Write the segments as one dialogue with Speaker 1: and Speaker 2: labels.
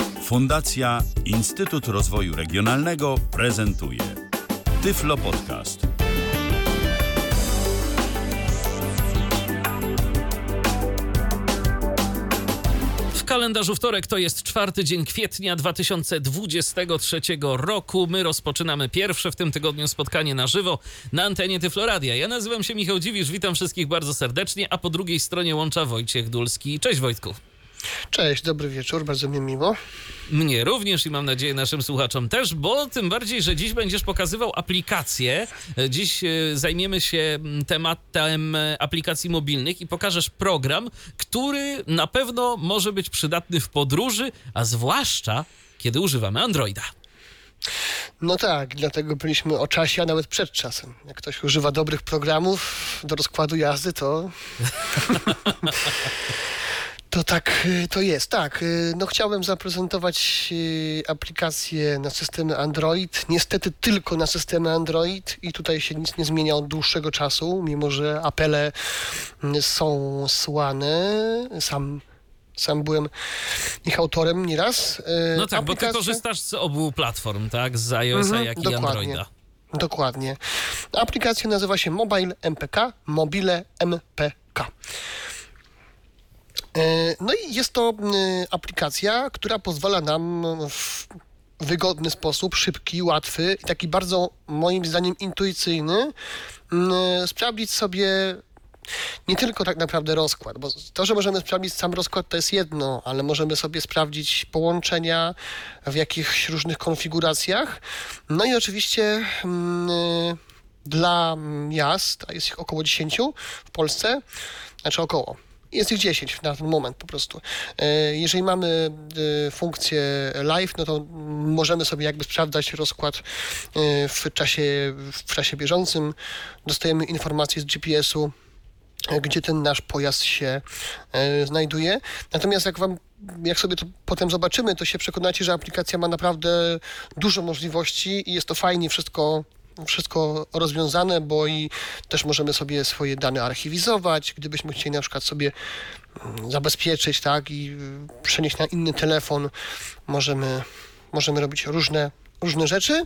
Speaker 1: Fundacja Instytut Rozwoju Regionalnego prezentuje Tyflo Podcast.
Speaker 2: W kalendarzu wtorek to jest czwarty dzień kwietnia 2023 roku. My rozpoczynamy pierwsze w tym tygodniu spotkanie na żywo na antenie Tyfloradia. Ja nazywam się Michał Dziwisz, witam wszystkich bardzo serdecznie, a po drugiej stronie łącza Wojciech Dulski. Cześć Wojtku.
Speaker 3: Cześć, dobry wieczór, bardzo mi miło.
Speaker 2: Mnie również i mam nadzieję naszym słuchaczom też, bo tym bardziej, że dziś będziesz pokazywał aplikację. E, Dziś e, zajmiemy się mm, tematem e, aplikacji mobilnych i pokażesz program, który na pewno może być przydatny w podróży, a zwłaszcza kiedy używamy Androida.
Speaker 3: No tak, dlatego byliśmy o czasie, a nawet przed czasem. Jak ktoś używa dobrych programów do rozkładu jazdy, to. to tak y, to jest. Tak, y, no chciałem zaprezentować y, aplikację na systemy Android. Niestety tylko na systemy Android i tutaj się nic nie zmienia od dłuższego czasu, mimo że apele y, są słane. Sam. Sam byłem ich autorem nieraz. Y,
Speaker 2: No tak, bo ty
Speaker 3: aplikacja-
Speaker 2: korzystasz z obu platform, tak? Z iOS-a,
Speaker 3: Mhm,
Speaker 2: jak i
Speaker 3: dokładnie.
Speaker 2: Androida.
Speaker 3: Dokładnie. Aplikacja nazywa się Mobile MPK, Mobile MPK. E, No i jest to m, aplikacja, która pozwala nam w wygodny sposób, szybki, łatwy i taki bardzo moim zdaniem intuicyjny m, sprawdzić sobie nie tylko tak naprawdę rozkład, bo to, że możemy sprawdzić sam rozkład, to jest jedno, ale możemy sobie sprawdzić połączenia w jakichś różnych konfiguracjach. No i oczywiście mm, y, dla miast, a jest ich około 10 w Polsce, znaczy około. Jest ich 10 na ten moment po prostu. Y, Jeżeli mamy y, funkcję live, no to możemy sobie jakby sprawdzać rozkład y, w czasie, w czasie bieżącym. Dostajemy informacje z GPS-u, gdzie ten nasz pojazd się e, znajduje. Natomiast jak wam, jak sobie to potem zobaczymy, to się przekonacie, że aplikacja ma naprawdę dużo możliwości i jest to fajnie wszystko wszystko rozwiązane, bo i też możemy sobie swoje dane archiwizować, gdybyśmy chcieli na przykład sobie mm, zabezpieczyć, tak, i mm, przenieść na inny telefon, możemy, możemy robić różne, różne rzeczy.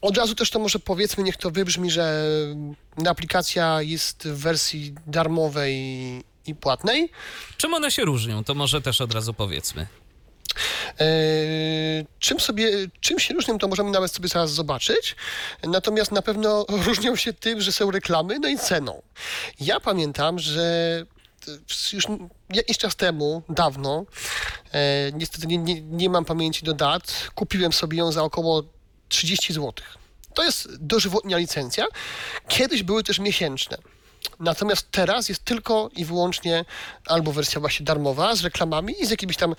Speaker 3: Od razu też to może powiedzmy, niech to wybrzmi, że mm, aplikacja jest w wersji darmowej i płatnej.
Speaker 2: Czym one się różnią? To może też od razu powiedzmy.
Speaker 3: Eee, E, czym, sobie, czym się różnią, to możemy nawet sobie zaraz zobaczyć. Natomiast na pewno różnią się tym, że są reklamy, no i ceną. Ja pamiętam, że e, już jakiś czas temu, dawno, e, niestety nie, nie, nie mam pamięci do dat, kupiłem sobie ją za około 30 zł. To jest dożywotnia licencja. Kiedyś były też miesięczne. Natomiast teraz jest tylko i wyłącznie albo wersja właśnie darmowa z reklamami i z jakimiś tam,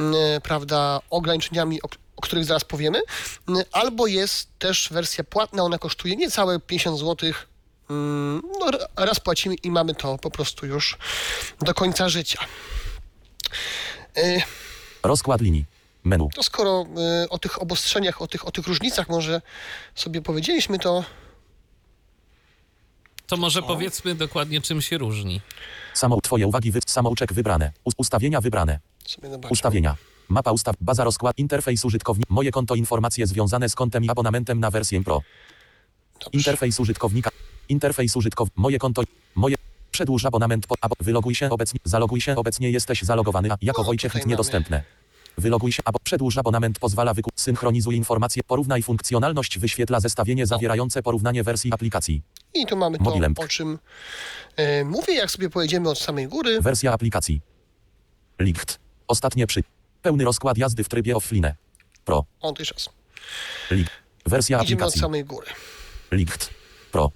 Speaker 3: mm, prawda, ograniczeniami, o, k- o których zaraz powiemy, mm, albo jest też wersja płatna, ona kosztuje niecałe 50 zł. No, r- raz płacimy i mamy to po prostu już do końca życia. Y,
Speaker 4: Rozkład linii. Menu.
Speaker 3: To skoro y, o tych obostrzeniach, o tych, o tych różnicach może sobie powiedzieliśmy, to
Speaker 2: To może powiedzmy dokładnie, czym się różni.
Speaker 4: Samo twoje uwagi wy... Samouczek wybrane. Us- ustawienia wybrane.
Speaker 3: sobie zobaczmy.
Speaker 4: Ustawienia. Mapa ustaw. Baza rozkład. Interfejs użytkownika. Moje konto informacje związane z kontem i abonamentem na wersję Pro.
Speaker 3: Dobrze.
Speaker 4: Interfejs użytkownika. Interfejs użytkownika. Moje konto. Moje. Przedłuż abonament. Po... Abo... Wyloguj się obecnie. Zaloguj się obecnie. Jesteś zalogowany. A jako
Speaker 3: No,
Speaker 4: Wojciech
Speaker 3: tutaj mamy.
Speaker 4: niedostępne. Wyloguj się, albo przedłuż abonament pozwala wykup. Synchronizuje informacje, porównaj funkcjonalność, wyświetla zestawienie zawierające porównanie wersji aplikacji.
Speaker 3: I tu mamy to,
Speaker 4: Mobilem.
Speaker 3: o czym e, mówię, jak sobie pojedziemy od samej góry.
Speaker 4: Wersja aplikacji. Licht. Ostatnie przy. Pełny rozkład jazdy w trybie offline. Pro.
Speaker 3: On też raz.
Speaker 4: Licht. Wersja
Speaker 3: Idziemy od
Speaker 4: aplikacji.
Speaker 3: samej góry.
Speaker 4: Licht. Pro.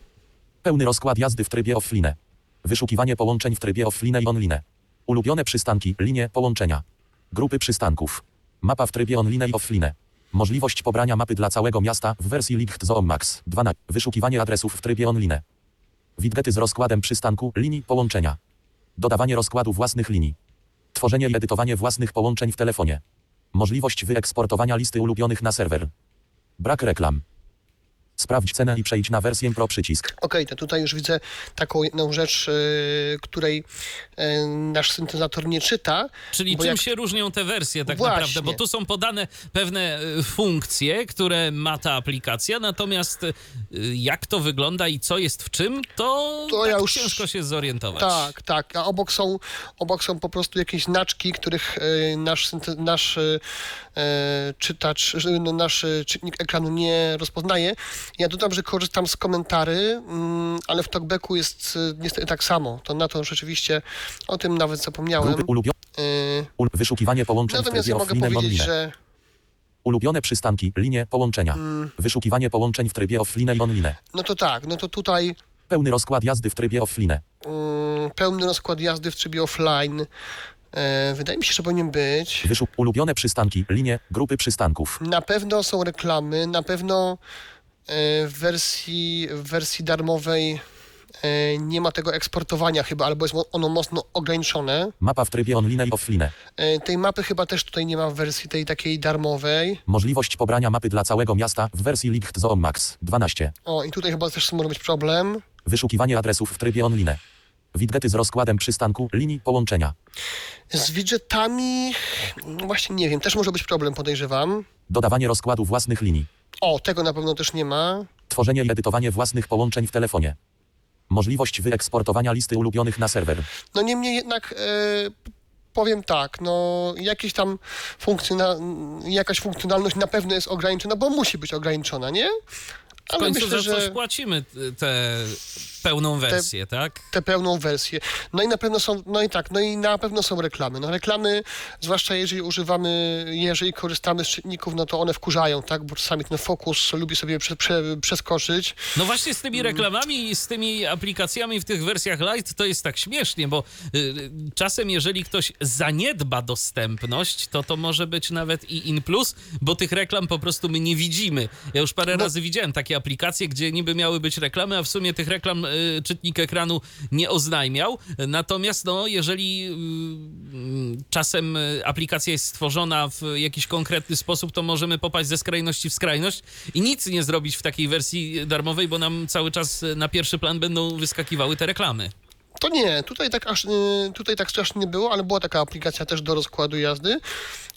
Speaker 4: Pełny rozkład jazdy w trybie offline. Wyszukiwanie połączeń w trybie offline i online. Ulubione przystanki, linie połączenia. Grupy przystanków. Mapa w trybie online i offline. Możliwość pobrania mapy dla całego miasta w wersji Licht Zoom Max 12. Wyszukiwanie adresów w trybie online. Widgety z rozkładem przystanku, linii połączenia. Dodawanie rozkładu własnych linii. Tworzenie i edytowanie własnych połączeń w telefonie. Możliwość wyeksportowania listy ulubionych na serwer. Brak reklam. Sprawdź cenę i przejdź na wersję Pro przycisk.
Speaker 3: Okej, to tutaj już widzę taką jedną rzecz, yy, której yy, nasz syntezator nie czyta.
Speaker 2: Czyli
Speaker 3: bo
Speaker 2: czym
Speaker 3: jak-
Speaker 2: się różnią te wersje tak
Speaker 3: Właśnie.
Speaker 2: naprawdę? Bo tu są podane pewne y, funkcje, które ma ta aplikacja, natomiast y, jak to wygląda i co jest w czym, to,
Speaker 3: To
Speaker 2: tak
Speaker 3: ja już-
Speaker 2: ciężko się zorientować.
Speaker 3: Tak, tak. A obok są, obok są po prostu jakieś znaczki, których e, nasz, synte- nasz e, e, czytacz, e, no, nasz e, czytnik ekranu nie rozpoznaje. Ja dodam, że korzystam z komentarzy, mm, ale w talkbacku jest e, niestety tak samo. To na to rzeczywiście o tym nawet zapomniałem.
Speaker 4: Grupy ulubione.
Speaker 3: E,
Speaker 4: Ul... Wyszukiwanie połączeń w
Speaker 3: Natomiast
Speaker 4: trybie
Speaker 3: ja mogę
Speaker 4: offline
Speaker 3: powiedzieć,
Speaker 4: online.
Speaker 3: że
Speaker 4: Ulubione przystanki, linie połączenia.
Speaker 3: Mm.
Speaker 4: Wyszukiwanie połączeń w trybie offline i online.
Speaker 3: no to tak, no to tutaj
Speaker 4: Pełny rozkład jazdy w trybie offline.
Speaker 3: mm, pełny rozkład jazdy w trybie offline. E, Wydaje mi się, że powinien być.
Speaker 4: Wyszuk... Ulubione przystanki, linie, grupy przystanków.
Speaker 3: Na pewno są reklamy, na pewno e, w wersji, w wersji darmowej e, nie ma tego eksportowania chyba, albo jest mo- ono mocno ograniczone.
Speaker 4: Mapa w trybie online i offline.
Speaker 3: E, Tej mapy chyba też tutaj nie ma w wersji tej takiej darmowej.
Speaker 4: Możliwość pobrania mapy dla całego miasta w wersji Lichtzone Max 12.
Speaker 3: O, i tutaj chyba też może być problem.
Speaker 4: Wyszukiwanie adresów w trybie online. Widgety z rozkładem przystanku, linii, połączenia.
Speaker 3: Z widgetami, no właśnie nie wiem, też może być problem, podejrzewam.
Speaker 4: Dodawanie rozkładu własnych linii.
Speaker 3: O, tego na pewno też nie ma.
Speaker 4: Tworzenie i edytowanie własnych połączeń w telefonie. Możliwość wyeksportowania listy ulubionych na serwer.
Speaker 3: No niemniej jednak e, powiem tak, no jakieś tam funkcjona, jakaś funkcjonalność na pewno jest ograniczona, bo musi być ograniczona, nie?
Speaker 2: W
Speaker 3: Ale
Speaker 2: końcu
Speaker 3: myślę,
Speaker 2: za coś
Speaker 3: że
Speaker 2: płacimy t- tę pełną wersję, tak?
Speaker 3: tę pełną wersję. No i na pewno są, no i tak, no i na pewno są reklamy. No reklamy, zwłaszcza jeżeli używamy, jeżeli korzystamy z czytników, no to one wkurzają, tak? Bo czasami ten fokus lubi sobie prze, prze, przeskoczyć.
Speaker 2: No właśnie z tymi reklamami i z tymi aplikacjami w tych wersjach Lite to jest tak śmiesznie, bo y, y, czasem jeżeli ktoś zaniedba dostępność, to to może być nawet i in plus, bo tych reklam po prostu my nie widzimy. Ja już parę razy widziałem takie aplikacje, gdzie niby miały być reklamy, a w sumie tych reklam y, czytnik ekranu nie oznajmiał. Natomiast no, jeżeli y, y, czasem y, aplikacja jest stworzona w jakiś konkretny sposób, to możemy popaść ze skrajności w skrajność i nic nie zrobić w takiej wersji darmowej, bo nam cały czas y, na pierwszy plan będą wyskakiwały te reklamy.
Speaker 3: To nie, tutaj tak, aż, y, tutaj tak strasznie nie było, ale była taka aplikacja też do rozkładu jazdy,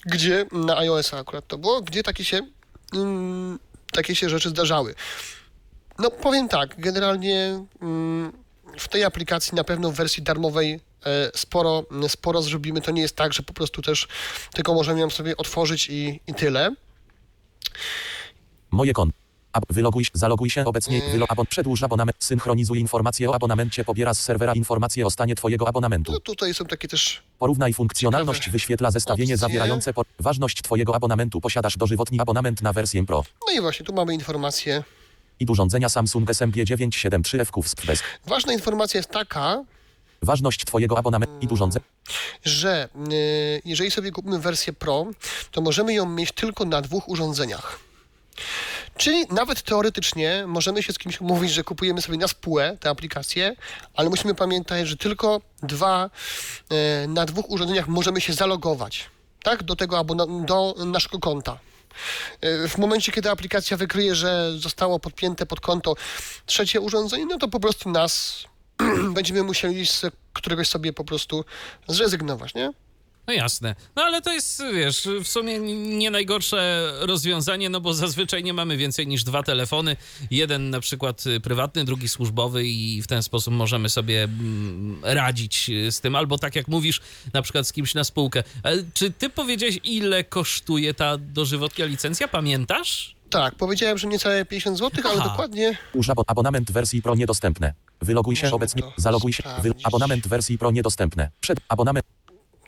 Speaker 3: gdzie na iOS akurat to było, gdzie takie się, ym, takie się rzeczy zdarzały. No powiem tak, generalnie ym, w tej aplikacji na pewno w wersji darmowej e, sporo, sporo zrobimy. To nie jest tak, że po prostu też tylko możemy ją sobie otworzyć i, i tyle.
Speaker 4: Moje konto. Ab wyloguj, się- zaloguj się obecnie,
Speaker 3: Mm.
Speaker 4: wylo abon przedłuż abonament, synchronizuj informacje o abonamencie, pobiera z serwera informacje o stanie Twojego abonamentu.
Speaker 3: No tutaj są takie też
Speaker 4: Porównaj funkcjonalność,
Speaker 3: Ciekawe.
Speaker 4: wyświetla zestawienie
Speaker 3: Opcje.
Speaker 4: zawierające po ważność Twojego abonamentu, posiadasz dożywotni abonament na wersję Pro
Speaker 3: No i właśnie, tu mamy informację.
Speaker 4: i urządzenia Samsung SMP973F Wsp.
Speaker 3: Ważna informacja jest taka,
Speaker 4: Ważność Twojego abonamentu i urządzenia.
Speaker 3: że y, jeżeli sobie kupimy wersję Pro, to możemy ją mieć tylko na dwóch urządzeniach. Czyli nawet teoretycznie możemy się z kimś umówić, że kupujemy sobie na spółę tę aplikację, ale musimy pamiętać, że tylko dwa, y, na dwóch urządzeniach możemy się zalogować, tak, do tego abona- do naszego konta. Y, W momencie, kiedy aplikacja wykryje, że zostało podpięte pod konto trzecie urządzenie, no to po prostu nas będziemy musieli z któregoś sobie po prostu zrezygnować, nie?
Speaker 2: No jasne. No ale to jest, wiesz, w sumie nie najgorsze rozwiązanie, no bo zazwyczaj nie mamy więcej niż dwa telefony. Jeden na przykład y, prywatny, drugi służbowy i w ten sposób możemy sobie mm, radzić y, z tym. Albo tak jak mówisz, na przykład z kimś na spółkę. Ale Czy ty powiedziałeś, ile kosztuje ta dożywotnia licencja? Pamiętasz?
Speaker 3: Tak, powiedziałem, że niecałe 50 zł, ale
Speaker 2: Aha.
Speaker 3: dokładnie
Speaker 4: Uż abo- abonament wersji Pro niedostępne. Wyloguj się
Speaker 3: Możemy
Speaker 4: obecnie.
Speaker 3: to
Speaker 4: Zaloguj się. Wy
Speaker 3: sprawdzić.
Speaker 4: abonament wersji Pro niedostępne. Przed abonament.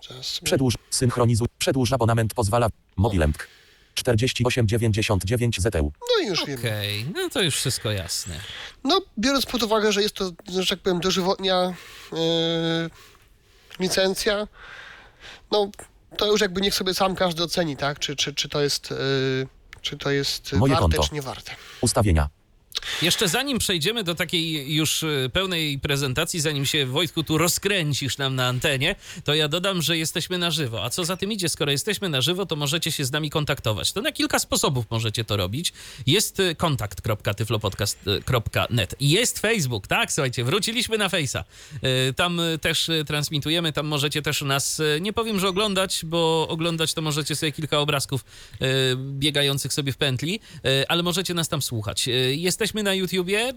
Speaker 3: zaraz sobie-
Speaker 4: Przedłuż. Synchronizuj. Przedłuż abonament pozwala. Mobilemk. 4899 ZEU.
Speaker 3: no i już wiemy.
Speaker 2: Okej, no to już wszystko jasne.
Speaker 3: No, biorąc pod uwagę, że jest to, że tak powiem, dożywotnia yy, licencja, no to już jakby niech sobie sam każdy oceni, tak? e, Czy, czy, czy to jest, yy, czy to jest
Speaker 4: Moje
Speaker 3: warte,
Speaker 4: konto.
Speaker 3: czy nie warte.
Speaker 4: Ustawienia.
Speaker 2: Jeszcze zanim przejdziemy do takiej już e, pełnej prezentacji, zanim się Wojtku tu rozkręcisz nam na antenie, to ja dodam, że jesteśmy na żywo. A co za tym idzie, skoro jesteśmy na żywo, to możecie się z nami kontaktować. To na kilka sposobów możecie to robić. Jest e, kontakt.tyflopodcast.net. I y, Jest Facebook, tak? Słuchajcie, wróciliśmy na Face'a. E, Tam e, też e, transmitujemy, tam możecie też nas, e, nie powiem, że oglądać, bo oglądać to możecie sobie kilka obrazków e, biegających sobie w pętli, e, ale możecie nas tam słuchać. E, Jesteśmy na YouTubie e,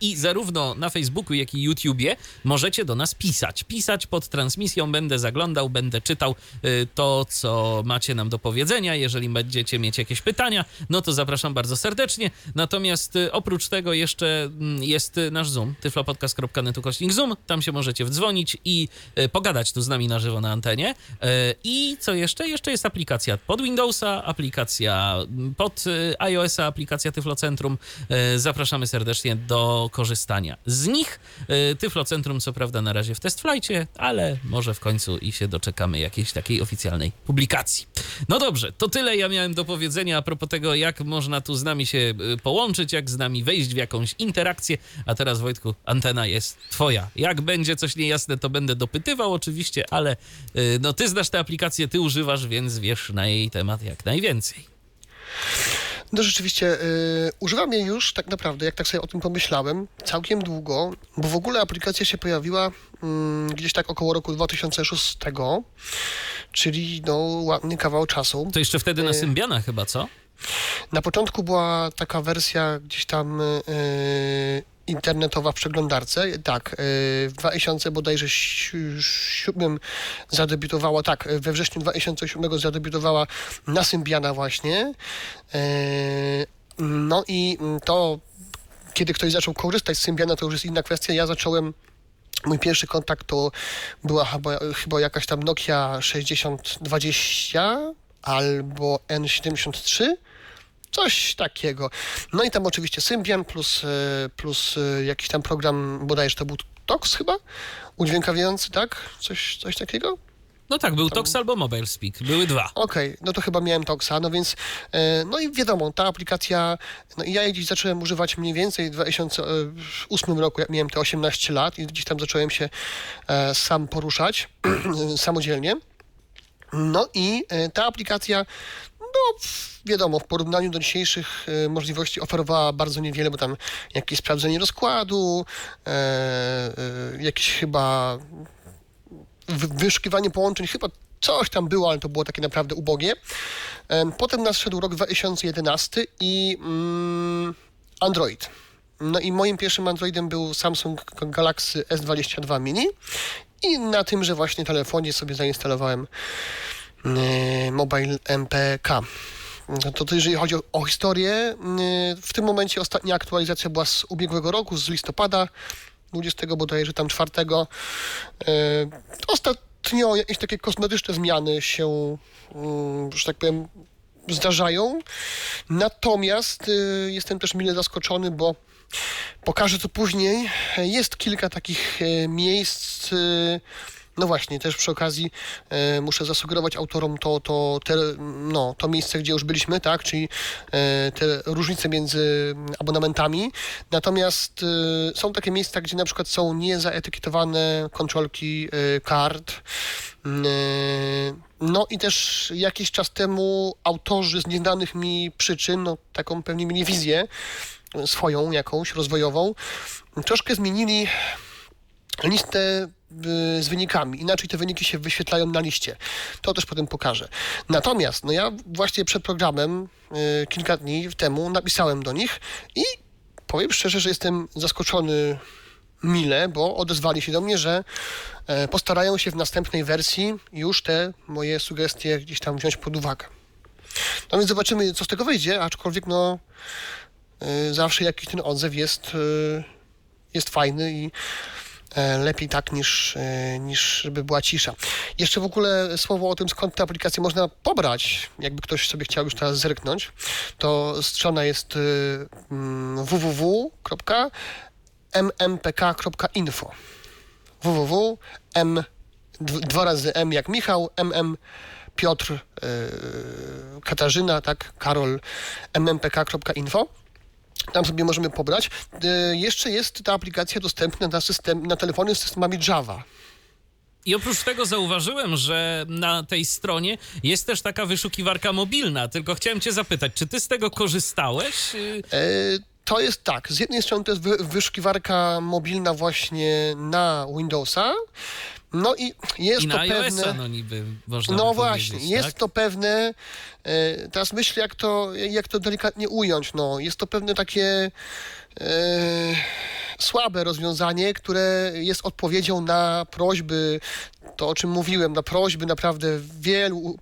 Speaker 2: i zarówno na Facebooku, jak i YouTubie możecie do nas pisać. Pisać pod transmisją, będę zaglądał, będę czytał e, to, co macie nam do powiedzenia. Jeżeli będziecie mieć jakieś pytania, no to zapraszam bardzo serdecznie. Natomiast e, oprócz tego jeszcze mm, jest e, nasz Zoom, tyflopodcast.net ukośnik Zoom. Tam się możecie wdzwonić i e, pogadać tu z nami na żywo na antenie. E, I co jeszcze? Jeszcze jest aplikacja pod Windowsa, aplikacja mm, pod e, iOS-a, aplikacja Tyflocentrum. E, Zapraszamy serdecznie do korzystania z nich. E, Tyflocentrum co prawda na razie w testflajcie, ale może w końcu i się doczekamy jakiejś takiej oficjalnej publikacji. No dobrze, to tyle ja miałem do powiedzenia a propos tego, jak można tu z nami się e, połączyć, jak z nami wejść w jakąś interakcję. A teraz Wojtku, antena jest twoja. Jak będzie coś niejasne, to będę dopytywał oczywiście, ale e, no ty znasz tę aplikację, ty używasz, więc wiesz na jej temat jak najwięcej.
Speaker 3: No rzeczywiście, y, używam jej już tak naprawdę, jak tak sobie o tym pomyślałem, całkiem długo, bo w ogóle aplikacja się pojawiła mm, gdzieś tak około roku 2006, czyli no ładny kawał czasu.
Speaker 2: To jeszcze
Speaker 3: Y.
Speaker 2: wtedy na Symbiana chyba, co?
Speaker 3: Na początku była taka wersja gdzieś tam y, y, internetowa w przeglądarce. Tak, y, w 2000 bodajże si- siódmym zadebiutowała, tak, we wrześniu 2007 zadebiutowała na Symbiana właśnie. Y, no i to, kiedy ktoś zaczął korzystać z Symbiana, to już jest inna kwestia. Ja zacząłem Mój pierwszy kontakt to była chyba, chyba jakaś tam Nokia 6020 albo N73. Coś takiego. No i tam oczywiście Symbian plus, e, plus e, jakiś tam program, bodajże to był Tox chyba, udźwiękawiający, tak? Coś, coś takiego?
Speaker 2: No tak, był Tox albo Mobile Speak. Były dwa.
Speaker 3: Okej, no to chyba miałem Toxa, no więc, e, no i wiadomo, ta aplikacja, no i ja jej gdzieś zacząłem używać mniej więcej w 2008 roku, jak miałem te 18 lat i gdzieś tam zacząłem się e, sam poruszać, samodzielnie. No i e, ta aplikacja, no w- wiadomo, w porównaniu do dzisiejszych e, możliwości oferowała bardzo niewiele, bo tam jakieś sprawdzenie rozkładu, e, e, jakieś chyba w- wyszukiwanie połączeń, chyba coś tam było, ale to było takie naprawdę ubogie. Em, Potem nadszedł rok 2011 i mm, Android. No i moim pierwszym Androidem był Samsung Galaxy S22 Mini i na tymże właśnie telefonie sobie zainstalowałem e, Mobile MPK. No To, to jeżeli chodzi o, o historię, e, w tym momencie ostatnia aktualizacja była z ubiegłego roku, z listopada 20 bodajże tam czwartego. E, Ostatnio jakieś takie kosmetyczne zmiany się, mm, że tak powiem, zdarzają. Natomiast y, jestem też mile zaskoczony, bo pokażę to później. Jest kilka takich e, miejsc. y, No właśnie, też przy okazji e, muszę zasugerować autorom to, to, te, no, to miejsce, gdzie już byliśmy, tak, czyli e, te różnice między abonamentami. Natomiast e, są takie miejsca, gdzie na przykład są niezaetykietowane kontrolki e, kart. Mm, e, no i też jakiś czas temu autorzy z nieznanych mi przyczyn, no taką pewnie mieli wizję e, swoją jakąś rozwojową, troszkę zmienili listę y, z wynikami. Inaczej te wyniki się wyświetlają na liście. To też potem pokażę. Natomiast, no ja właśnie przed programem y, kilka dni temu napisałem do nich i powiem szczerze, że jestem zaskoczony mile, bo odezwali się do mnie, że e, postarają się w następnej wersji już te moje sugestie gdzieś tam wziąć pod uwagę. No więc zobaczymy, co z tego wyjdzie, aczkolwiek no y, zawsze jakiś ten odzew jest, y, jest fajny i E, lepiej tak niż, e, niż żeby była cisza. Jeszcze w ogóle słowo o tym, skąd te aplikacje można pobrać, jakby ktoś sobie chciał już teraz zerknąć, to strona jest e, mm, www.mmpk.info www.m dw- dwa razy m jak Michał, mm Piotr, e, Katarzyna, tak, Karol, mmpk.info Tam sobie możemy pobrać. E, Jeszcze jest ta aplikacja dostępna na, system, na telefony z systemami Java.
Speaker 2: I oprócz tego zauważyłem, że na tej stronie jest też taka wyszukiwarka mobilna. Tylko chciałem cię zapytać, czy ty z tego korzystałeś? Y,
Speaker 3: E, To jest tak, z jednej strony to jest wy- wyszukiwarka mobilna właśnie na Windowsa, no i jest
Speaker 2: I
Speaker 3: to
Speaker 2: na
Speaker 3: pewne...
Speaker 2: iOS-a, no niby można
Speaker 3: No
Speaker 2: by
Speaker 3: właśnie,
Speaker 2: powiedzieć,
Speaker 3: jest
Speaker 2: tak?
Speaker 3: to pewne, e, teraz myślę jak to, jak to delikatnie ująć, no, jest to pewne takie e, słabe rozwiązanie, które jest odpowiedzią na prośby, to o czym mówiłem, na prośby naprawdę wielu,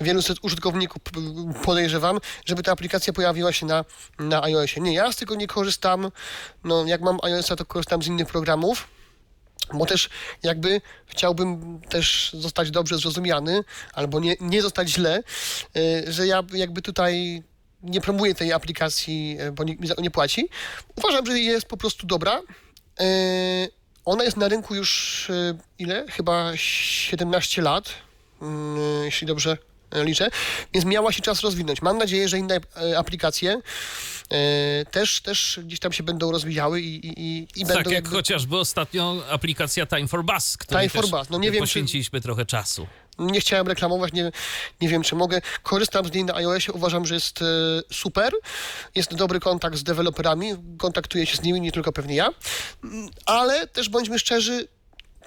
Speaker 3: wielu set użytkowników, p- podejrzewam, żeby ta aplikacja pojawiła się na, na iOSie. Nie, ja z tego nie korzystam, no jak mam iOSa, to korzystam z innych programów, bo też jakby chciałbym też zostać dobrze zrozumiany, albo nie, nie zostać źle, y, że ja jakby tutaj nie promuję tej aplikacji, y, bo nikt mi za to nie płaci. Uważam, że jest po prostu dobra. Y, Ona jest na rynku już y, ile? Chyba 17 lat, y, jeśli dobrze y, liczę, więc miała się czas rozwinąć. Mam nadzieję, że inne y, aplikacje y, też, też gdzieś tam się będą rozwijały i, i, i, i
Speaker 2: Tak, jak
Speaker 3: będą jakby-
Speaker 2: chociażby ostatnio aplikacja Time for Bus, której
Speaker 3: Time
Speaker 2: też
Speaker 3: for Bus, no nie wiem, czy-
Speaker 2: poświęciliśmy trochę czasu.
Speaker 3: Nie chciałem reklamować, nie, nie wiem czy mogę. Korzystam z niej na iOSie, uważam, że jest e, super. Jest dobry kontakt z deweloperami, kontaktuję się z nimi, nie tylko pewnie ja. Mm, Ale też bądźmy szczerzy,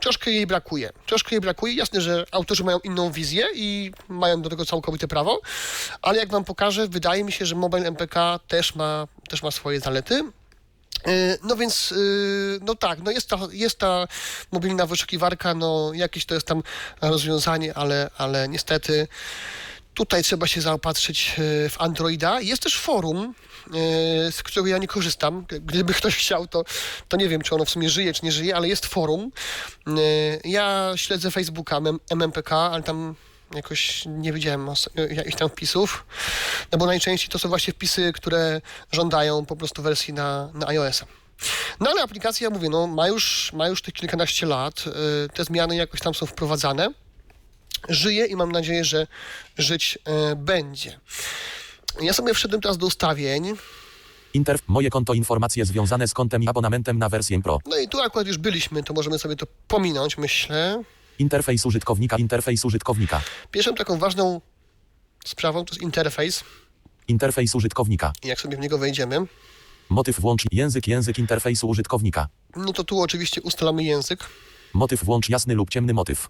Speaker 3: troszkę jej brakuje. Troszkę jej brakuje. Jasne, że autorzy mają inną wizję i mają do tego całkowite prawo, ale jak wam pokażę, wydaje mi się, że Mobile MPK też ma, też ma swoje zalety. E, No więc, y, no tak, no jest ta, jest ta mobilna wyszukiwarka, no jakieś to jest tam rozwiązanie, ale, ale niestety tutaj trzeba się zaopatrzyć y, w Androida. Jest też forum, y, z którego ja nie korzystam. G- Gdyby ktoś chciał, to, to nie wiem, czy ono w sumie żyje, czy nie żyje, ale jest forum. Y, Ja śledzę Facebooka MM MMPK, ale tam jakoś nie widziałem os- y, jakichś tam wpisów, no bo najczęściej to są właśnie wpisy, które żądają po prostu wersji na, na iOS-a. No ale aplikacja, mówię, no, ma, już, ma już tych kilkanaście lat, y, te zmiany jakoś tam są wprowadzane żyje i mam nadzieję, że żyć e, będzie. Ja sobie wszedłem teraz do ustawień,
Speaker 4: Interf. Moje konto. Informacje związane z kontem i abonamentem na wersję Pro.
Speaker 3: no i tu akurat już byliśmy, to możemy sobie to pominąć, myślę.
Speaker 4: Interfejs użytkownika. Interfejs użytkownika.
Speaker 3: Pierwszą taką ważną sprawą to jest interfejs,
Speaker 4: Interfejs użytkownika.
Speaker 3: jak sobie w niego wejdziemy.
Speaker 4: Motyw włącz. Język. Język interfejsu użytkownika.
Speaker 3: No to tu oczywiście ustalamy język,
Speaker 4: Motyw włącz jasny lub ciemny motyw.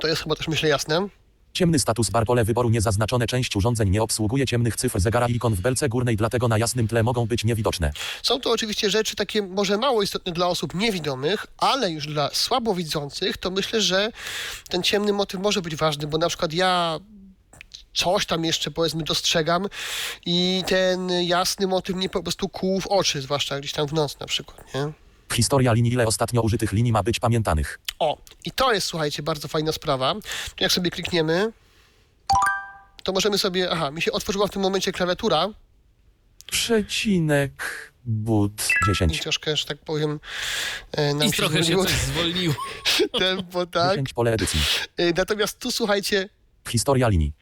Speaker 3: to jest chyba też myślę jasne.
Speaker 4: Ciemny status bar pole wyboru niezaznaczone część urządzeń nie obsługuje ciemnych cyfr zegara i ikon w belce górnej, dlatego na jasnym tle mogą być niewidoczne.
Speaker 3: Są to oczywiście rzeczy takie może mało istotne dla osób niewidomych, ale już dla słabowidzących, to myślę, że ten ciemny motyw może być ważny, bo na przykład ja coś tam jeszcze powiedzmy dostrzegam i ten jasny motyw mnie po prostu kłuł w oczy, zwłaszcza gdzieś tam w noc na przykład, nie?
Speaker 4: Historia linii ile ostatnio użytych linii ma być pamiętanych.
Speaker 3: O, i to jest, słuchajcie, bardzo fajna sprawa. To Jak sobie klikniemy, to możemy sobie, aha, mi się otworzyła w tym momencie klawiatura,
Speaker 4: Przecinek but
Speaker 3: i
Speaker 4: 10.
Speaker 3: troszkę, że tak powiem, e, nam
Speaker 2: I
Speaker 3: się
Speaker 2: trochę się
Speaker 3: zmieniło
Speaker 2: coś zwolniło.
Speaker 3: tempo, tak?
Speaker 4: 10 pole edycji.
Speaker 3: E, Natomiast tu, słuchajcie,
Speaker 4: Historia linii.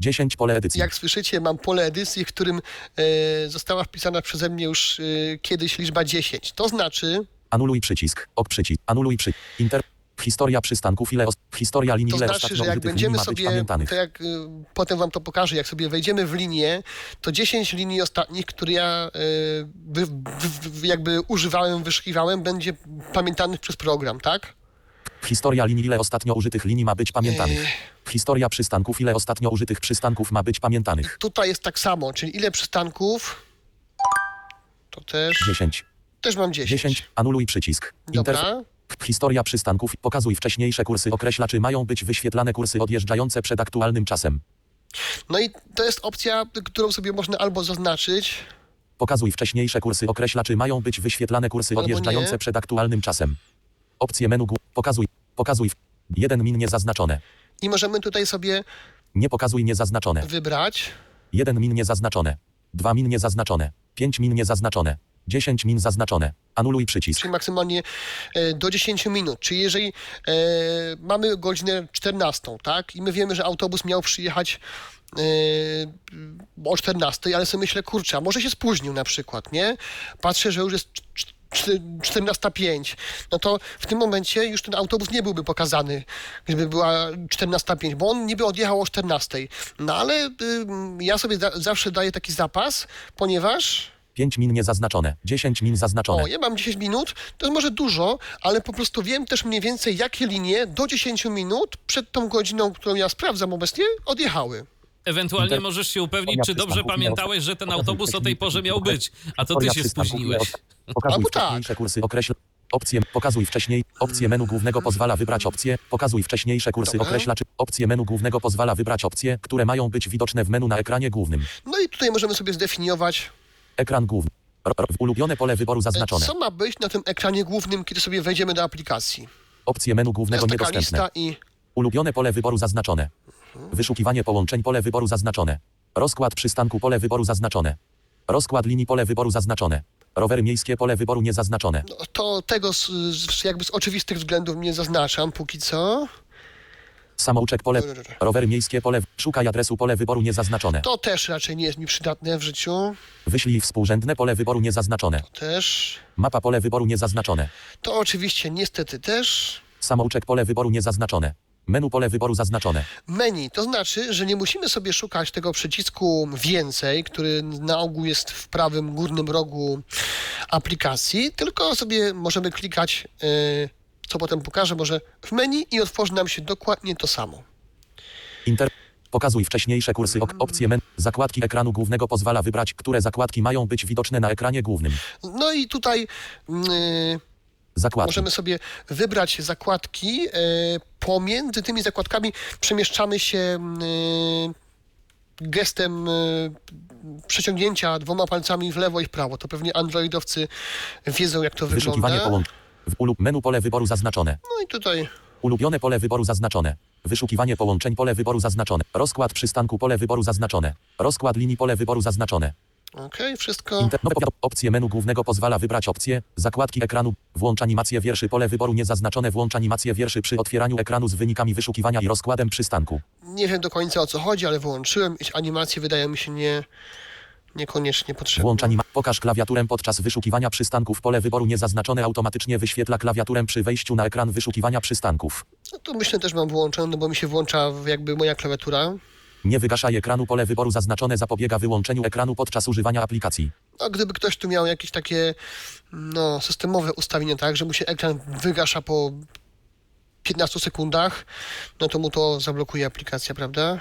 Speaker 4: 10 pole edycji.
Speaker 3: Jak słyszycie, mam pole edycji, w którym e, została wpisana przeze mnie już e, kiedyś liczba 10. To znaczy,
Speaker 4: Anuluj przycisk. Ok przycisk. Anuluj przycisk. Inter. Historia przystanków ile os... Historia linii
Speaker 3: to
Speaker 4: ile
Speaker 3: znaczy,
Speaker 4: ostatnio
Speaker 3: że jak
Speaker 4: użytych linii
Speaker 3: będziemy
Speaker 4: ma być
Speaker 3: sobie,
Speaker 4: pamiętanych.
Speaker 3: to jak e, potem wam to pokażę, jak sobie wejdziemy w linię, to 10 linii ostatnich, które ja e, wy, wy, wy, jakby używałem, wyszukiwałem, będzie pamiętanych przez program, tak?
Speaker 4: Historia linii ile ostatnio użytych linii ma być pamiętanych. Historia przystanków ile ostatnio użytych przystanków ma być pamiętanych.
Speaker 3: Tutaj jest tak samo, czyli ile przystanków, to też,
Speaker 4: 10.
Speaker 3: też mam 10.
Speaker 4: 10. Anuluj przycisk. Interf-
Speaker 3: Dobra.
Speaker 4: Historia przystanków. Pokazuj wcześniejsze kursy. Określa, czy mają być wyświetlane kursy odjeżdżające przed aktualnym czasem.
Speaker 3: No i to jest opcja, którą sobie można albo zaznaczyć,
Speaker 4: Pokazuj wcześniejsze kursy. Określa, czy mają być wyświetlane kursy
Speaker 3: Albo
Speaker 4: odjeżdżające
Speaker 3: nie.
Speaker 4: przed aktualnym czasem. Opcje menu. gł- Pokazuj. Pokazuj. w- Jeden min niezaznaczone.
Speaker 3: I możemy tutaj sobie
Speaker 4: Nie pokazuj niezaznaczone.
Speaker 3: wybrać.
Speaker 4: Jeden min niezaznaczone. Dwa min niezaznaczone. Pięć min niezaznaczone. 10 min zaznaczone. Anuluj przycisk.
Speaker 3: czyli maksymalnie e, do 10 minut. Czyli jeżeli e, mamy godzinę 14, tak, i my wiemy, że autobus miał przyjechać e, o 14, ale sobie myślę, kurczę, a może się spóźnił na przykład, nie? Patrzę, że już jest cz- cz- cz- 14.05, no to w tym momencie już ten autobus nie byłby pokazany, gdyby była 14.05, bo on niby odjechał o 14.00. No ale ym, ja sobie za- zawsze daję taki zapas, ponieważ
Speaker 4: 5 min niezaznaczone. 10 min zaznaczone.
Speaker 3: o, ja mam 10 minut, to jest może dużo, ale po prostu wiem też mniej więcej, jakie linie do 10 minut przed tą godziną, którą ja sprawdzam obecnie, odjechały.
Speaker 2: Ewentualnie
Speaker 4: Inter-
Speaker 2: możesz się upewnić, czy dobrze
Speaker 4: przystanków miał-
Speaker 2: pamiętałeś, że ten
Speaker 4: pokazuj
Speaker 2: autobus o tej
Speaker 4: wcześniej-
Speaker 2: porze miał być, a to ty
Speaker 4: Historia
Speaker 2: się
Speaker 4: przystanków
Speaker 2: spóźniłeś.
Speaker 4: i od- Pokazuj
Speaker 3: Albo tak.
Speaker 4: wcześniejsze kursy, określ opcje, pokazuj wcześniej, opcje menu głównego pozwala wybrać opcje, pokazuj wcześniejsze kursy,
Speaker 3: Dobra.
Speaker 4: określa czy opcje menu głównego pozwala wybrać opcje, które mają być widoczne w menu na ekranie głównym.
Speaker 3: No i tutaj możemy sobie zdefiniować,
Speaker 4: Ekran główny. R- r- ulubione pole wyboru
Speaker 3: e,
Speaker 4: zaznaczone.
Speaker 3: co ma być na tym ekranie głównym, kiedy sobie wejdziemy do aplikacji.
Speaker 4: Opcje menu
Speaker 3: To
Speaker 4: głównego
Speaker 3: jest taka
Speaker 4: niedostępne.
Speaker 3: lista Mhm. i
Speaker 4: Ulubione pole wyboru zaznaczone. Wyszukiwanie połączeń pole wyboru zaznaczone. Rozkład przystanku pole wyboru zaznaczone. Rozkład linii pole wyboru zaznaczone. Rowery miejskie pole wyboru niezaznaczone.
Speaker 3: no, to tego z, z, jakby z oczywistych względów nie zaznaczam póki co.
Speaker 4: Samouczek pole.
Speaker 3: Dobra, dobra.
Speaker 4: Rowery miejskie pole. Szukaj adresu pole wyboru niezaznaczone.
Speaker 3: To też raczej nie jest mi przydatne w życiu.
Speaker 4: Wyślij współrzędne pole wyboru niezaznaczone.
Speaker 3: Też.
Speaker 4: Mapa pole wyboru niezaznaczone.
Speaker 3: To oczywiście niestety też.
Speaker 4: Samouczek pole wyboru niezaznaczone. Menu pole wyboru zaznaczone.
Speaker 3: menu. To znaczy, że nie musimy sobie szukać tego przycisku więcej, który na ogół jest w prawym górnym rogu aplikacji, tylko sobie możemy klikać, y, co potem pokażę, może w menu i otworzy nam się dokładnie to samo.
Speaker 4: Inter. Pokazuj wcześniejsze kursy. Ok- opcje menu. Zakładki ekranu głównego pozwala wybrać, które zakładki mają być widoczne na ekranie głównym.
Speaker 3: No i tutaj y,
Speaker 4: Zakładki.
Speaker 3: możemy sobie wybrać zakładki. y, Pomiędzy tymi zakładkami przemieszczamy się y, gestem y, przeciągnięcia dwoma palcami w lewo i w prawo. To pewnie androidowcy wiedzą, jak to
Speaker 4: Wyszukiwanie
Speaker 3: wygląda.
Speaker 4: połączeń. W ulub menu pole wyboru zaznaczone.
Speaker 3: No i tutaj
Speaker 4: Ulubione pole wyboru zaznaczone. Wyszukiwanie połączeń pole wyboru zaznaczone. Rozkład przystanku pole wyboru zaznaczone. Rozkład linii pole wyboru zaznaczone.
Speaker 3: okej, wszystko.
Speaker 4: Inter- no, powiadom- opcje menu głównego pozwala wybrać opcje, zakładki ekranu, włącz animację wierszy pole wyboru niezaznaczone, włącz animację wierszy przy otwieraniu ekranu z wynikami wyszukiwania i rozkładem przystanku.
Speaker 3: Nie wiem do końca o co chodzi, ale wyłączyłem. Ich Animacje wydają mi się nie, niekoniecznie potrzebne.
Speaker 4: Włącz anima- pokaż klawiaturę podczas wyszukiwania przystanków pole wyboru niezaznaczone automatycznie wyświetla klawiaturę przy wejściu na ekran wyszukiwania przystanków.
Speaker 3: No to myślę też mam wyłączone, no bo mi się włącza jakby moja klawiatura.
Speaker 4: Nie wygaszaj ekranu pole wyboru zaznaczone zapobiega wyłączeniu ekranu podczas używania aplikacji.
Speaker 3: No, gdyby ktoś tu miał jakieś takie no, systemowe ustawienie, tak, że mu się ekran wygasza po 15 sekundach, no to mu to zablokuje aplikacja, prawda?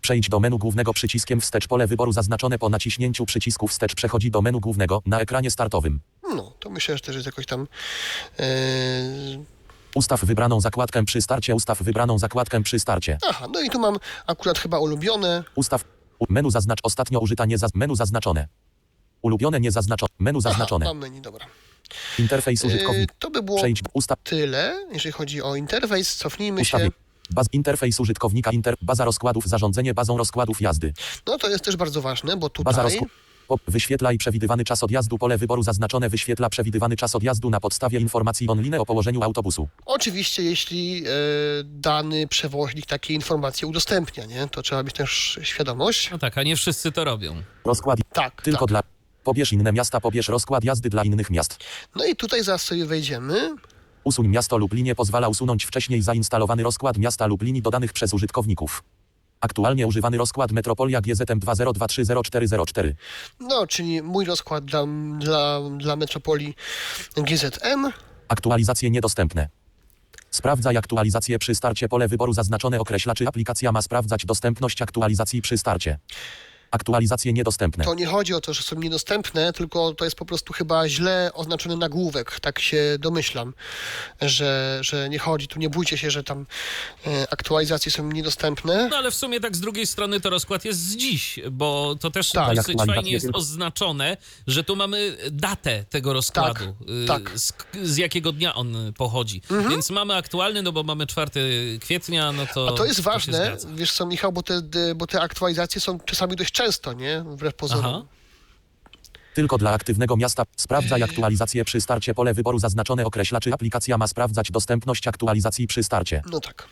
Speaker 4: Przejdź do menu głównego przyciskiem wstecz pole wyboru zaznaczone po naciśnięciu przycisku wstecz przechodzi do menu głównego na ekranie startowym.
Speaker 3: No, to myślę, że też jest jakoś tam. e,
Speaker 4: Ustaw wybraną zakładkę przy starcie, ustaw wybraną zakładkę przy starcie.
Speaker 3: Aha, no i tu mam akurat chyba ulubione.
Speaker 4: Ustaw u- menu zaznacz ostatnio użyta nie zaz- menu zaznaczone. Ulubione nie zaznaczone. Menu
Speaker 3: Aha,
Speaker 4: zaznaczone.
Speaker 3: mam menu, dobra.
Speaker 4: Interfejs
Speaker 3: E,
Speaker 4: użytkownik.
Speaker 3: to by było
Speaker 4: Przejdź ustaw
Speaker 3: tyle, jeżeli chodzi o interfejs. Cofnijmy się.
Speaker 4: ustawień. Baz interfejs użytkownika inter baza rozkładów zarządzenie bazą rozkładów jazdy.
Speaker 3: No to jest też bardzo ważne, bo
Speaker 4: Baza
Speaker 3: tutaj
Speaker 4: rozkładów. Wyświetla i przewidywany czas odjazdu pole wyboru zaznaczone wyświetla przewidywany czas odjazdu na podstawie informacji online o położeniu autobusu.
Speaker 3: oczywiście jeśli e, dany przewoźnik takie informacje udostępnia, nie? To trzeba mieć też świadomość.
Speaker 2: No tak, a nie wszyscy to robią.
Speaker 4: Rozkład
Speaker 3: Tak,
Speaker 4: tylko
Speaker 3: tak.
Speaker 4: dla pobierz inne miasta, pobierz rozkład jazdy dla innych miast.
Speaker 3: No i tutaj zaraz sobie wejdziemy.
Speaker 4: Usuń miasto lub linię pozwala usunąć wcześniej zainstalowany rozkład miasta lub linii dodanych przez użytkowników. Aktualnie używany rozkład Metropolia GZM 20230404.
Speaker 3: No, czyli mój rozkład dla, dla, dla metropolii GZM.
Speaker 4: Aktualizacje niedostępne. Sprawdzaj aktualizację przy starcie. Pole wyboru zaznaczone określa, czy aplikacja ma sprawdzać dostępność aktualizacji przy starcie. Aktualizacje niedostępne.
Speaker 3: To nie chodzi o to, że są niedostępne, tylko to jest po prostu chyba źle oznaczony nagłówek, tak się domyślam, że, że nie chodzi. Tu nie bójcie się, że tam e, aktualizacje są niedostępne.
Speaker 2: No ale w sumie tak z drugiej strony to rozkład jest z dziś, bo to też
Speaker 3: Tak.
Speaker 2: dosyć
Speaker 4: Aktualizacja
Speaker 2: fajnie jest
Speaker 4: tylko-
Speaker 2: oznaczone, że tu mamy datę tego rozkładu, y,
Speaker 3: tak. Mhm.
Speaker 2: Z, z jakiego dnia on pochodzi. Więc mamy aktualny, no bo mamy 4 kwietnia, no to
Speaker 3: A to jest
Speaker 2: się
Speaker 3: ważne,
Speaker 2: zgadza.
Speaker 3: wiesz co, Michał, bo te, bo te aktualizacje są czasami dość często, nie? Wbrew pozorom.
Speaker 2: Aha.
Speaker 4: Tylko dla aktywnego miasta sprawdzaj aktualizację przy starcie pole wyboru zaznaczone określa czy aplikacja ma sprawdzać dostępność aktualizacji przy starcie.
Speaker 3: No tak.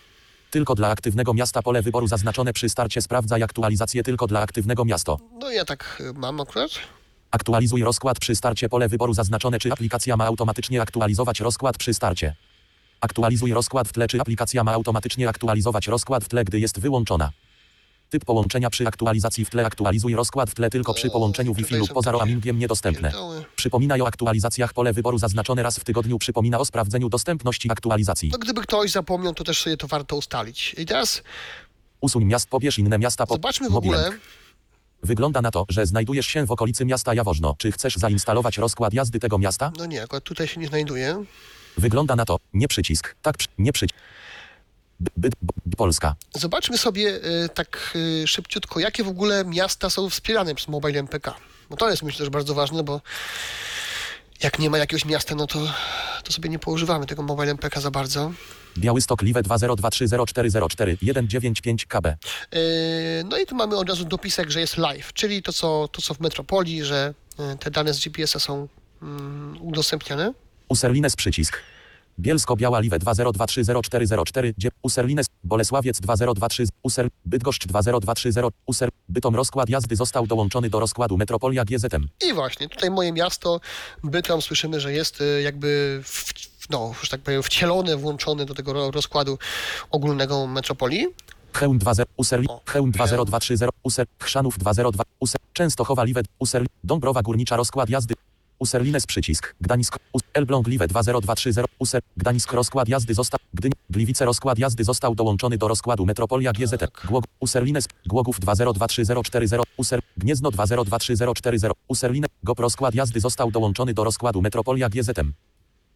Speaker 4: Tylko dla aktywnego miasta pole wyboru zaznaczone przy starcie sprawdzaj aktualizację tylko dla aktywnego miasto.
Speaker 3: No ja tak y, mam akurat.
Speaker 4: Aktualizuj rozkład przy starcie pole wyboru zaznaczone czy aplikacja ma automatycznie aktualizować rozkład przy starcie. Aktualizuj rozkład w tle czy aplikacja ma automatycznie aktualizować rozkład w tle gdy jest wyłączona. Typ połączenia przy aktualizacji w tle aktualizuj rozkład w tle tylko przy połączeniu Wi-Fi lub poza roamingiem niedostępne.
Speaker 3: Pierdoły.
Speaker 4: Przypominaj o aktualizacjach pole wyboru zaznaczone raz w tygodniu przypomina o sprawdzeniu dostępności aktualizacji.
Speaker 3: No gdyby ktoś zapomniał, to też sobie to warto ustalić. I teraz
Speaker 4: Usuń miast pobierz inne miasta po
Speaker 3: zobaczmy w ogóle,
Speaker 4: Mobilem. Wygląda na to, że znajdujesz się w okolicy miasta Jaworzno. Czy chcesz zainstalować rozkład jazdy tego miasta?
Speaker 3: no nie, akurat tutaj się nie znajduje.
Speaker 4: Wygląda na to, nie przycisk, tak, przy- nie przycisk. By, by, by, Polska.
Speaker 3: Zobaczmy sobie y, tak y, szybciutko, jakie w ogóle miasta są wspierane przez Mobile MPK. No to jest myślę też bardzo ważne, bo jak nie ma jakiegoś miasta, no to, to sobie nie poużywamy tego Mobile MPK za bardzo.
Speaker 4: Białystok Liwe 20230404195 KB.
Speaker 3: Y, no i tu mamy od razu dopisek, że jest live, czyli to, co, to, co w metropolii, że y, te dane z GPS-a są mm, udostępniane.
Speaker 4: Userlines przycisk. Bielsko-Biała Liwe 202304040 dzie- Userlines Bolesławiec 2023 User Bydgoszcz 20230 User Bytom rozkład jazdy został dołączony do rozkładu Metropolia GZM.
Speaker 3: I właśnie, tutaj moje miasto, Bytom, słyszymy, że jest y, jakby, w, no, że tak powiem, wcielone, włączone do tego ro- rozkładu ogólnego metropolii.
Speaker 4: Chełm 20 User
Speaker 3: O,
Speaker 4: Chełm 20230 User Chrzanów 202 User Częstochowa Liwet User Dąbrowa Górnicza rozkład jazdy Userlines przycisk Gdańsk Us- Elbląg Liwet 20230 User Gdańsk rozkład jazdy został Gdyń Gliwice rozkład jazdy został dołączony do rozkładu Metropolia GZM Głog Userlines Głogów 2023040 User Gniezno 2023040 Userline Gop rozkład jazdy został dołączony do rozkładu Metropolia GZM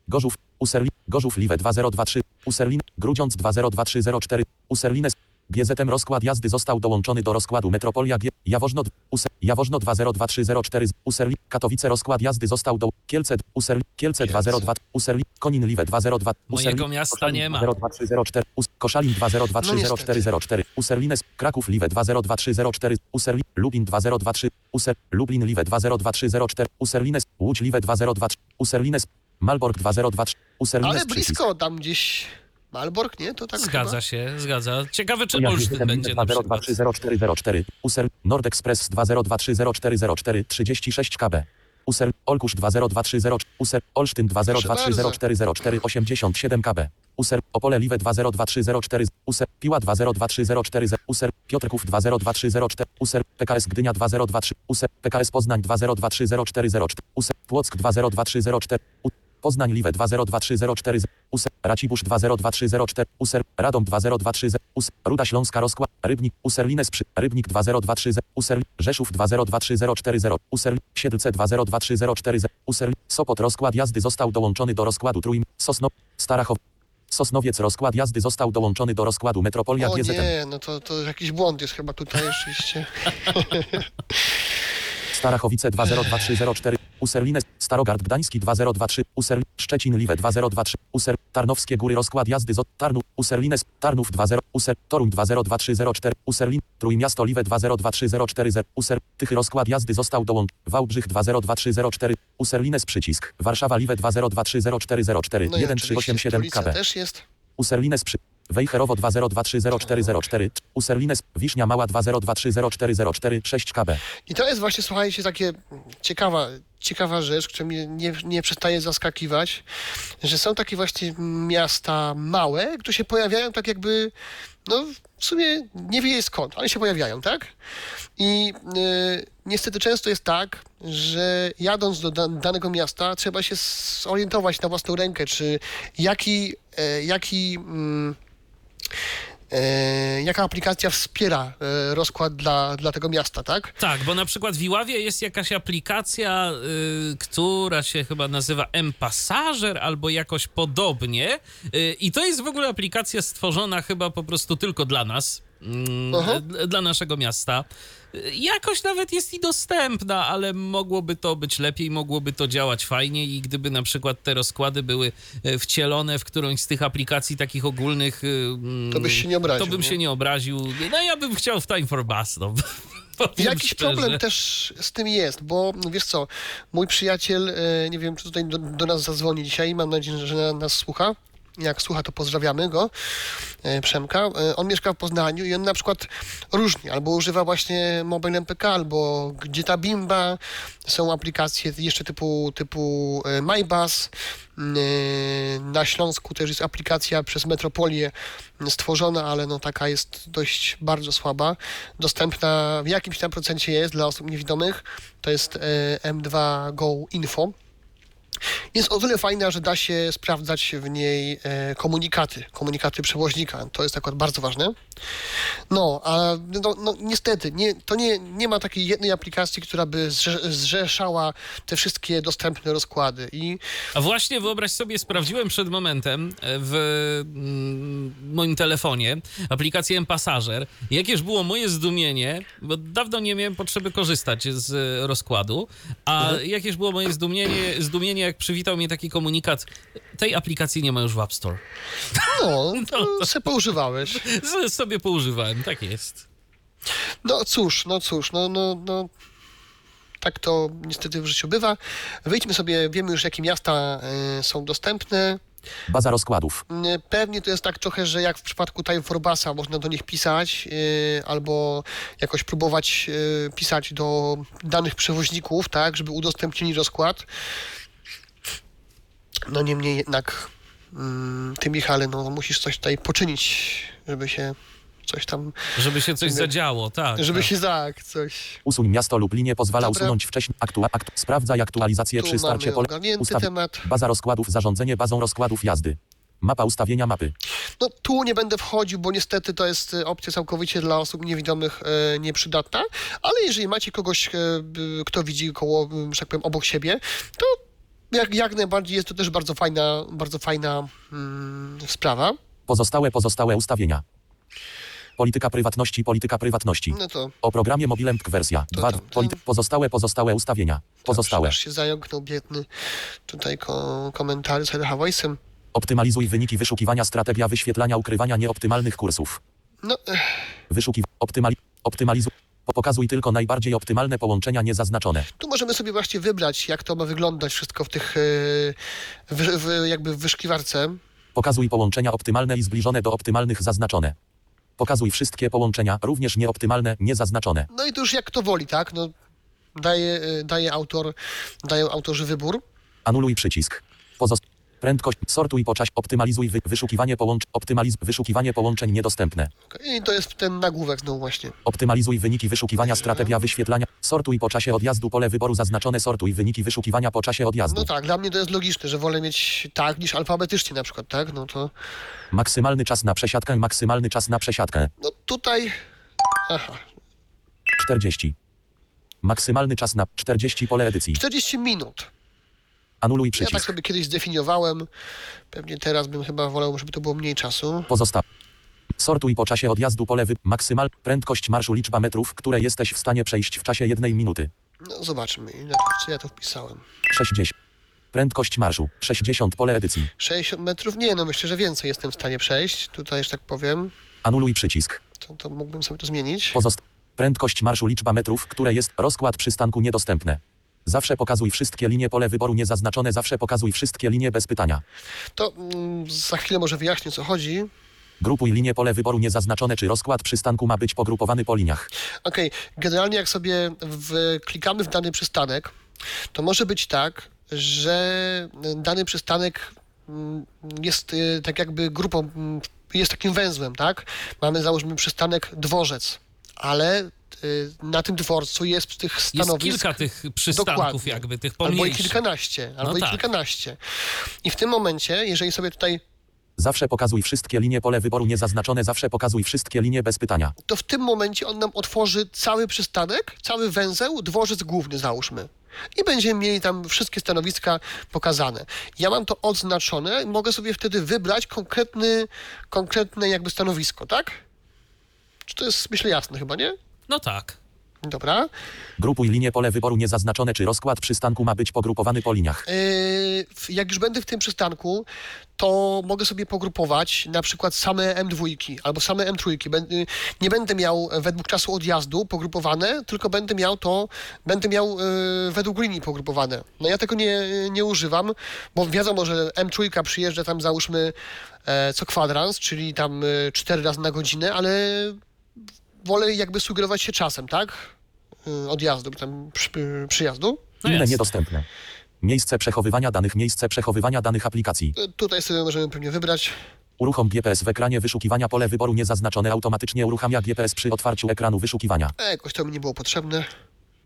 Speaker 4: Gorzów, Userli, Gorzów Liwe 2023, Userlin, Grudziądz 202304, Userlines, GZM rozkład jazdy został dołączony do rozkładu Metropolia G, Jaworzno, d- Use, Jaworzno 202304, Userli, Katowice rozkład jazdy został do, Kielce, d- Userli, Kielce 202, Userli, Konin Liwe 202,
Speaker 2: Mojego
Speaker 4: Userli,
Speaker 2: miasta
Speaker 4: Koszalin
Speaker 2: nie ma.
Speaker 4: 2023004, Us, Koszalin
Speaker 3: No niestety.
Speaker 4: 202300404, Userlines, Kraków Liwe 202304, Userli, Lubin 2023, User, Lublin Liwe 202304, Userlines, Łódź Liwe 2023, Userlines, Malbork 2023, Userlines
Speaker 3: Ale blisko tam gdzieś. Malbork, nie? To tak
Speaker 2: Zgadza
Speaker 3: chyba?
Speaker 2: się, zgadza. Ciekawe, czy Olsztyn będzie na przykład.
Speaker 4: 20230404, User, Nordexpress 20230404, 36 KB. User, Olkusz 202304, User, Olsztyn 20230404, 87 KB. User, Opole Liwe 202304, User, Piła 202304, User, Piotrków 202304, User, PKS Gdynia 2023, User, PKS Poznań 20230404, User, Płock 202304, U- Poznań Liwe 202304, USE, Racibórz 202304, USER, Radom 2023, USE, Ruda Śląska Roskła, Rybnik, USER Lines przy, Rybnik 2023, USER, Rzeszów 202340, USER, Siedlce 202340, USER, Sopot rozkład jazdy został dołączony do rozkładu Trójm, Sosno, Starachow, Sosnowiec rozkład jazdy został dołączony do rozkładu Metropolia
Speaker 3: O
Speaker 4: GZM.
Speaker 3: nie, no to, to jakiś błąd jest chyba tutaj oczywiście.
Speaker 4: Starachowice 202304, Userlines, Starogard Gdański 2023, User, Szczecin Liwe 2023, User, Tarnowskie Góry Rozkład Jazdy z Tarnu, Userlines, Tarnów 20, User, Toruń 202304, Userlin, Trójmiasto Liwe 202304, User, Tychy Rozkład Jazdy został dołączony, Wałbrzych 202304, Userlines przycisk, Warszawa Liwe 20230404,
Speaker 3: No i oczywiście
Speaker 4: 1387
Speaker 3: stolica
Speaker 4: KB.
Speaker 3: też jest.
Speaker 4: Userlines przy... Wejherowo 20230404, Userlines, Wiśnia Mała 20230404, 6 KB.
Speaker 3: I to jest właśnie, słuchajcie, takie ciekawa, ciekawa rzecz, która mnie nie, nie przestaje zaskakiwać, że są takie właśnie miasta małe, które się pojawiają tak jakby, no w sumie nie wie skąd, ale się pojawiają, tak? I y, niestety często jest tak, że jadąc do da- danego miasta trzeba się zorientować na własną rękę, czy jaki, e, jaki mm, e, jaka aplikacja wspiera e, rozkład dla, dla tego miasta, tak?
Speaker 2: Tak, bo na przykład w Iławie jest jakaś aplikacja, y, która się chyba nazywa M-Passager albo jakoś podobnie. Y, I to jest w ogóle aplikacja stworzona chyba po prostu tylko dla nas, mm,
Speaker 3: Aha.
Speaker 2: d- dla naszego miasta. Y, Jakoś nawet jest i dostępna, ale mogłoby to być lepiej, mogłoby to działać fajnie i gdyby na przykład te rozkłady były e, wcielone w którąś z tych aplikacji takich ogólnych... y, mm,
Speaker 3: To byś się nie obraził,
Speaker 2: To bym
Speaker 3: nie?
Speaker 2: się nie obraził. No ja bym chciał w Time for Bus, no. Powiem
Speaker 3: Jakiś
Speaker 2: szczerze.
Speaker 3: problem też z tym jest, bo no wiesz co, mój przyjaciel, e, nie wiem, czy tutaj do, do nas zadzwoni dzisiaj, mam nadzieję, że nas słucha. Jak słucha, to pozdrawiamy go, e, Przemka. E, On mieszka w Poznaniu i on na przykład różni, albo używa właśnie Mobile MPK, albo gdzie ta Bimba, są aplikacje jeszcze typu, typu e, MyBus. Mm, e, Na Śląsku też jest aplikacja przez Metropolię stworzona, ale no taka jest dość bardzo słaba. Dostępna w jakimś tam procencie jest dla osób niewidomych. To jest e, M2 Go Info. Jest o tyle fajna, że da się sprawdzać w niej e, komunikaty, komunikaty przewoźnika. To jest akurat bardzo ważne. No, a no, no, niestety, nie, to nie, nie ma takiej jednej aplikacji, która by zrze- zrzeszała te wszystkie dostępne rozkłady. I
Speaker 2: A właśnie wyobraź sobie, sprawdziłem przed momentem w mm, moim telefonie aplikację M-Passager. Jakież było moje zdumienie, bo dawno nie miałem potrzeby korzystać z e, rozkładu, a
Speaker 3: Mhm.
Speaker 2: jakież było moje zdumienie, zdumienie jak przywitał mnie taki komunikat, tej aplikacji nie ma już w App Store.
Speaker 3: no, to se poużywałeś.
Speaker 2: Z- Sobie poużywałem, tak jest.
Speaker 3: No cóż, no cóż, no, no, no. Tak to niestety w życiu bywa. Wyjdźmy sobie, wiemy już, jakie miasta y, są dostępne.
Speaker 4: Baza rozkładów.
Speaker 3: Mm, Pewnie to jest tak trochę, że jak w przypadku Time for Basa można do nich pisać y, albo jakoś próbować y, pisać do danych przewoźników, tak, żeby udostępnili rozkład. No niemniej jednak mm, ty Michale, no musisz coś tutaj poczynić, żeby się coś tam,
Speaker 2: Żeby się coś zadziało, tak.
Speaker 3: żeby
Speaker 2: tak.
Speaker 3: się tak, coś.
Speaker 4: Usuń miasto lub linię pozwala
Speaker 3: Dobra.
Speaker 4: usunąć wcześniej. Aktua, aktu, sprawdzaj aktualizację
Speaker 3: Tu
Speaker 4: przy starcie
Speaker 3: mamy
Speaker 4: pola.
Speaker 3: ogarnięty temat.
Speaker 4: Baza rozkładów. Zarządzenie bazą rozkładów jazdy. Mapa ustawienia mapy.
Speaker 3: No tu nie będę wchodził, bo niestety to jest y, opcja całkowicie dla osób niewidomych e, nieprzydatna, ale jeżeli macie kogoś, e, b- kto widzi koło, m, że tak powiem, obok siebie, to jak, jak najbardziej jest to też bardzo fajna, bardzo fajna mm, sprawa.
Speaker 4: Pozostałe pozostałe ustawienia. Polityka prywatności. Polityka prywatności.
Speaker 3: No to
Speaker 4: O programie Mobilem Tk wersja
Speaker 3: To
Speaker 4: 2.
Speaker 3: tam, tam.
Speaker 4: Polity- pozostałe pozostałe ustawienia. Pozostałe.
Speaker 3: aż się zająknął biedny tutaj ko- komentarz z LH Voice'em.
Speaker 4: Optymalizuj wyniki wyszukiwania. Strategia wyświetlania ukrywania nieoptymalnych kursów.
Speaker 3: No, ech,
Speaker 4: Wyszukiw. Optymali, optymalizuj. Po- Pokazuj tylko najbardziej optymalne połączenia niezaznaczone.
Speaker 3: tu możemy sobie właśnie wybrać, jak to ma wyglądać wszystko w tych, e, w, w, jakby w wyszukiwarce.
Speaker 4: Pokazuj połączenia optymalne i zbliżone do optymalnych zaznaczone. Pokazuj wszystkie połączenia, również nieoptymalne, niezaznaczone.
Speaker 3: No i to już jak to woli, tak? No, daje, y, daje autor, dają autorzy wybór.
Speaker 4: Anuluj przycisk. Pozost- prędkość, sortuj po czasie, optymalizuj wy- wyszukiwanie połączeń, optymaliz- wyszukiwanie połączeń niedostępne.
Speaker 3: I to jest ten nagłówek znowu właśnie.
Speaker 4: Optymalizuj wyniki wyszukiwania, strategia wyświetlania, sortuj po czasie odjazdu, pole wyboru zaznaczone, sortuj wyniki wyszukiwania po czasie
Speaker 3: No
Speaker 4: odjazdu.
Speaker 3: tak, dla mnie to jest logiczne, że wolę mieć tak niż alfabetycznie na przykład, tak? No to
Speaker 4: Maksymalny czas na przesiadkę, maksymalny czas na przesiadkę.
Speaker 3: no tutaj... Aha,
Speaker 4: 40. Maksymalny czas na 40 pole edycji.
Speaker 3: 40 minut.
Speaker 4: Anuluj
Speaker 3: Ja tak
Speaker 4: przycisk.
Speaker 3: sobie kiedyś zdefiniowałem. Pewnie teraz bym chyba wolał, żeby to było mniej czasu.
Speaker 4: Pozostaw. Sortuj po czasie odjazdu pole wy... maksymal prędkość marszu liczba metrów, które jesteś w stanie przejść w czasie jednej minuty.
Speaker 3: No zobaczmy, ile to, co ja to wpisałem.
Speaker 4: 60. Prędkość marszu 60 pole edycji.
Speaker 3: 60 metrów? Nie, no myślę, że więcej jestem w stanie przejść. Tutaj, że tak powiem,
Speaker 4: Anuluj przycisk.
Speaker 3: to, to mógłbym sobie to zmienić.
Speaker 4: Pozost... Prędkość marszu liczba metrów, które jest rozkład przystanku niedostępne. Zawsze pokazuj wszystkie linie pole wyboru niezaznaczone, zawsze pokazuj wszystkie linie bez pytania.
Speaker 3: To mm, za chwilę może wyjaśnię, co chodzi.
Speaker 4: Grupuj linie pole wyboru niezaznaczone, czy rozkład przystanku ma być pogrupowany po liniach.
Speaker 3: Okej, generalnie jak sobie w, klikamy w dany przystanek, to może być tak, że dany przystanek mm, jest y, tak jakby grupą, mm, jest takim węzłem, tak? Mamy załóżmy przystanek dworzec, ale y, na tym dworcu jest tych
Speaker 2: Jest
Speaker 3: stanowisk
Speaker 2: kilka tych przystanków
Speaker 3: Dokładnie.
Speaker 2: jakby, tych
Speaker 3: albo i
Speaker 2: pomniejszych.
Speaker 3: kilkanaście, albo i
Speaker 2: tak.
Speaker 3: kilkanaście. I w tym momencie, jeżeli sobie tutaj
Speaker 4: Zawsze pokazuj wszystkie linie pole wyboru niezaznaczone, zawsze pokazuj wszystkie linie bez pytania.
Speaker 3: to w tym momencie on nam otworzy cały przystanek, cały węzeł, dworzec główny załóżmy. I będziemy mieli tam wszystkie stanowiska pokazane. Ja mam to odznaczone i mogę sobie wtedy wybrać konkretny, konkretne jakby stanowisko, tak? Czy to jest, myślę, jasne chyba, nie?
Speaker 2: No tak.
Speaker 3: Dobra.
Speaker 4: Grupuj linie pole wyboru niezaznaczone, czy rozkład przystanku ma być pogrupowany po liniach.
Speaker 3: Yy, w- jak już będę w tym przystanku, to mogę sobie pogrupować na przykład same M2 albo same M3. Będę, yy, nie będę miał e, według czasu odjazdu pogrupowane, tylko będę miał to, będę miał yy, według linii pogrupowane. No ja tego nie, nie używam, bo wiadomo, że M3 przyjeżdża tam załóżmy e, co kwadrans, czyli tam e, 4 razy na godzinę, ale wolę jakby sugerować się czasem, tak? Yy, odjazdu, tam przy, e, przyjazdu.
Speaker 2: No
Speaker 4: Inne
Speaker 2: jasne.
Speaker 4: niedostępne. Miejsce przechowywania danych, miejsce przechowywania danych aplikacji.
Speaker 3: E, Tutaj sobie możemy pewnie wybrać.
Speaker 4: Uruchom GPS w ekranie wyszukiwania, pole wyboru niezaznaczone automatycznie uruchamia GPS przy otwarciu ekranu wyszukiwania.
Speaker 3: E, jakoś to mi nie było potrzebne.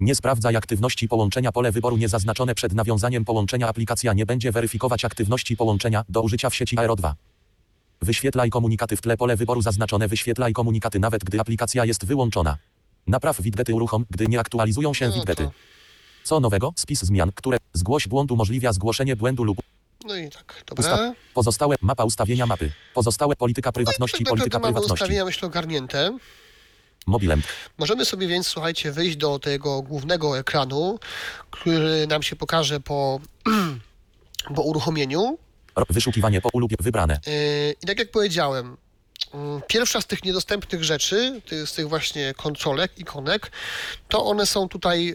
Speaker 4: Nie sprawdzaj aktywności połączenia, pole wyboru niezaznaczone przed nawiązaniem połączenia, aplikacja nie będzie weryfikować aktywności połączenia do użycia w sieci Aero 2. Wyświetlaj komunikaty w tle, pole wyboru zaznaczone, wyświetlaj komunikaty nawet gdy aplikacja jest wyłączona. Napraw widgety uruchom, gdy nie aktualizują się
Speaker 3: No to-
Speaker 4: widgety. Co nowego? Spis zmian, które zgłoś błąd umożliwia zgłoszenie błędu lub
Speaker 3: No i tak,
Speaker 4: Usta-
Speaker 3: dobra.
Speaker 4: pozostałe mapa ustawienia mapy. Pozostałe polityka prywatności,
Speaker 3: Tak
Speaker 4: polityka
Speaker 3: naprawdę mamy
Speaker 4: prywatności.
Speaker 3: ustawienia, myślę, ogarnięte.
Speaker 4: Mobilem.
Speaker 3: Możemy sobie więc, słuchajcie, wyjść do tego głównego ekranu, który nam się pokaże po, po uruchomieniu.
Speaker 4: R- Wyszukiwanie po ulubie wybrane.
Speaker 3: Yy, I tak jak powiedziałem, mm, pierwsza z tych niedostępnych rzeczy, ty- z tych właśnie konsolek, ikonek, to one są tutaj yy,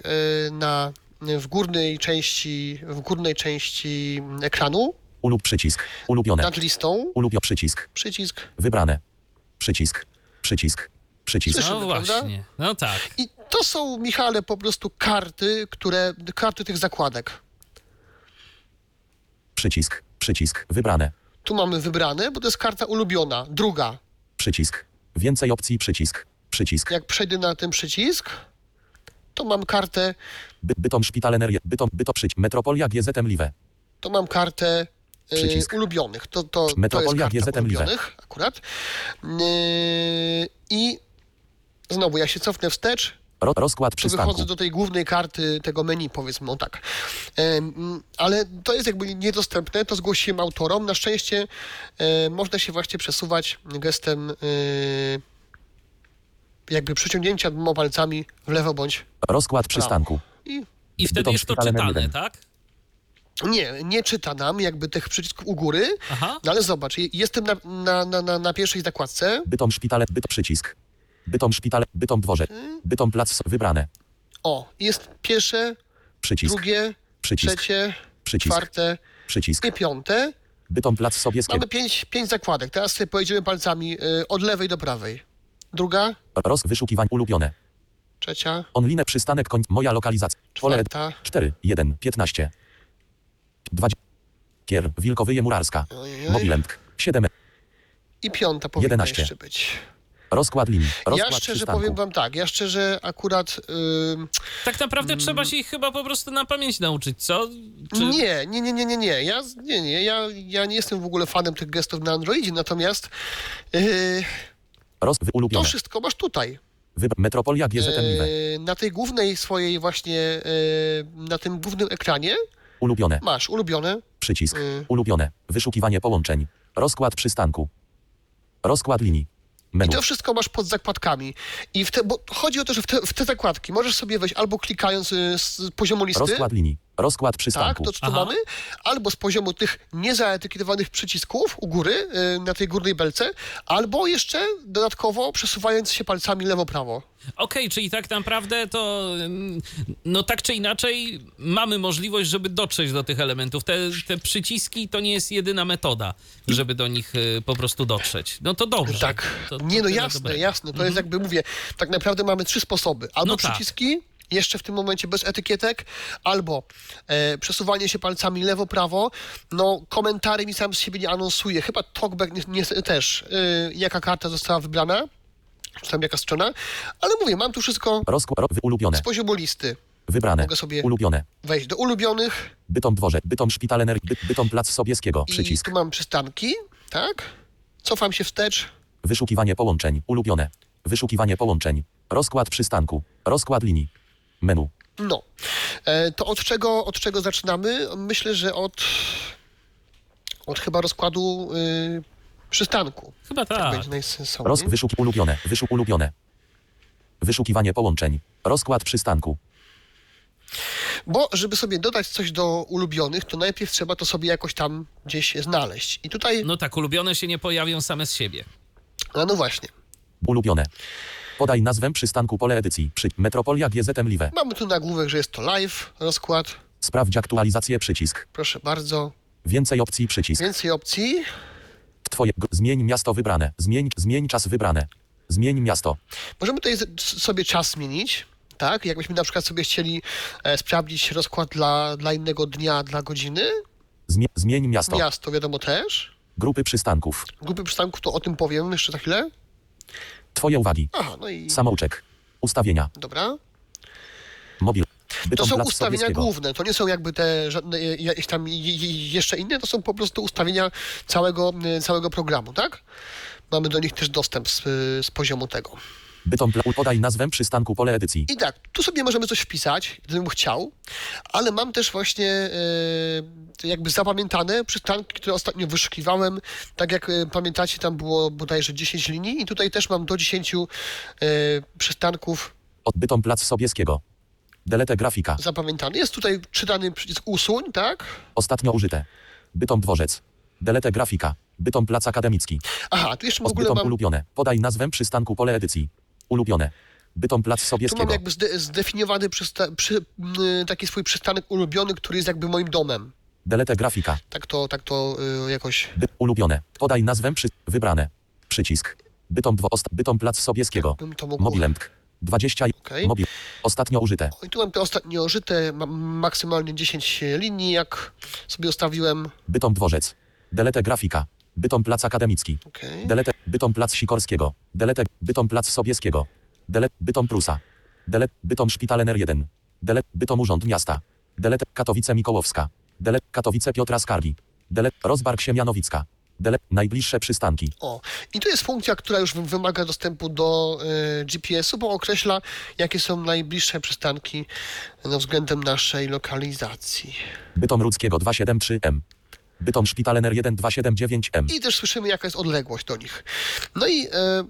Speaker 3: na, w górnej części, w górnej części mm, ekranu,
Speaker 4: Ulub przycisk. Ulubione.
Speaker 3: nad listą,
Speaker 4: Ulubio przycisk.
Speaker 3: przycisk.
Speaker 4: Wybrane. Przycisk. Przycisk. Przycisk.
Speaker 3: Słyszę.
Speaker 2: No
Speaker 3: prawda?
Speaker 2: właśnie, no tak.
Speaker 3: I to są, Michale, po prostu karty, które, karty tych zakładek.
Speaker 4: Przycisk. Przycisk. Wybrane.
Speaker 3: Tu mamy wybrane, bo to jest karta ulubiona. Druga.
Speaker 4: Przycisk. Więcej opcji. Przycisk. Przycisk.
Speaker 3: Jak przejdę na ten przycisk, to mam kartę,
Speaker 4: By, bytom szpital energie. Bytom. Bytom przycisk. Metropolia GZM Live.
Speaker 3: to mam kartę e,
Speaker 4: Przycisk.
Speaker 3: ulubionych. To, to, to jest
Speaker 4: Metropolia GZM
Speaker 3: karta
Speaker 4: Live.
Speaker 3: ulubionych akurat. Yy, I znowu, ja się cofnę wstecz,
Speaker 4: Ro, rozkład
Speaker 3: to wychodzę
Speaker 4: przystanku.
Speaker 3: do tej głównej karty tego menu, powiedzmy, o tak. Em, Ale to jest jakby niedostępne, to zgłosiłem autorom. Na szczęście e, można się właśnie przesuwać gestem e, jakby przyciągnięcia dwoma palcami w lewo bądź
Speaker 4: Rozkład przystanku.
Speaker 3: i
Speaker 2: I wtedy
Speaker 4: Bytom
Speaker 2: jest to
Speaker 4: szpitalem
Speaker 2: czytane,
Speaker 4: jeden.
Speaker 2: tak?
Speaker 3: nie, nie czyta nam jakby tych przycisków u góry,
Speaker 2: Aha.
Speaker 3: no ale zobacz, je- jestem na, na, na, na, na pierwszej zakładce,
Speaker 4: Bytom szpitale. Bytom przycisk. Bytom szpitale. Bytom dworze.
Speaker 3: Hmm?
Speaker 4: Bytom plac. Wybrane.
Speaker 3: o, jest pierwsze,
Speaker 4: Przycisk.
Speaker 3: drugie,
Speaker 4: Przycisk.
Speaker 3: trzecie,
Speaker 4: Przycisk.
Speaker 3: czwarte
Speaker 4: Przycisk.
Speaker 3: i piąte.
Speaker 4: Bytom plac Sobieski.
Speaker 3: Mamy pięć, pięć zakładek. Teraz sobie pojedziemy palcami y, od lewej do prawej. Druga,
Speaker 4: Roz wyszukiwań ulubione.
Speaker 3: trzecia,
Speaker 4: Online przystanek koń. Moja lokalizacja. Pole
Speaker 3: czwarta.
Speaker 4: 4, 1, 15. 20. Kier, Wilkowyje Murarska.
Speaker 3: Ojej.
Speaker 4: Mobilemk. 7.
Speaker 3: i piąta powinna
Speaker 4: 11.
Speaker 3: jeszcze być.
Speaker 4: Rozkład linii. Rozkład
Speaker 3: ja szczerze
Speaker 4: przystanku.
Speaker 3: powiem wam tak, ja szczerze akurat ym,
Speaker 2: Tak naprawdę
Speaker 4: Mm.
Speaker 2: trzeba się ich chyba po prostu na pamięć nauczyć, co? Czy...
Speaker 3: nie, nie, nie, nie, nie, nie. Ja, z- nie, nie ja, ja nie jestem w ogóle fanem tych gestów na Androidzie, natomiast yy,
Speaker 4: Roz... wy-
Speaker 3: to
Speaker 4: Ulubione.
Speaker 3: wszystko masz tutaj.
Speaker 4: Wybr... Metropolia GZM Live.
Speaker 3: Yy, na tej głównej swojej właśnie, yy, na tym głównym ekranie
Speaker 4: Ulubione.
Speaker 3: masz ulubione,
Speaker 4: Przycisk.
Speaker 3: y.
Speaker 4: Ulubione. Wyszukiwanie połączeń. Rozkład przystanku. Rozkład linii. Menu.
Speaker 3: I to wszystko masz pod zakładkami. I w te, bo chodzi o to, że w te, w te zakładki możesz sobie wejść albo klikając y, z poziomu listy,
Speaker 4: Rozkład linii. Rozkład
Speaker 3: tak,
Speaker 4: przystanku.
Speaker 3: to co tu
Speaker 2: Aha.
Speaker 3: mamy, albo z poziomu tych niezaetykietowanych przycisków u góry, y, na tej górnej belce, albo jeszcze dodatkowo przesuwając się palcami lewo-prawo.
Speaker 2: Okej, czyli tak naprawdę to, ym, no tak czy inaczej, mamy możliwość, żeby dotrzeć do tych elementów. Te, te przyciski to nie jest jedyna metoda, żeby do nich y, po prostu dotrzeć. No to dobrze.
Speaker 3: Tak.
Speaker 2: To- to
Speaker 3: nie no
Speaker 2: tyle
Speaker 3: jasne,
Speaker 2: dobrego. Mhm.
Speaker 3: jasne. To jest jakby mówię, tak naprawdę mamy trzy sposoby. Albo
Speaker 2: No tak.
Speaker 3: przyciski, jeszcze w tym momencie bez etykietek, albo e, przesuwanie się palcami lewo-prawo. No komentary mi sam z siebie nie anonsuje. Chyba talkback ni- niestety też, y, jaka karta została wybrana, czy tam jaka strona. Ale mówię, mam tu wszystko
Speaker 4: Rozkład. Ro... wy- Ulubione.
Speaker 3: z poziomu listy.
Speaker 4: Wybrane.
Speaker 3: Mogę sobie-
Speaker 4: Ulubione.
Speaker 3: Wejść do ulubionych
Speaker 4: Bytom dworze. Bytom szpital energii. By... Bytom plac Sobieskiego. Przycisk.
Speaker 3: i tu mam przystanki, tak? Cofam się wstecz.
Speaker 4: Wyszukiwanie połączeń. Ulubione. Wyszukiwanie połączeń. Rozkład przystanku. Rozkład linii. Menu.
Speaker 3: No, E, to od czego, od czego zaczynamy? Myślę, że od, od chyba rozkładu y, przystanku.
Speaker 2: Chyba
Speaker 3: Tak.
Speaker 2: tak.
Speaker 3: Będzie najsensowniej.
Speaker 4: Roz... Wyszuk... Ulubione. Wyszuk... Ulubione. Wyszukiwanie połączeń. Rozkład przystanku.
Speaker 3: Bo żeby sobie dodać coś do ulubionych, to najpierw trzeba to sobie jakoś tam gdzieś znaleźć. I tutaj,
Speaker 2: No tak, ulubione się nie pojawią same z siebie.
Speaker 3: no, no właśnie,
Speaker 4: Ulubione. Podaj nazwę przystanku pole edycji. Przy Metropolia GZM Live.
Speaker 3: mamy tu nagłówek, że jest to live rozkład.
Speaker 4: Sprawdź aktualizację przycisk.
Speaker 3: Proszę bardzo.
Speaker 4: Więcej opcji przycisk.
Speaker 3: Więcej opcji.
Speaker 4: Twoje. G- zmień miasto wybrane. Zmień, zmień czas wybrane. Zmień miasto.
Speaker 3: Możemy tutaj z- sobie czas zmienić, tak? Jakbyśmy na przykład sobie chcieli e, sprawdzić rozkład dla, dla innego dnia, dla godziny.
Speaker 4: Zmień, zmień miasto.
Speaker 3: Miasto wiadomo też.
Speaker 4: Grupy przystanków.
Speaker 3: Grupy przystanków to o tym powiem jeszcze za chwilę.
Speaker 4: Twoje uwagi.
Speaker 3: Aha, no i
Speaker 4: Samouczek. Ustawienia.
Speaker 3: dobra.
Speaker 4: Mobil.
Speaker 3: To
Speaker 4: Bytom
Speaker 3: są
Speaker 4: Plac
Speaker 3: ustawienia
Speaker 4: Sobieskiego.
Speaker 3: główne, to nie są jakby te żadne e, jakieś tam je- je- jeszcze inne, to są po prostu ustawienia całego, e, całego programu, tak? Mamy do nich też dostęp z, e, z poziomu tego.
Speaker 4: Bytom Pla- Podaj nazwę przystanku pole edycji.
Speaker 3: I tak, tu sobie możemy coś wpisać, gdybym chciał, ale mam też właśnie e, jakby zapamiętane przystanki, które ostatnio wyszukiwałem. Tak jak e, pamiętacie, tam było bodajże 10 linii i tutaj też mam do 10 e, przystanków
Speaker 4: Od Bytom Plac Sobieskiego. Delete grafika.
Speaker 3: zapamiętanych. Jest tutaj czytany przycisk usuń, tak?
Speaker 4: Ostatnio użyte. Bytom Dworzec. Delete grafika. Bytom Plac Akademicki.
Speaker 3: Aha, tu jeszcze w
Speaker 4: Od
Speaker 3: ogóle
Speaker 4: Bytom
Speaker 3: mam,
Speaker 4: Ulubione. Podaj nazwę przystanku pole edycji. Ulubione. Bytom Plac
Speaker 3: tu mam
Speaker 4: Sobieskiego.
Speaker 3: jakby zde, zdefiniowany przysta- przy, m, taki swój przystanek ulubiony, który jest jakby moim domem.
Speaker 4: Delete grafika.
Speaker 3: Tak to, tak to e, jakoś
Speaker 4: By, ulubione. Podaj nazwę przy... Wybrane. Przycisk. Bytom dwo... Ost... Bytom Plac Sobieskiego.
Speaker 3: bym to mógł...
Speaker 4: Mobilemk. 20...
Speaker 3: Okej.
Speaker 4: Mobil. Ostatnio użyte.
Speaker 3: I tu mam te ostatnio użyte, mam maksymalnie 10 linii, jak sobie ustawiłem.
Speaker 4: Bytom Dworzec. Delete grafika. Bytom Plac Akademicki.
Speaker 3: Okej.
Speaker 4: Delete. Bytom Plac Sikorskiego. Delete. Bytom Plac Sobieskiego. Delete. Bytom Prusa. Delete. Bytom Szpital NR 1. Delete. Bytom Urząd Miasta. Delete. Katowice Mikołowska. Delete. Katowice Piotra Skargi. Delete. Rozbark Siemianowicka. Delete. Najbliższe przystanki.
Speaker 3: O. I to jest funkcja, która już wy- wymaga dostępu do y, GPS-u, bo określa, jakie są najbliższe przystanki no, względem naszej lokalizacji.
Speaker 4: Bytom Rudzkiego 273M. Bytom Szpital NR 1 279M.
Speaker 3: I też słyszymy, jaka jest odległość do nich. No i e,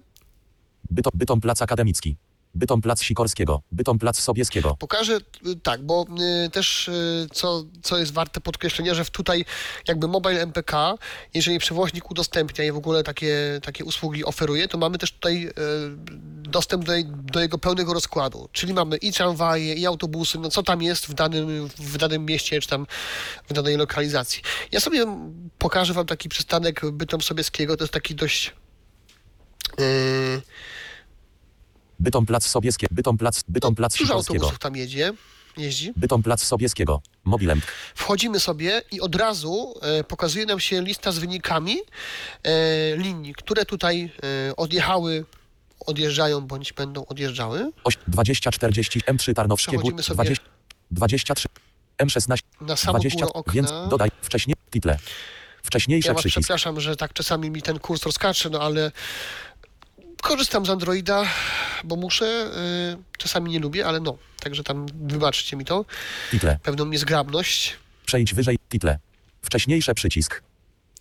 Speaker 4: Bytom, Bytom Plac Akademicki. Bytom Plac Sikorskiego. Bytom Plac Sobieskiego.
Speaker 3: Pokażę y, tak, bo y, też y, co, co jest warte podkreślenia, że w tutaj jakby Mobile MPK, jeżeli przewoźnik udostępnia i w ogóle takie, takie usługi oferuje, to mamy też tutaj y, dostęp do, jej- do jego pełnego rozkładu. Czyli mamy i tramwaje, i autobusy, no co tam jest w danym, w danym mieście, czy tam w danej lokalizacji. Ja sobie pokażę wam taki przystanek Bytom Sobieskiego, to jest taki dość... y,
Speaker 4: Bytom Plac Sobieskiego. Bytom Plac, Bytom Plac
Speaker 3: dużo
Speaker 4: Sikorskiego.
Speaker 3: autobusów tam jedzie, jeździ.
Speaker 4: Bytom Plac Sobieskiego. Mobilemk.
Speaker 3: wchodzimy sobie i od razu e, pokazuje nam się lista z wynikami e, linii, które tutaj e, odjechały, odjeżdżają bądź będą odjeżdżały.
Speaker 4: Oś- 2040 M3 Tarnowskie Gór.
Speaker 3: Przechodzimy sobie.
Speaker 4: 20, 23 M16
Speaker 3: Na samą
Speaker 4: 20
Speaker 3: górę okna.
Speaker 4: więc dodaj wcześniej title. Wcześniejsze
Speaker 3: Ja was
Speaker 4: przycisk.
Speaker 3: przepraszam, że tak czasami mi ten kurs rozkaczy, no ale korzystam z Androida, bo muszę. e, Czasami nie lubię, ale no. Także tam wybaczcie mi to.
Speaker 4: Title.
Speaker 3: Pewną niezgrabność.
Speaker 4: Przejdź wyżej title. Wcześniejsze przycisk.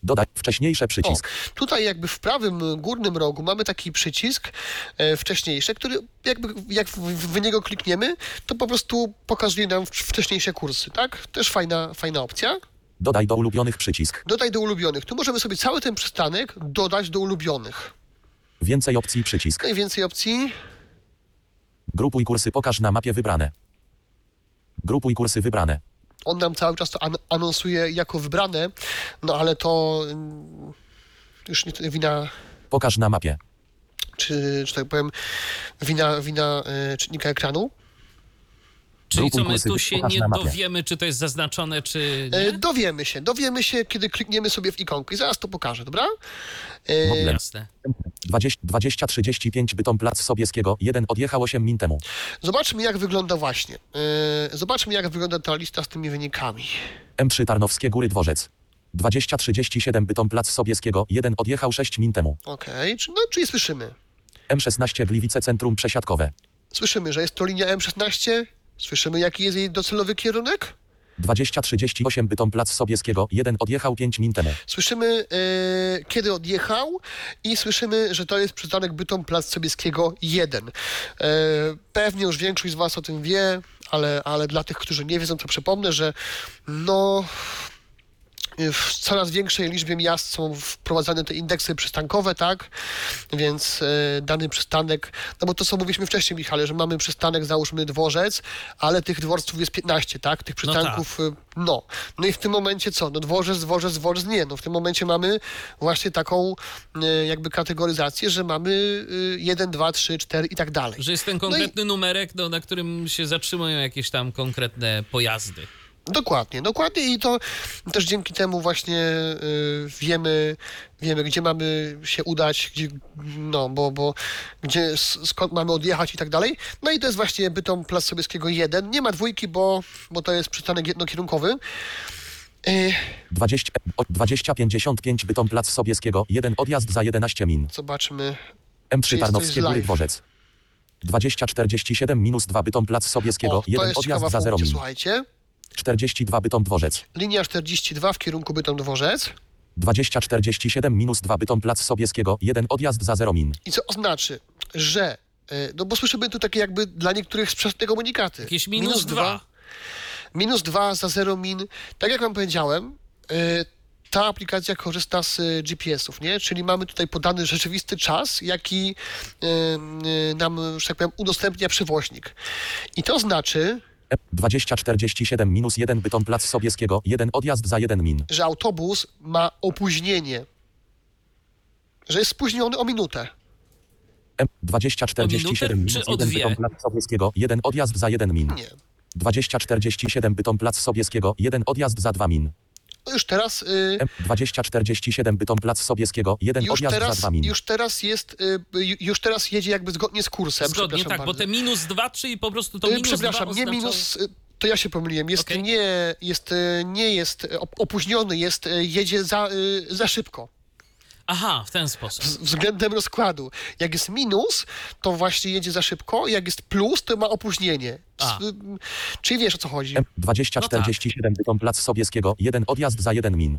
Speaker 4: Dodaj wcześniejsze
Speaker 3: O,
Speaker 4: przycisk.
Speaker 3: tutaj jakby w prawym górnym rogu mamy taki przycisk e, wcześniejszy, który jakby jak w, w w niego klikniemy, to po prostu pokazuje nam wcz- wcześniejsze kursy, tak? Też fajna, fajna opcja.
Speaker 4: Dodaj do ulubionych przycisk.
Speaker 3: Dodaj do ulubionych. Tu możemy sobie cały ten przystanek dodać do ulubionych.
Speaker 4: Więcej opcji przycisk.
Speaker 3: Najwięcej opcji.
Speaker 4: Grupuj kursy pokaż na mapie wybrane. Grupuj kursy wybrane.
Speaker 3: On nam cały czas to an- anonsuje jako wybrane, no ale to mm, już nie wina
Speaker 4: Pokaż na mapie.
Speaker 3: czy, czy tak powiem, wina, wina e, czynnika ekranu.
Speaker 2: Czyli co, my
Speaker 4: Grupuj
Speaker 2: tu
Speaker 4: kursy,
Speaker 2: się
Speaker 4: pokaż
Speaker 2: nie
Speaker 4: na mapie.
Speaker 2: dowiemy, czy to jest zaznaczone, czy
Speaker 3: E,
Speaker 2: nie?
Speaker 3: Dowiemy się, dowiemy się, kiedy klikniemy sobie w ikonkę i zaraz to pokażę, dobra? E,
Speaker 4: Problem.
Speaker 2: Jasne.
Speaker 4: 20, 20 35 Bytom Plac Sobieskiego 1 odjechał 8 min temu.
Speaker 3: zobaczmy, jak wygląda właśnie. E, zobaczmy, jak wygląda ta lista z tymi wynikami.
Speaker 4: M3 Tarnowskie Góry Dworzec. 2037 Bytom Plac Sobieskiego 1 odjechał 6 min temu.
Speaker 3: Okej, czy, no, czyli słyszymy.
Speaker 4: M16 Gliwice Centrum Przesiadkowe.
Speaker 3: Słyszymy, że jest to linia M16, słyszymy, jaki jest jej docelowy kierunek.
Speaker 4: 2038 Bytom Plac Sobieskiego, 1 odjechał 5 min temu.
Speaker 3: Słyszymy, e, kiedy odjechał i słyszymy, że to jest przystanek Bytom Plac Sobieskiego 1. E, pewnie już większość z Was o tym wie, ale, ale dla tych, którzy nie wiedzą, to przypomnę, że no... w coraz większej liczbie miast są wprowadzane te indeksy przystankowe, tak? Więc e, dany przystanek, no bo to co mówiliśmy wcześniej, Michale, że mamy przystanek, załóżmy dworzec, ale tych dworców jest 15, tak? Tych
Speaker 2: No tak.
Speaker 3: przystanków, e, no. No i w tym momencie co? No dworzec, dworzec, dworzec, nie. No w tym momencie mamy właśnie taką e, jakby kategoryzację, że mamy y, 1, 2, 3, 4 i tak dalej.
Speaker 2: Że jest ten konkretny numerek, no, na którym się zatrzymują jakieś tam konkretne pojazdy.
Speaker 3: Dokładnie, dokładnie i to też dzięki temu właśnie y, wiemy, wiemy gdzie mamy się udać, gdzie, no, bo, bo gdzie, s- skąd mamy odjechać i tak dalej. No i to jest właśnie Bytom Plac Sobieskiego 1. Nie ma dwójki, bo, bo to jest przystanek jednokierunkowy. Y,
Speaker 4: 20, o- 2055 Bytom Plac Sobieskiego, 1 odjazd za 11 min.
Speaker 3: zobaczmy. Czy
Speaker 4: M3
Speaker 3: jest
Speaker 4: Tarnowskie
Speaker 3: coś
Speaker 4: Góry
Speaker 3: live?
Speaker 4: Dworzec. 2047 minus 2 Bytom Plac Sobieskiego,
Speaker 3: O, to
Speaker 4: 1
Speaker 3: jest ciekawa
Speaker 4: odjazd za 0
Speaker 3: funkcja,
Speaker 4: min.
Speaker 3: słuchajcie.
Speaker 4: 42 Bytom Dworzec.
Speaker 3: Linia 42 w kierunku Bytom Dworzec.
Speaker 4: 2047 minus 2 Bytom Plac Sobieskiego, 1 odjazd za 0 min.
Speaker 3: I co oznacza, że, y, no bo słyszymy tu takie jakby dla niektórych sprzeczne komunikaty.
Speaker 2: Jakieś minus
Speaker 3: dwa.
Speaker 2: dwa.
Speaker 3: Minus 2 za 0 min. Tak jak wam powiedziałem, y, ta aplikacja korzysta z y, GPS-ów, nie? Czyli mamy tutaj podany rzeczywisty czas, jaki y, y, nam, że tak powiem, udostępnia przewoźnik. I to znaczy,
Speaker 4: E, 2047 minus 1 Bytom Plac Sobieskiego, 1 odjazd za 1 min.
Speaker 3: że autobus ma opóźnienie. Że jest spóźniony o minutę.
Speaker 4: M 2047
Speaker 2: minutę,
Speaker 4: minus
Speaker 2: czy o
Speaker 4: 1
Speaker 2: dwie?
Speaker 4: Bytom Plac Sobieskiego, 1 odjazd za 1 min.
Speaker 3: Nie.
Speaker 4: 2047 Bytom Plac Sobieskiego, 1 odjazd za 2 min.
Speaker 3: No Już teraz, y,
Speaker 4: M 2047 Bytom Plac Sobieskiego, 1
Speaker 3: już
Speaker 4: odjazd za
Speaker 3: teraz,
Speaker 4: 2 min.
Speaker 3: już teraz jest, y, ju- już teraz jedzie jakby zgodnie z kursem.
Speaker 2: Zgodnie,
Speaker 3: przepraszam
Speaker 2: tak, bo
Speaker 3: bardzo.
Speaker 2: te minus dwa, czyli po prostu to
Speaker 3: Y,
Speaker 2: minus
Speaker 3: Przepraszam,
Speaker 2: dwa
Speaker 3: nie
Speaker 2: oznaczało-
Speaker 3: minus. y, To ja się pomyliłem. Jest,
Speaker 2: Okej.
Speaker 3: nie, jest, y, nie jest y, op- opóźniony, jest, y, jedzie za, y, za szybko
Speaker 2: Aha, w ten sposób.
Speaker 3: z- względem rozkładu. Jak jest minus, to właśnie jedzie za szybko, jak jest plus, to ma opóźnienie. S-
Speaker 2: A.
Speaker 3: y, Czyli wiesz o co chodzi.
Speaker 4: M 2047 Bytom Plac Sobieskiego, 1 odjazd za 1 min.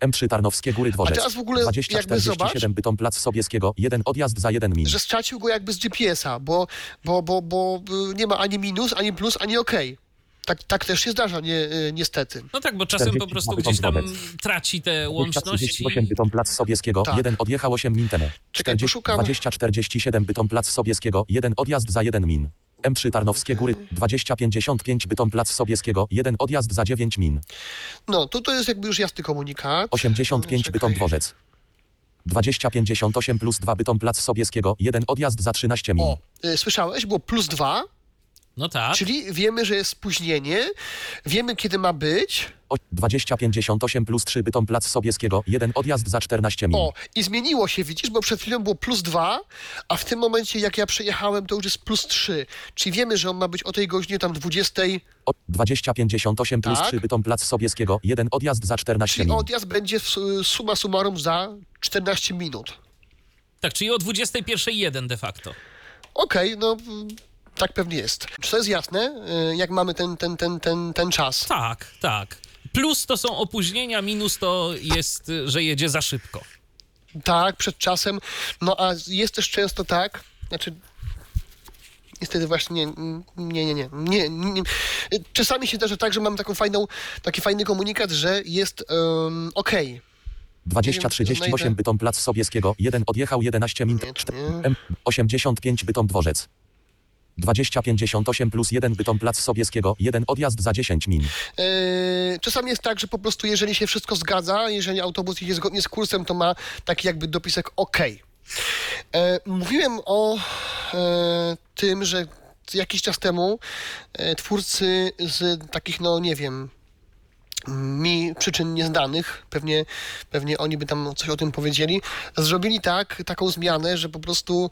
Speaker 4: M3 Tarnowskie Góry Dworzec.
Speaker 3: teraz w ogóle jakby zobacz-
Speaker 4: 2047 Bytom Plac Sobieskiego, 1 odjazd za 1 min.
Speaker 3: Że stracił go jakby z GPS-a, bo, bo, bo, bo y, nie ma ani minus, ani plus, ani okej. Tak, tak też się zdarza, nie, y, niestety.
Speaker 2: No tak, bo czasem po
Speaker 4: 40
Speaker 2: prostu
Speaker 4: mamy
Speaker 2: gdzieś tam
Speaker 4: kompromis.
Speaker 2: traci te łączności.
Speaker 4: 48 Bytom Plac Sobieskiego,
Speaker 3: Tak.
Speaker 4: 1 odjechał 8 min temu.
Speaker 3: Czekaj,
Speaker 4: 40
Speaker 3: poszukam.
Speaker 4: 2047 Bytom Plac Sobieskiego, 1 odjazd za 1 min. M3 Tarnowskie Góry, 2055 Bytom Plac Sobieskiego, 1 odjazd za 9 min.
Speaker 3: No, to, to jest jakby już jasny komunikat.
Speaker 4: 85
Speaker 3: Czekaj.
Speaker 4: Bytom Dworzec. 2058 plus 2 Bytom Plac Sobieskiego, 1 odjazd za 13 min.
Speaker 3: O, y, słyszałeś, było plus dwa.
Speaker 2: No tak.
Speaker 3: Czyli wiemy, że jest spóźnienie, wiemy kiedy ma być.
Speaker 4: O, 2058 plus 3 Bytom Plac Sobieskiego, 1 odjazd za 14 min.
Speaker 3: O, i zmieniło się, widzisz, bo przed chwilą było plus dwa, a w tym momencie, jak ja przejechałem, to już jest plus trzy. Czyli wiemy, że on ma być o tej godzinie tam 20,
Speaker 4: O, 2058 plus
Speaker 3: Tak.
Speaker 4: 3 Bytom Plac Sobieskiego, 1 odjazd za 14
Speaker 3: czyli
Speaker 4: min.
Speaker 3: odjazd będzie w su- summa summarum za 14 minut.
Speaker 2: Tak, czyli o 21.01 de facto.
Speaker 3: Okej, no mm, tak pewnie jest. Czy to jest jasne, y, jak mamy ten, ten, ten, ten, ten czas?
Speaker 2: Tak, tak. Plus to są opóźnienia, minus to jest, y, że jedzie za szybko.
Speaker 3: Tak, przed czasem. No a jest też często tak, znaczy. Niestety właśnie nie, nie, nie, nie, nie, nie. Czasami się zdarza tak, że mam taką fajną, taki fajny komunikat, że jest um, okej.
Speaker 4: 2038 Bytom Plac Sobieskiego, 1 odjechał 11 min.
Speaker 3: Nie, to
Speaker 4: czter-
Speaker 3: nie.
Speaker 4: M 85 Bytom Dworzec. 2058 plus 1 Bytom Plac Sobieskiego, 1 odjazd za 10 min.
Speaker 3: Yy, Czasami jest tak, że po prostu jeżeli się wszystko zgadza, jeżeli autobus jedzie zgodnie z kursem, to ma taki jakby dopisek OK. E, Mówiłem o e, tym, że jakiś czas temu e, twórcy z takich, no nie wiem, mi przyczyn nieznanych, pewnie, pewnie oni by tam coś o tym powiedzieli, zrobili tak, taką zmianę, że po prostu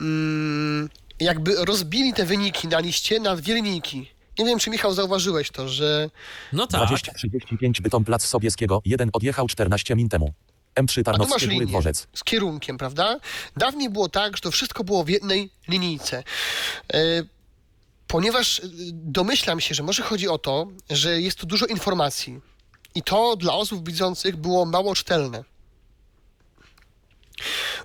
Speaker 3: mm, jakby rozbili te wyniki na liście na wielniki. Nie wiem, czy Michał zauważyłeś to, że
Speaker 2: No tak.
Speaker 4: 2035 Bytom Plac Sobieskiego, 1 odjechał 14 min temu. M3
Speaker 3: A tu masz
Speaker 4: Tarnowskie Góry
Speaker 3: linię
Speaker 4: Dworzec.
Speaker 3: z kierunkiem, prawda? Dawniej było tak, że to wszystko było w jednej linijce. E, ponieważ y, domyślam się, że może chodzi o to, że jest tu dużo informacji i to dla osób widzących było mało czytelne.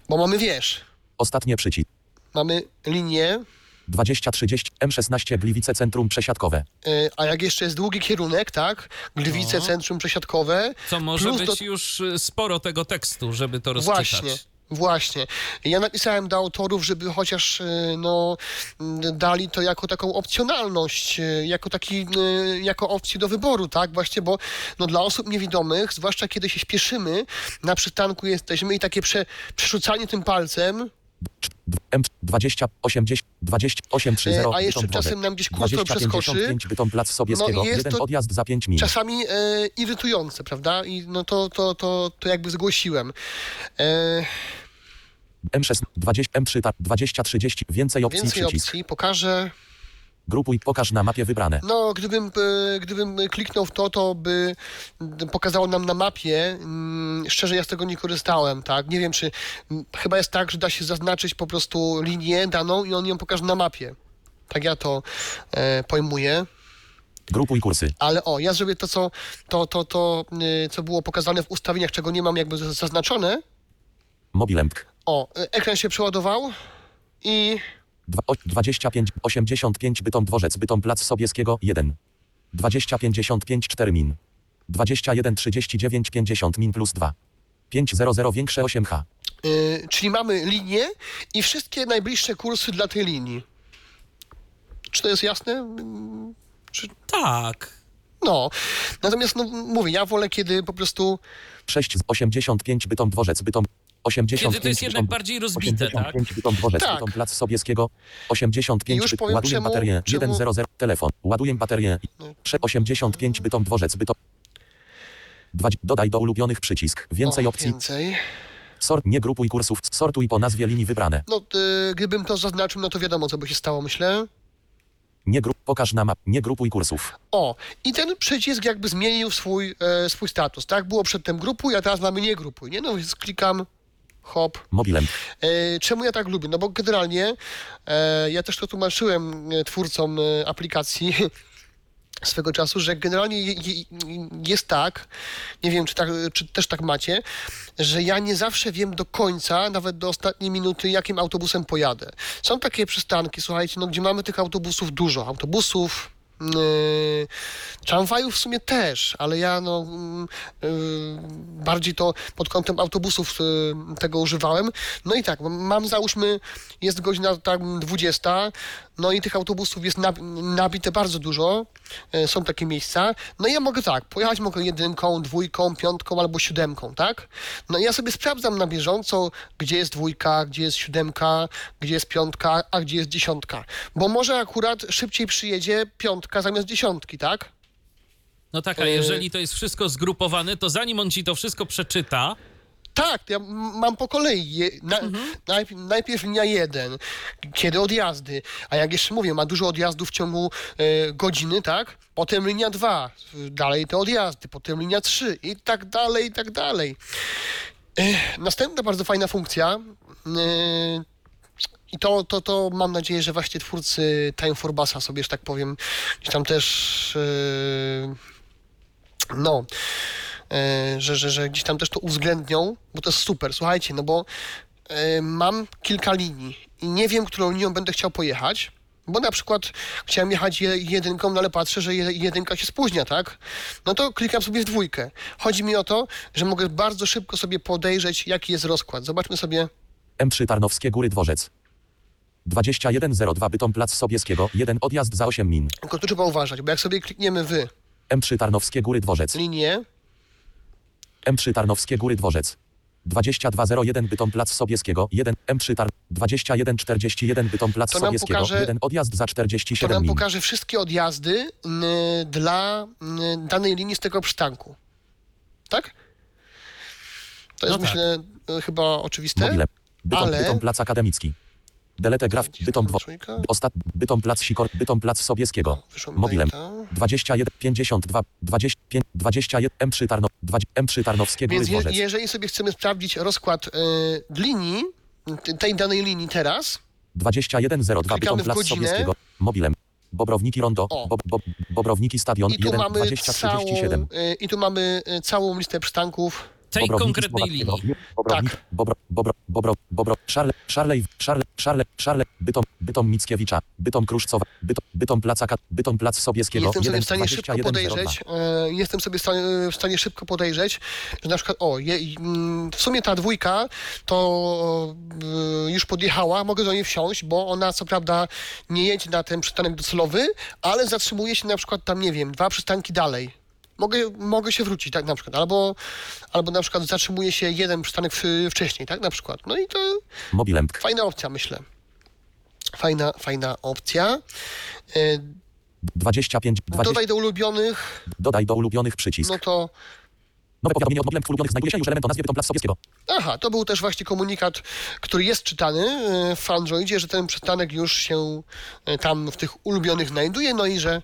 Speaker 3: Bo mamy wież,
Speaker 4: Ostatnie przycisk.
Speaker 3: mamy linię,
Speaker 4: 2030 M16 Gliwice Centrum Przesiadkowe.
Speaker 3: y, a jak jeszcze jest długi kierunek, tak? Gliwice,
Speaker 2: No.
Speaker 3: centrum przesiadkowe.
Speaker 2: Co może
Speaker 3: plus do-
Speaker 2: być już y, sporo tego tekstu, żeby to rozczytać.
Speaker 3: Właśnie, właśnie. Ja napisałem do autorów, żeby chociaż y, no, n- dali to jako taką opcjonalność, y, jako taki, y, jako opcję do wyboru, tak? Właśnie, bo no, dla osób niewidomych, zwłaszcza kiedy się śpieszymy, na przystanku jesteśmy i takie prze, przerzucanie tym palcem, e,
Speaker 4: M20 80 28 30
Speaker 3: E, a jeszcze czasem nam gdzieś kursor przeskoczy.
Speaker 4: Bytom Plac Sobieskiego.
Speaker 3: No i jest
Speaker 4: jeden
Speaker 3: to-
Speaker 4: odjazd za 5 minut.
Speaker 3: czasami e, irytujące, prawda? I no to, to, to, to jakby zgłosiłem. E,
Speaker 4: M6 20 M3 ta- 20 30 więcej opcji
Speaker 3: więcej
Speaker 4: przycisk.
Speaker 3: opcji pokażę.
Speaker 4: Grupuj pokaż na mapie wybrane.
Speaker 3: No, gdybym, e, gdybym kliknął w to, to by mm, pokazało nam na mapie. Mm, Szczerze, ja z tego nie korzystałem, tak? Nie wiem, czy mm, chyba jest tak, że da się zaznaczyć po prostu linię daną i on ją pokaże na mapie. Tak ja to e, pojmuję.
Speaker 4: Grupuj kursy.
Speaker 3: Ale o, ja zrobię to, co, to, to, to, y, co było pokazane w ustawieniach, czego nie mam jakby z- zaznaczone.
Speaker 4: Mobilemk.
Speaker 3: O, y, ekran się przeładował i
Speaker 4: Dwa- o- 25 85 Bytom Dworzec Bytom Plac Sobieskiego 1 20 55 4 min 21 39 50 min plus 2 500 większe 8h
Speaker 3: Y, czyli mamy linię i wszystkie najbliższe kursy dla tej linii. Czy to jest jasne? Mm, Czy,
Speaker 2: Tak.
Speaker 3: no. Natomiast, no, mówię, ja wolę, kiedy po prostu
Speaker 4: 6 z 85 Bytom Dworzec Bytom 85
Speaker 2: Kiedy to jest jednak bardziej rozbite, tak?
Speaker 4: 85 Bytom Dworzec
Speaker 3: Tak.
Speaker 4: Bytom Plac Sobieskiego 85
Speaker 3: Już
Speaker 4: Byt-
Speaker 3: powiem,
Speaker 4: Ładuję
Speaker 3: czemu-
Speaker 4: baterię
Speaker 3: czemu- No.
Speaker 4: 100 Telefon Ładuję baterię Prze- 85 Bytom Dworzec Bytom Dwa- Dodaj do ulubionych przycisk Więcej
Speaker 3: o,
Speaker 4: opcji
Speaker 3: Więcej.
Speaker 4: Sort, nie grupuj kursów, sortuj po nazwie linii wybrane.
Speaker 3: No, y, gdybym to zaznaczył, no to wiadomo, co by się stało, myślę.
Speaker 4: Nie gru, pokaż na map, nie grupuj kursów.
Speaker 3: O, i ten przycisk jakby zmienił swój, e, swój status, tak? Było przedtem grupuj, a teraz mamy nie grupuj, nie? No więc klikam, hop.
Speaker 4: Mobilem,
Speaker 3: E, Czemu ja tak lubię? No bo generalnie e, ja też to tłumaczyłem e, twórcom e, aplikacji swego czasu, że generalnie je- je- jest tak, nie wiem czy, tak, czy też tak macie, że ja nie zawsze wiem do końca, nawet do ostatniej minuty, jakim autobusem pojadę. Są takie przystanki, słuchajcie, no, gdzie mamy tych autobusów dużo, autobusów, Yy, tramwajów w sumie też, ale ja no, mm, yy, bardziej to pod kątem autobusów yy, tego używałem. No i tak, m- mam załóżmy, jest godzina tam 20, no i tych autobusów jest nab- nabite bardzo dużo, yy, są takie miejsca. No i ja mogę tak, pojechać mogę jedynką, dwójką, piątką albo siódemką, tak? No i ja sobie sprawdzam na bieżąco, gdzie jest dwójka, gdzie jest siódemka, gdzie jest piątka, a gdzie jest dziesiątka. Bo może akurat szybciej przyjedzie piątka zamiast dziesiątki, tak?
Speaker 2: No tak, a jeżeli to jest wszystko zgrupowane, to zanim on ci to wszystko przeczyta,
Speaker 3: Tak, ja m- mam po kolei. Je, na, najpierw, najpierw linia 1, kiedy odjazdy, a jak jeszcze mówię, ma dużo odjazdów w ciągu e, godziny, tak? Potem linia 2, dalej te odjazdy, potem linia 3 i tak dalej, i tak dalej. Ech, następna bardzo fajna funkcja. e, i to, to, to mam nadzieję, że właśnie twórcy Time for Bassa sobie, że tak powiem, gdzieś tam też e, no, e, że, że, że gdzieś tam też to uwzględnią, bo to jest super, słuchajcie, no bo e, mam kilka linii i nie wiem, którą linią będę chciał pojechać, bo na przykład chciałem jechać je- jedynką, no ale patrzę, że je- jedynka się spóźnia, tak? No to klikam sobie w dwójkę. Chodzi mi o to, że mogę bardzo szybko sobie podejrzeć, jaki jest rozkład. Zobaczmy sobie,
Speaker 4: M3 Tarnowskie Góry Dworzec. 2102 Bytom Plac Sobieskiego, jeden odjazd za 8 min.
Speaker 3: tylko tu trzeba uważać, bo jak sobie klikniemy w
Speaker 4: M3 Tarnowskie Góry Dworzec,
Speaker 3: linię,
Speaker 4: M3 Tarnowskie Góry Dworzec. 2201 Bytom Plac Sobieskiego, 1 M3 Tar 2141 Bytom Plac
Speaker 3: To nam
Speaker 4: Sobieskiego,
Speaker 3: pokaże-
Speaker 4: jeden odjazd za
Speaker 3: to
Speaker 4: 47
Speaker 3: nam
Speaker 4: min.
Speaker 3: pokaże wszystkie odjazdy n, dla n, danej linii z tego przystanku. Tak? To jest
Speaker 2: No tak.
Speaker 3: myślę e, chyba oczywiste.
Speaker 4: Mobile. Bytom,
Speaker 3: Ale-
Speaker 4: Bytom Plac Akademicki. Delete Graf,
Speaker 3: Gdzie
Speaker 4: Bytom
Speaker 3: tam
Speaker 4: Dwo...
Speaker 3: trójka?
Speaker 4: Ostat... Bytom Plac Sikor, Bytom Plac Sobieskiego.
Speaker 3: Wyszło mi
Speaker 4: Mobilem.
Speaker 3: data.
Speaker 4: 21, 52, 25, 21, M3 Tarno... 20, M3 Tarnowskie Góry
Speaker 3: Więc je,
Speaker 4: Dworzec.
Speaker 3: jeżeli sobie chcemy sprawdzić rozkład e, linii, t- tej danej linii teraz,
Speaker 4: 2102 Bytom
Speaker 3: klikamy w
Speaker 4: Plac
Speaker 3: godzinę.
Speaker 4: Sobieskiego. Mobilem. Bobrowniki Rondo,
Speaker 3: O.
Speaker 4: Bob, Bob, Bobrowniki Stadion,
Speaker 3: I tu
Speaker 4: 1,
Speaker 3: mamy
Speaker 4: 20,
Speaker 3: całą,
Speaker 4: 37.
Speaker 3: y, i tu mamy y, całą listę przystanków.
Speaker 2: Tej
Speaker 4: Bobrowniki
Speaker 2: konkretnej
Speaker 4: Słowackiego,
Speaker 2: linii.
Speaker 4: Nie, Bobrownik,
Speaker 3: Tak.
Speaker 4: Bobro, Bobro, Bobro, Bobro, Szarle, Szarlej, Szarle, Szarle, Szarle, Bytom, Bytom Mickiewicza, Bytom Kruszcowa, Bytom, Bytom Placaka, Bytom Plac Sobieskiego,
Speaker 3: Jestem sobie
Speaker 4: 1,
Speaker 3: w stanie szybko
Speaker 4: 21, 02.
Speaker 3: podejrzeć. y, Jestem sobie w stanie, w stanie szybko podejrzeć, że na przykład, o, je, mm, w sumie ta dwójka to y, już podjechała, mogę do niej wsiąść, bo ona co prawda nie jedzie na ten przystanek docelowy, ale zatrzymuje się na przykład tam, nie wiem, dwa przystanki dalej. Mogę, mogę się wrócić, tak na przykład, albo, albo na przykład zatrzymuje się jeden przystanek w, wcześniej, tak na przykład. No i to
Speaker 4: Mobilemk,
Speaker 3: fajna opcja, myślę. Fajna, fajna opcja. Y,
Speaker 4: 25, 20,
Speaker 3: Dodaj do ulubionych,
Speaker 4: dodaj do ulubionych przycisk.
Speaker 3: no to
Speaker 4: Nowe powiadomienie od Mobilemk ulubionych znajduje się już element o nazwie Bytom Plac Sobieskiego.
Speaker 3: Aha, to był też właśnie komunikat, który jest czytany e, w Androidzie, że ten przystanek już się e, tam w tych ulubionych znajduje, no i że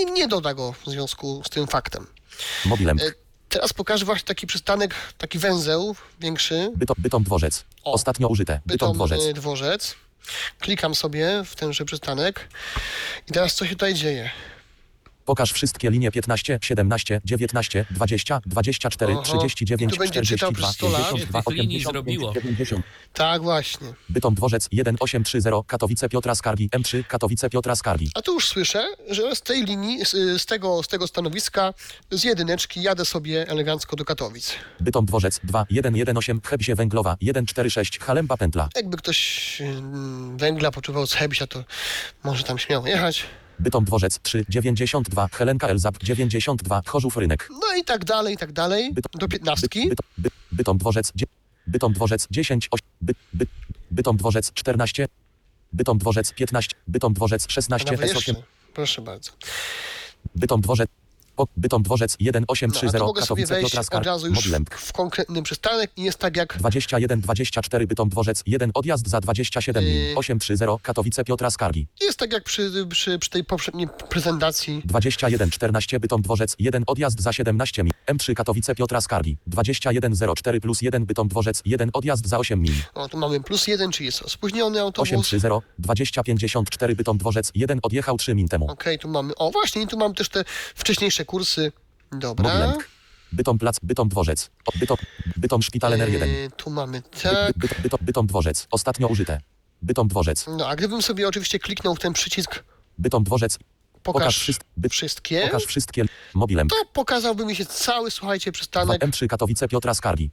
Speaker 3: i nie doda go w związku z tym faktem.
Speaker 4: Mobilemk,
Speaker 3: E, Teraz pokażę właśnie taki przystanek, taki węzeł większy,
Speaker 4: Bytom, Bytom Dworzec,
Speaker 3: O.
Speaker 4: ostatnio użyte, Bytom
Speaker 3: Bytom
Speaker 4: Dworzec.
Speaker 3: e, dworzec. Klikam sobie w tenże przystanek i teraz co się tutaj dzieje?
Speaker 4: Pokaż wszystkie linie 15, 17, 19, 20, 24,
Speaker 3: Oho. I
Speaker 4: 39,
Speaker 3: tu będzie
Speaker 4: 42,
Speaker 3: czytał przez 100 lat.
Speaker 4: 52,
Speaker 2: Tych linii
Speaker 4: 85,
Speaker 2: zrobiło.
Speaker 4: 90.
Speaker 3: Tak właśnie.
Speaker 4: Bytom Dworzec 1830 Katowice Piotra Skargi M3 Katowice Piotra Skargi.
Speaker 3: A tu już słyszę, że z tej linii, z, z, tego, z tego stanowiska, z jedyneczki jadę sobie elegancko do Katowic.
Speaker 4: Bytom Dworzec 2118 Chebzie Węglowa 146 Halemba Pętla.
Speaker 3: Jakby ktoś mm, węgla poczuwał z Hebsia, to może tam śmiało jechać.
Speaker 4: Bytom Dworzec 392 Helenka Elzap 92 Chorzów Rynek.
Speaker 3: No i tak dalej, i tak dalej.
Speaker 4: Bytom-
Speaker 3: Do piętnastki.
Speaker 4: Bytom, by, Bytom Dworzec dzie- Bytom Dworzec 10 8, by, by, Bytom Dworzec 14 Bytom Dworzec 15 Bytom Dworzec
Speaker 3: A
Speaker 4: 16
Speaker 3: nawet
Speaker 4: S8
Speaker 3: jeszcze. Proszę bardzo.
Speaker 4: Bytom Dworzec po- Bytom Dworzec
Speaker 3: No, a
Speaker 4: 1830
Speaker 3: to mogę sobie
Speaker 4: Katowice
Speaker 3: wejść
Speaker 4: Piotra
Speaker 3: od
Speaker 4: Skargi
Speaker 3: razu już
Speaker 4: Modlem.
Speaker 3: w, w konkretny przystanek i jest tak jak
Speaker 4: 21 24 Bytom Dworzec 1 odjazd za 27
Speaker 3: Yy.
Speaker 4: yy. 830 Katowice Piotra Skargi
Speaker 3: jest tak jak przy, przy, przy tej poprzedniej prezentacji.
Speaker 4: 21 14 Bytom Dworzec 1 odjazd za 17 min M3 Katowice Piotra Skargi 21 04 plus 1 Bytom Dworzec 1 odjazd za 8 min
Speaker 3: O, tu mamy plus jeden, czyli jest spóźniony autobus.
Speaker 4: 830 20 54 Bytom Dworzec 1 odjechał 3 min temu
Speaker 3: Okej, tu mamy. O właśnie, i tu mam też te wcześniejsze kursy. Dobra.
Speaker 4: Modlęk Bytom Plac Bytom Dworzec O, Bytom, Bytom Szpital NR1
Speaker 3: Yy, tu mamy tak.
Speaker 4: by, by, by, bytom, bytom Dworzec ostatnio użyte Bytom Dworzec
Speaker 3: No a gdybym sobie oczywiście kliknął w ten przycisk
Speaker 4: Bytom Dworzec Pokaż,
Speaker 3: pokaż,
Speaker 4: wszystkie- by,
Speaker 3: wszystkie.
Speaker 4: pokaż wszystkie mobilem
Speaker 3: to pokazałby mi się cały, słuchajcie, przystanek.
Speaker 4: M3 Katowice Piotra Skargi.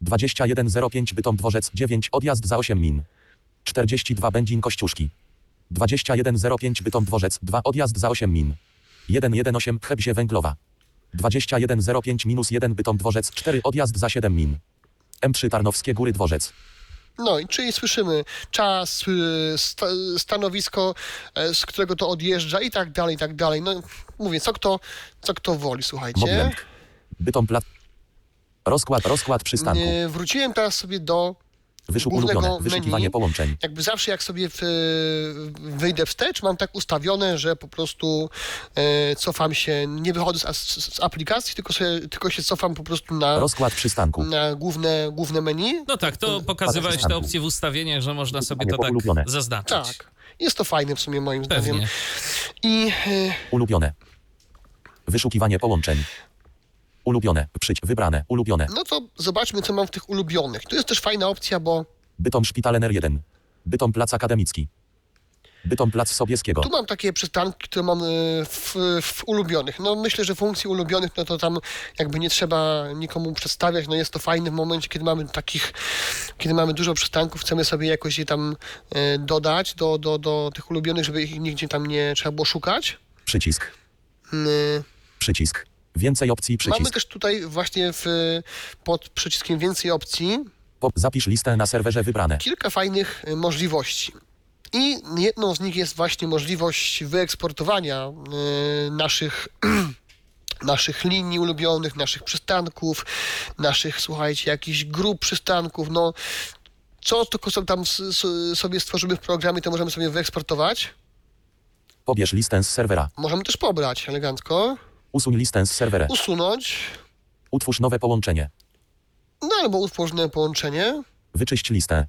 Speaker 4: 2105 Bytom Dworzec 9 odjazd za 8 min. 42 Będzin Kościuszki. 2105 Bytom Dworzec 2 odjazd za 8 min. 118 Chebzie Węglowa. 2105 minus 1 Bytom Dworzec 4 odjazd za 7 min. M3 Tarnowskie Góry Dworzec.
Speaker 3: No i czyli słyszymy czas, y, sta, stanowisko, e, z którego to odjeżdża i tak dalej, i tak dalej. No mówię, co kto, co kto woli, słuchajcie.
Speaker 4: Mobilenk. Bytom Plat. Rozkład, rozkład przystanku.
Speaker 3: Y, Wróciłem teraz sobie do
Speaker 4: Wyszukuj
Speaker 3: głównego
Speaker 4: ulubione. Wyszukiwanie
Speaker 3: menu.
Speaker 4: połączeń.
Speaker 3: jakby zawsze jak sobie w, wyjdę wstecz, mam tak ustawione, że po prostu e, cofam się, nie wychodzę z, z, z aplikacji, tylko, sobie, tylko się cofam po prostu na,
Speaker 4: Rozkład przystanku.
Speaker 3: na główne, główne menu.
Speaker 2: No tak, to pokazywałeś te opcje w ustawieniach, że można sobie to tak
Speaker 4: Ulubione.
Speaker 2: zaznaczyć.
Speaker 3: Tak. Jest to fajne w sumie moim zdaniem.
Speaker 2: Pewnie.
Speaker 3: I e,
Speaker 4: Ulubione. Wyszukiwanie połączeń. Ulubione. Przyć. Wybrane. Ulubione.
Speaker 3: No to zobaczmy, co mam w tych ulubionych. Tu jest też fajna opcja, bo
Speaker 4: Bytom Szpital NR1. Bytom Plac Akademicki. Bytom Plac Sobieskiego.
Speaker 3: tu mam takie przystanki, które mam y, w, w ulubionych. No myślę, że funkcji ulubionych, no to tam jakby nie trzeba nikomu przedstawiać. No jest to fajne w momencie, kiedy mamy takich, kiedy mamy dużo przystanków, chcemy sobie jakoś je tam y, dodać do, do, do tych ulubionych, żeby ich nigdzie tam nie trzeba było szukać.
Speaker 4: Przycisk.
Speaker 3: Y,
Speaker 4: Przycisk. Więcej opcji.
Speaker 3: Mamy
Speaker 4: Przycisk.
Speaker 3: też tutaj właśnie w, pod przyciskiem więcej opcji
Speaker 4: Po, zapisz listę na serwerze wybrane.
Speaker 3: kilka fajnych y, możliwości. I jedną z nich jest właśnie możliwość wyeksportowania y, naszych, naszych linii ulubionych, naszych przystanków, naszych, słuchajcie, jakichś grup przystanków. No, co tylko sobie tam s- s- sobie stworzymy w programie, to możemy sobie wyeksportować.
Speaker 4: Pobierz listę z serwera.
Speaker 3: Możemy też pobrać elegancko,
Speaker 4: Usuń listę z serwera.
Speaker 3: usunąć,
Speaker 4: Utwórz nowe połączenie.
Speaker 3: no albo utworzone połączenie,
Speaker 4: Wyczyść listę.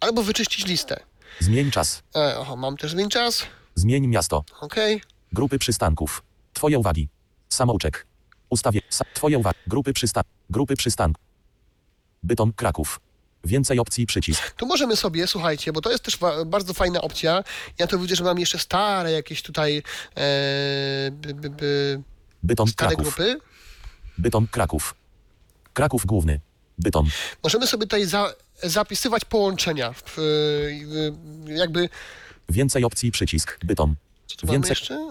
Speaker 3: albo wyczyścić listę.
Speaker 4: Zmień czas.
Speaker 3: E, oho, mam też zmień czas.
Speaker 4: Zmień miasto.
Speaker 3: Okej.
Speaker 4: Grupy przystanków. Twoje uwagi. Samouczek. Ustawie. Sa, twoje uwagi. Grupy przystanków. Grupy przystanków. Bytom, Kraków. Więcej opcji przycisk.
Speaker 3: Tu możemy sobie, słuchajcie, bo to jest też wa- bardzo fajna opcja. Ja to widzę, że mam jeszcze stare jakieś tutaj e, b, b, b,
Speaker 4: Bytom,
Speaker 3: stare
Speaker 4: Kraków.
Speaker 3: grupy.
Speaker 4: Bytom, Kraków. Kraków główny. Bytom.
Speaker 3: Możemy sobie tutaj za, zapisywać połączenia. W, e, jakby.
Speaker 4: Więcej opcji przycisk. Bytom.
Speaker 3: Co tu mamy
Speaker 4: Więcej.
Speaker 3: jeszcze? E,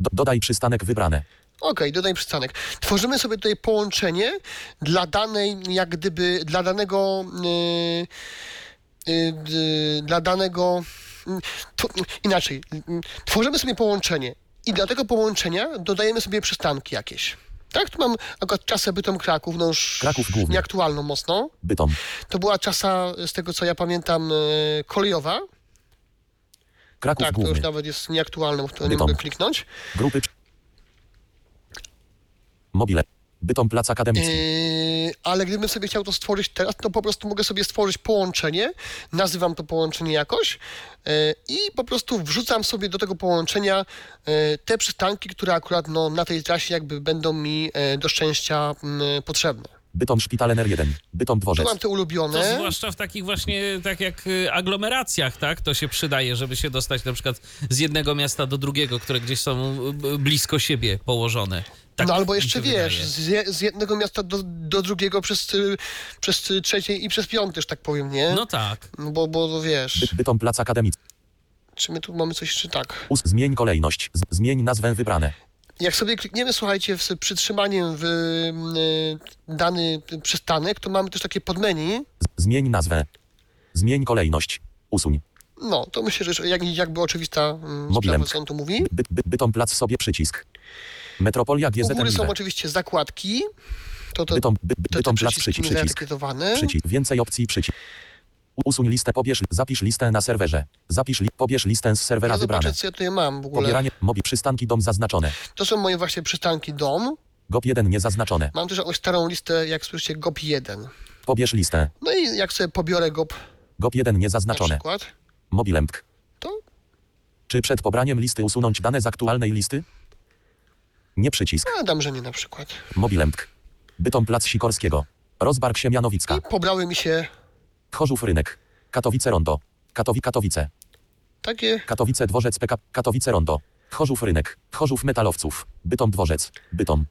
Speaker 4: Do, dodaj przystanek wybrane.
Speaker 3: Okej, dodaj przystanek. Tworzymy sobie tutaj połączenie dla danej, jak gdyby, dla danego, yy, yy, yy, dla danego, yy, tw- yy, inaczej, yy, tworzymy sobie połączenie i do tego połączenia dodajemy sobie przystanki jakieś. Tak, tu mam akurat czasę bytom Kraków, no już
Speaker 4: Kraków główny.
Speaker 3: nieaktualną mocno.
Speaker 4: Bytom.
Speaker 3: To była czasa, z tego co ja pamiętam, yy, kolejowa.
Speaker 4: Kraków
Speaker 3: Tak, to
Speaker 4: główny.
Speaker 3: już nawet jest nieaktualne, bo w to nie
Speaker 4: Bytom.
Speaker 3: mogę kliknąć.
Speaker 4: Grupy. przy- Mobile. Bytom Plac Akademicki.
Speaker 3: Yy, ale gdybym sobie chciał to stworzyć teraz, to po prostu mogę sobie stworzyć połączenie, nazywam to połączenie jakoś yy, i po prostu wrzucam sobie do tego połączenia yy, te przystanki, które akurat no, na tej trasie jakby będą mi yy, do szczęścia yy, potrzebne.
Speaker 4: Bytom Szpital NR1. Bytom
Speaker 3: Tu
Speaker 4: Dworzec.
Speaker 3: mam te
Speaker 2: To
Speaker 3: ulubione.
Speaker 2: zwłaszcza w takich właśnie, tak jak y, aglomeracjach, tak? To się przydaje, żeby się dostać na przykład z jednego miasta do drugiego, które gdzieś są y, b- blisko siebie położone. Tak
Speaker 3: no albo
Speaker 2: mi
Speaker 3: jeszcze
Speaker 2: się
Speaker 3: wiesz,
Speaker 2: wydaje.
Speaker 3: z, je, z jednego miasta do, do drugiego przez, yy, przez yy, trzecie i przez piąte, że tak powiem, nie?
Speaker 2: No tak.
Speaker 3: No bo, bo wiesz,
Speaker 4: By, bytom Plac Akademicki.
Speaker 3: czy my tu mamy coś, czy tak?
Speaker 4: Us, zmień kolejność. Z, zmień nazwę wybrane.
Speaker 3: Jak sobie klikniemy, słuchajcie, z przytrzymaniem w y, dany przystanek, to mamy też takie podmenu.
Speaker 4: Z, zmień nazwę. Zmień kolejność. Usuń.
Speaker 3: No, to myślę, że jak, jakby oczywista mm,
Speaker 4: Mobilem.
Speaker 3: sprawa, co on tu mówi.
Speaker 4: By, by, bytom Plac sobie przycisk. Metropolia
Speaker 3: U
Speaker 4: GZM.
Speaker 3: góry są oczywiście zakładki. To to, to,
Speaker 4: Bytom, by,
Speaker 3: te
Speaker 4: bytom Plac
Speaker 3: przyciski
Speaker 4: przycisk. Przycisk.
Speaker 3: niezaetykietowane.
Speaker 4: przycisk. Więcej opcji przycisk. U- Usuń listę, pobierz, zapisz listę na serwerze. Zapisz, li, pobierz listę z serwera
Speaker 3: Ja zobaczę,
Speaker 4: wybrane.
Speaker 3: co ja tutaj mam w ogóle.
Speaker 4: Pobieranie, mobi, przystanki, dom zaznaczone.
Speaker 3: To są moje właśnie przystanki dom.
Speaker 4: GOP1 niezaznaczone.
Speaker 3: Mam też jakąś starą listę, jak słyszycie, GOP1.
Speaker 4: Pobierz listę.
Speaker 3: No i jak sobie pobiorę GOP
Speaker 4: GOP1
Speaker 3: na
Speaker 4: niezaznaczone.
Speaker 3: przykład,
Speaker 4: Mobilemk.
Speaker 3: to
Speaker 4: Czy przed pobraniem listy usunąć dane z aktualnej listy? Nie przycisk.
Speaker 3: ja dam, że nie na przykład.
Speaker 4: Mobilemk. Bytom Plac Sikorskiego. Rozbark Siemianowicka.
Speaker 3: I pobrały mi się
Speaker 4: Chorzów Rynek. Katowice Rondo. Katowi Katowice.
Speaker 3: takie
Speaker 4: Katowice Dworzec PK. Katowice Rondo. Chorzów Rynek. Chorzów Metalowców. Bytom Dworzec. Bytom.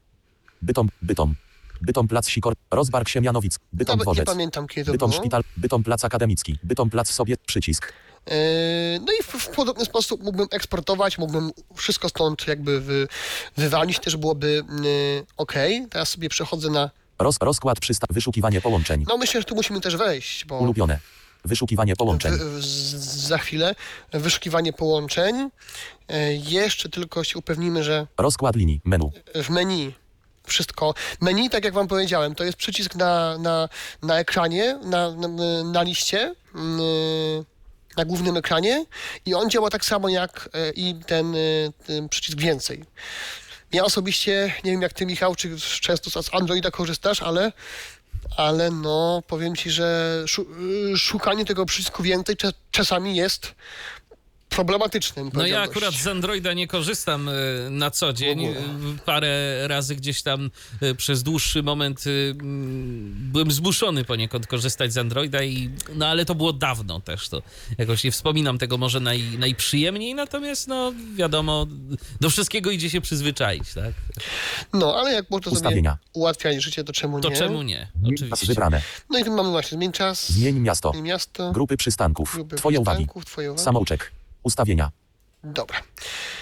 Speaker 4: Bytom. Bytom. Bytom Plac Sikor. Rozbark Siemianowic. Bytom
Speaker 3: Nawet nie
Speaker 4: Dworzec.
Speaker 3: pamiętam, no. kiedy to
Speaker 4: Bytom
Speaker 3: było.
Speaker 4: Szpital. Bytom Plac Akademicki. Bytom Plac Sobie. Przycisk.
Speaker 3: E, No i w, w podobny sposób mógłbym eksportować, mógłbym wszystko stąd jakby wy, wywalić, też byłoby ok. Teraz sobie przechodzę na.
Speaker 4: Roz, rozkład przysta. Wyszukiwanie połączeń.
Speaker 3: No myślę, że tu musimy też wejść, bo
Speaker 4: Ulubione. Wyszukiwanie
Speaker 3: w,
Speaker 4: połączeń.
Speaker 3: w, z- za chwilę wyszukiwanie połączeń. E, Jeszcze tylko się upewnimy, że
Speaker 4: Rozkład linii. Menu.
Speaker 3: w menu wszystko. Menu, tak jak wam powiedziałem, to jest przycisk na, na, na ekranie, na, na, na liście, mm, na głównym ekranie i on działa tak samo jak e, i ten, e, ten przycisk więcej. Ja osobiście, nie wiem jak ty Michał, czy często z Androida korzystasz, ale, ale no powiem ci, że szu, y, szukanie tego przycisku więcej cze- czasami jest problematycznym.
Speaker 2: No ja
Speaker 3: powiedziałbym.
Speaker 2: akurat z Androida nie korzystam y, na co dzień.
Speaker 3: ogóle.
Speaker 2: Y, Parę razy gdzieś tam y, przez dłuższy moment y, mm, byłem zmuszony poniekąd korzystać z Androida i no ale to było dawno też to. Jakoś nie wspominam tego może naj, najprzyjemniej, natomiast no wiadomo, do wszystkiego idzie się przyzwyczaić, tak?
Speaker 3: No, ale jak można sobie
Speaker 4: Ustawienia.
Speaker 3: ułatwiać życie, to czemu
Speaker 2: To
Speaker 3: nie?
Speaker 2: czemu nie?
Speaker 4: Pas
Speaker 2: Oczywiście.
Speaker 4: wybrane.
Speaker 3: No i tu mamy właśnie zmień czas,
Speaker 4: Zmień miasto.
Speaker 3: zmień miasto,
Speaker 4: Grupy przystanków.
Speaker 3: grupy
Speaker 4: Twoje uwagi.
Speaker 3: przystanków, Twoje uwagi.
Speaker 4: Samouczek. Ustawienia.
Speaker 3: Dobra,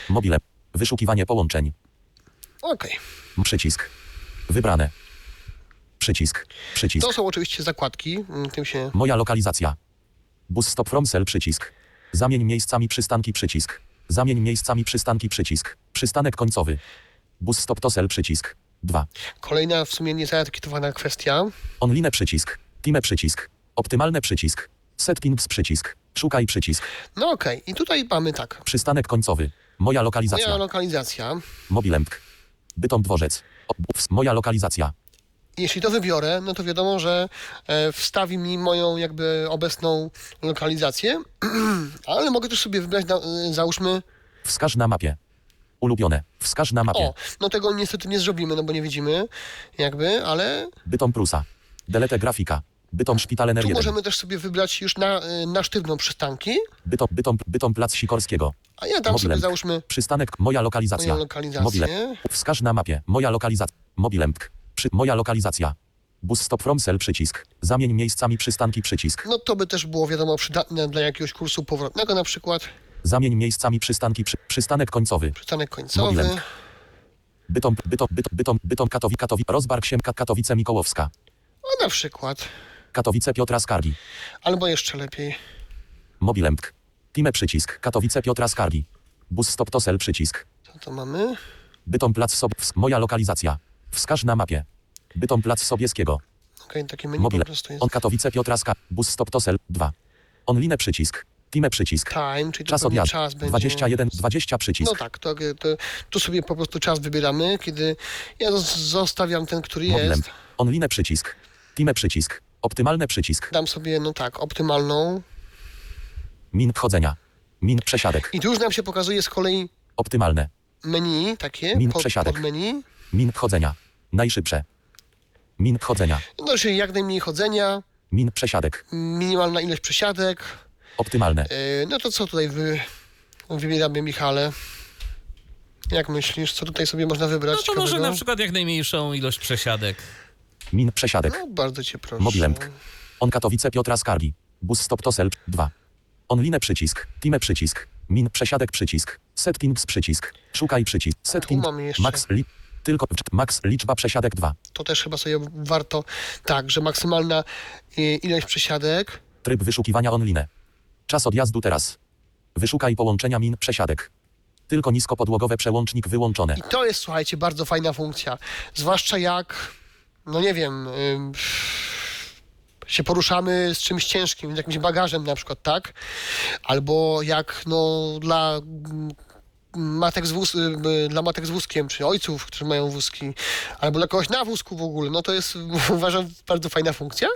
Speaker 4: Mobile. Wyszukiwanie połączeń.
Speaker 3: okej.
Speaker 4: Przycisk. Wybrane. Przycisk. Przycisk.
Speaker 3: To są oczywiście zakładki, mm, tym się...
Speaker 4: Moja lokalizacja. Bus stop from cell przycisk. Zamień miejscami przystanki przycisk. Zamień miejscami przystanki przycisk. Przystanek końcowy. Bus stop to cell przycisk. 2.
Speaker 3: Kolejna w sumie niezaetykietowana kwestia.
Speaker 4: Online przycisk. Time przycisk. Optymalny przycisk. Settings przycisk. Szukaj przycisk.
Speaker 3: No okej, i tutaj mamy tak.
Speaker 4: Przystanek końcowy. Moja lokalizacja.
Speaker 3: Moja lokalizacja,
Speaker 4: Mobilemk. Bytom dworzec. O, bus. Moja lokalizacja.
Speaker 3: jeśli to wybiorę, no to wiadomo, że e, wstawi mi moją jakby obecną lokalizację, ale mogę też sobie wybrać, na, e, załóżmy,
Speaker 4: Wskaż na mapie. Ulubione. Wskaż na mapie.
Speaker 3: o, no tego niestety nie zrobimy, no bo nie widzimy jakby, ale
Speaker 4: Bytom Prusa. Delete grafika. Bytom Szpitale
Speaker 3: tu
Speaker 4: NR1.
Speaker 3: możemy też sobie wybrać już na, e, na sztywną przystanki,
Speaker 4: Bytom, bytom, bytom Plac Sikorskiego.
Speaker 3: a ja dam sobie
Speaker 4: Mobilem.
Speaker 3: załóżmy
Speaker 4: Przystanek. Moja lokalizacja.
Speaker 3: moją lokalizację.
Speaker 4: Mobile. Wskaż na mapie. Moja lokalizacja. Mobilemk. Przy, moja lokalizacja. Bus stop from cell przycisk. Zamień miejscami przystanki przycisk.
Speaker 3: No to by też było wiadomo przydatne dla jakiegoś kursu powrotnego na przykład,
Speaker 4: Zamień miejscami przystanki przy, przystanek końcowy.
Speaker 3: przystanek końcowy.
Speaker 4: Mobilem. Bytom, bytom, bytom, bytom, bytom Katowi, Katowi, Rozbark się, Ka- Katowice Mikołowska.
Speaker 3: A na przykład,
Speaker 4: Katowice Piotra Skargi.
Speaker 3: albo jeszcze lepiej,
Speaker 4: Mobilemk. Time przycisk. Katowice Piotra Skargi. Bus stop tosel przycisk.
Speaker 3: co to mamy?
Speaker 4: Bytom plac sob... ws- Moja lokalizacja. Wskaż na mapie. Bytom plac Sobieskiego.
Speaker 3: Okej, takie menu
Speaker 4: Mobile.
Speaker 3: po prostu jest.
Speaker 4: On Katowice Piotra Skargi. Bus stop tosel 2. Online przycisk. Time przycisk.
Speaker 3: Time, czyli to
Speaker 4: Czas
Speaker 3: pewnie
Speaker 4: odjazdu.
Speaker 3: Tak, czas będzie.
Speaker 4: 21, 20
Speaker 3: No
Speaker 4: przycisk.
Speaker 3: tak, to, to, tu sobie po prostu czas wybieramy, kiedy ja z- zostawiam ten, który
Speaker 4: Mobilem.
Speaker 3: jest.
Speaker 4: Online przycisk. Time przycisk. Optymalny przycisk.
Speaker 3: Dam sobie, no tak, optymalną.
Speaker 4: Min chodzenia. Min przesiadek.
Speaker 3: I tu już nam się pokazuje z kolei
Speaker 4: Optymalne.
Speaker 3: menu takie,
Speaker 4: Min
Speaker 3: pod,
Speaker 4: przesiadek.
Speaker 3: pod menu.
Speaker 4: Min chodzenia. Najszybsze. Min chodzenia.
Speaker 3: No czyli jak najmniej chodzenia,
Speaker 4: Min przesiadek.
Speaker 3: minimalna ilość przesiadek.
Speaker 4: Optymalne.
Speaker 3: Yy, no to co tutaj wy, wybieramy, Michale? Jak myślisz, co tutaj sobie można wybrać?
Speaker 2: No to może
Speaker 3: ciekawego?
Speaker 2: na przykład jak najmniejszą ilość przesiadek.
Speaker 4: Min przesiadek.
Speaker 3: No bardzo cię proszę.
Speaker 4: Mobilem. On Katowice Piotra Skargi. Bus stop tosel 2. Online przycisk. Time przycisk. Min przesiadek przycisk. Settings przycisk. Szukaj przycisk. Settings.
Speaker 3: mam jeszcze.
Speaker 4: Max li, tylko max liczba przesiadek 2.
Speaker 3: To też chyba sobie warto, tak, że maksymalna yy, ilość przesiadek.
Speaker 4: Tryb wyszukiwania online. Czas odjazdu teraz. Wyszukaj połączenia min przesiadek. Tylko niskopodłogowe przełącznik wyłączone.
Speaker 3: I to jest, słuchajcie, bardzo fajna funkcja. Zwłaszcza jak, no nie wiem, ym, się poruszamy z czymś ciężkim, z jakimś bagażem na przykład, tak? Albo jak, no, dla mm, matek z wóz, ym, y, dla matek z wózkiem, czy ojców, którzy mają wózki, albo dla kogoś na wózku w ogóle, no to jest, uważam, bardzo fajna funkcja.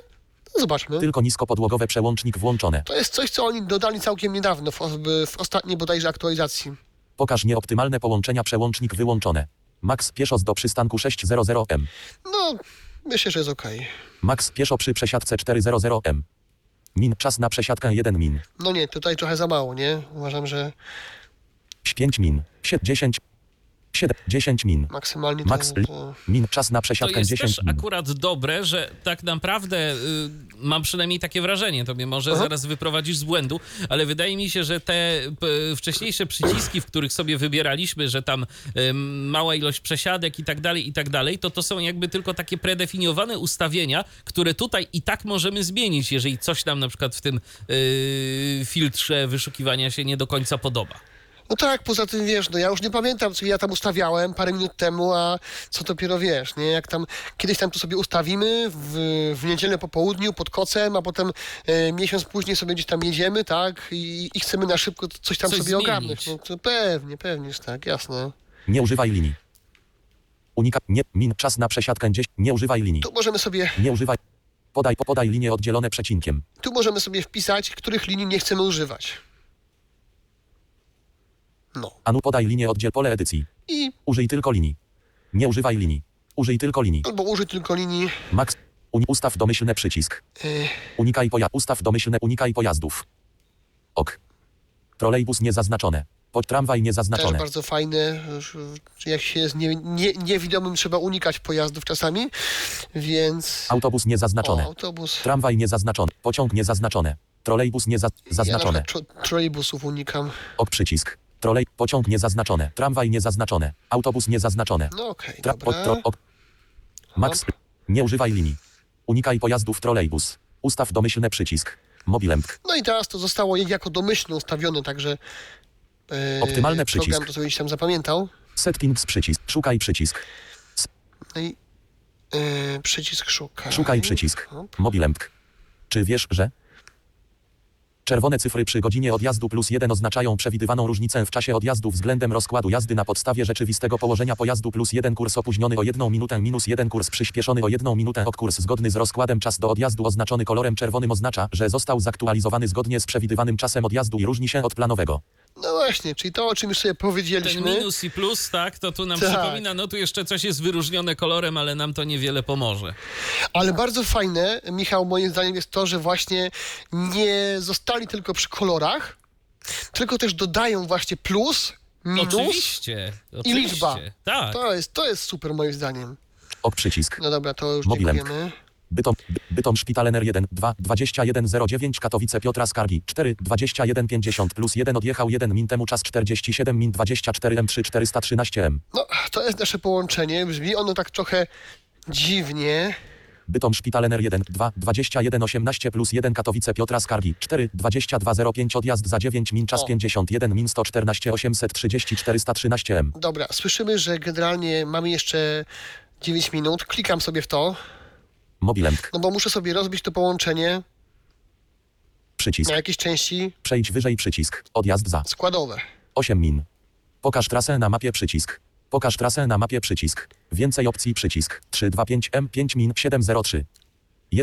Speaker 3: No, zobaczmy.
Speaker 4: Tylko niskopodłogowe przełącznik włączone.
Speaker 3: To jest coś, co oni dodali całkiem niedawno, w, w ostatniej bodajże aktualizacji.
Speaker 4: Pokaż nieoptymalne połączenia przełącznik wyłączone. Max pieszo do przystanku 600M.
Speaker 3: No, myślę, że jest okej.
Speaker 4: Max pieszo przy przesiadce 400M. Min czas na przesiadkę 1 min.
Speaker 3: No nie, tutaj trochę za mało, nie? Uważam, że
Speaker 4: 5 min. 7, 10. 7, 10 min.
Speaker 3: maksymalnie to...
Speaker 4: Max li,
Speaker 3: to...
Speaker 4: min czas na
Speaker 2: To
Speaker 4: przesiadkę
Speaker 2: jest
Speaker 4: 10
Speaker 2: też
Speaker 4: min.
Speaker 2: akurat dobre, że tak naprawdę y, mam przynajmniej takie wrażenie, tobie może zaraz wyprowadzisz z błędu, ale wydaje mi się, że te p, wcześniejsze przyciski, w których sobie wybieraliśmy, że tam y, mała ilość przesiadek i tak dalej, i tak dalej, to to są jakby tylko takie predefiniowane ustawienia, które tutaj i tak możemy zmienić, jeżeli coś nam na przykład w tym y, filtrze wyszukiwania się nie do końca podoba.
Speaker 3: No tak, poza tym wiesz, no ja już nie pamiętam, co ja tam ustawiałem parę minut temu, a co dopiero wiesz, nie? Jak tam kiedyś tam to sobie ustawimy w, w niedzielę po południu pod kocem, a potem e, miesiąc później sobie gdzieś tam jedziemy, tak? I, i chcemy na szybko coś tam
Speaker 2: Coś
Speaker 3: sobie
Speaker 2: zmienić.
Speaker 3: ogarnąć. No to pewnie, pewnie, że tak, jasne.
Speaker 4: Nie używaj linii. Unika nie min czas na przesiadkę 10. Nie używaj linii.
Speaker 3: Tu możemy sobie,
Speaker 4: Nie używaj. Podaj podaj linie oddzielone przecinkiem.
Speaker 3: tu możemy sobie wpisać, których linii nie chcemy używać. No.
Speaker 4: Anu podaj linię oddziel pole edycji.
Speaker 3: I
Speaker 4: Użyj tylko linii. Nie używaj linii. Użyj tylko linii.
Speaker 3: albo użyj tylko linii
Speaker 4: Max. Uni- ustaw domyślny przycisk.
Speaker 3: e,
Speaker 4: Unikaj poja- ustaw domyślne unikaj pojazdów. Ok. Trolejbus niezaznaczone. Pod tramwaj
Speaker 3: Też
Speaker 4: niezaznaczone.
Speaker 3: bardzo fajne. że Jak się jest nie, nie, niewidomym, trzeba unikać pojazdów czasami, więc.
Speaker 4: Autobus
Speaker 3: O,
Speaker 4: niezaznaczone.
Speaker 3: autobus.
Speaker 4: Tramwaj niezaznaczone. Pociąg niezaznaczone. Trolejbus niezaznaczone.
Speaker 3: Ja na przykład tro- trolejbusów unikam.
Speaker 4: Ok przycisk. Trolej. Pociąg niezaznaczone. Tramwaj niezaznaczone. Autobus niezaznaczone.
Speaker 3: No okej,
Speaker 4: Tra- pod
Speaker 3: dobra.
Speaker 4: tro- ok. Max. Nie używaj linii. Unikaj pojazdów trolejbus. Ustaw domyślny przycisk. Mobilem.
Speaker 3: No i teraz to zostało jako domyślnie ustawione, także. e, Program
Speaker 4: Optymalny przycisk.
Speaker 3: to sobie gdzieś tam zapamiętał.
Speaker 4: Settings przycisk. Szukaj przycisk.
Speaker 3: No i e, przycisk No, szukaj.
Speaker 4: Szukaj przycisk.
Speaker 3: Hop.
Speaker 4: Mobilem. Czy wiesz, że? Czerwone cyfry przy godzinie odjazdu plus 1 oznaczają przewidywaną różnicę w czasie odjazdu względem rozkładu jazdy na podstawie rzeczywistego położenia pojazdu plus 1 kurs opóźniony o 1 minutę minus 1 kurs przyspieszony o 1 minutę odkurs zgodny z rozkładem czas do odjazdu oznaczony kolorem czerwonym oznacza, że został zaktualizowany zgodnie z przewidywanym czasem odjazdu i różni się od planowego.
Speaker 3: No właśnie, czyli to, o czym już sobie
Speaker 2: Ten
Speaker 3: powiedzieliśmy.
Speaker 2: minus i plus, tak, to tu nam
Speaker 3: Tak.
Speaker 2: przypomina, no tu jeszcze coś jest wyróżnione kolorem, ale nam to niewiele pomoże.
Speaker 3: Ale bardzo fajne, Michał, moim zdaniem jest to, że właśnie nie zostali tylko przy kolorach, tylko też dodają właśnie plus, minus.
Speaker 2: Oczywiście.
Speaker 3: i
Speaker 2: oczywiście.
Speaker 3: liczba.
Speaker 2: Tak.
Speaker 3: To jest, to jest super moim zdaniem.
Speaker 4: Ok przycisk.
Speaker 3: No dobra, to już
Speaker 4: Mobilem.
Speaker 3: dziękujemy.
Speaker 4: Bytom, By- Bytom Szpital NR1, 2, 2109 Katowice Piotra Skargi, 4, 2150 plus 1 odjechał 1 min temu czas 47 min 24 M3 413 M.
Speaker 3: No, to jest nasze połączenie. Brzmi ono tak trochę dziwnie.
Speaker 4: Bytom Szpital NR1, 2, 2118 plus 1 Katowice Piotra Skargi, 4, 2205 odjazd za 9 min czas
Speaker 3: O.
Speaker 4: 51 min 114 830 413 M.
Speaker 3: Dobra, słyszymy, że generalnie mamy jeszcze 9 minut. Klikam sobie w to,
Speaker 4: Mobilemk,
Speaker 3: no bo muszę sobie rozbić to połączenie
Speaker 4: przycisk,
Speaker 3: na jakieś części
Speaker 4: przejdź wyżej przycisk, odjazd za
Speaker 3: składowe.
Speaker 4: 8 min. Pokaż trasę na mapie przycisk. Pokaż trasę na mapie przycisk. Więcej opcji przycisk. 325M5 min 703.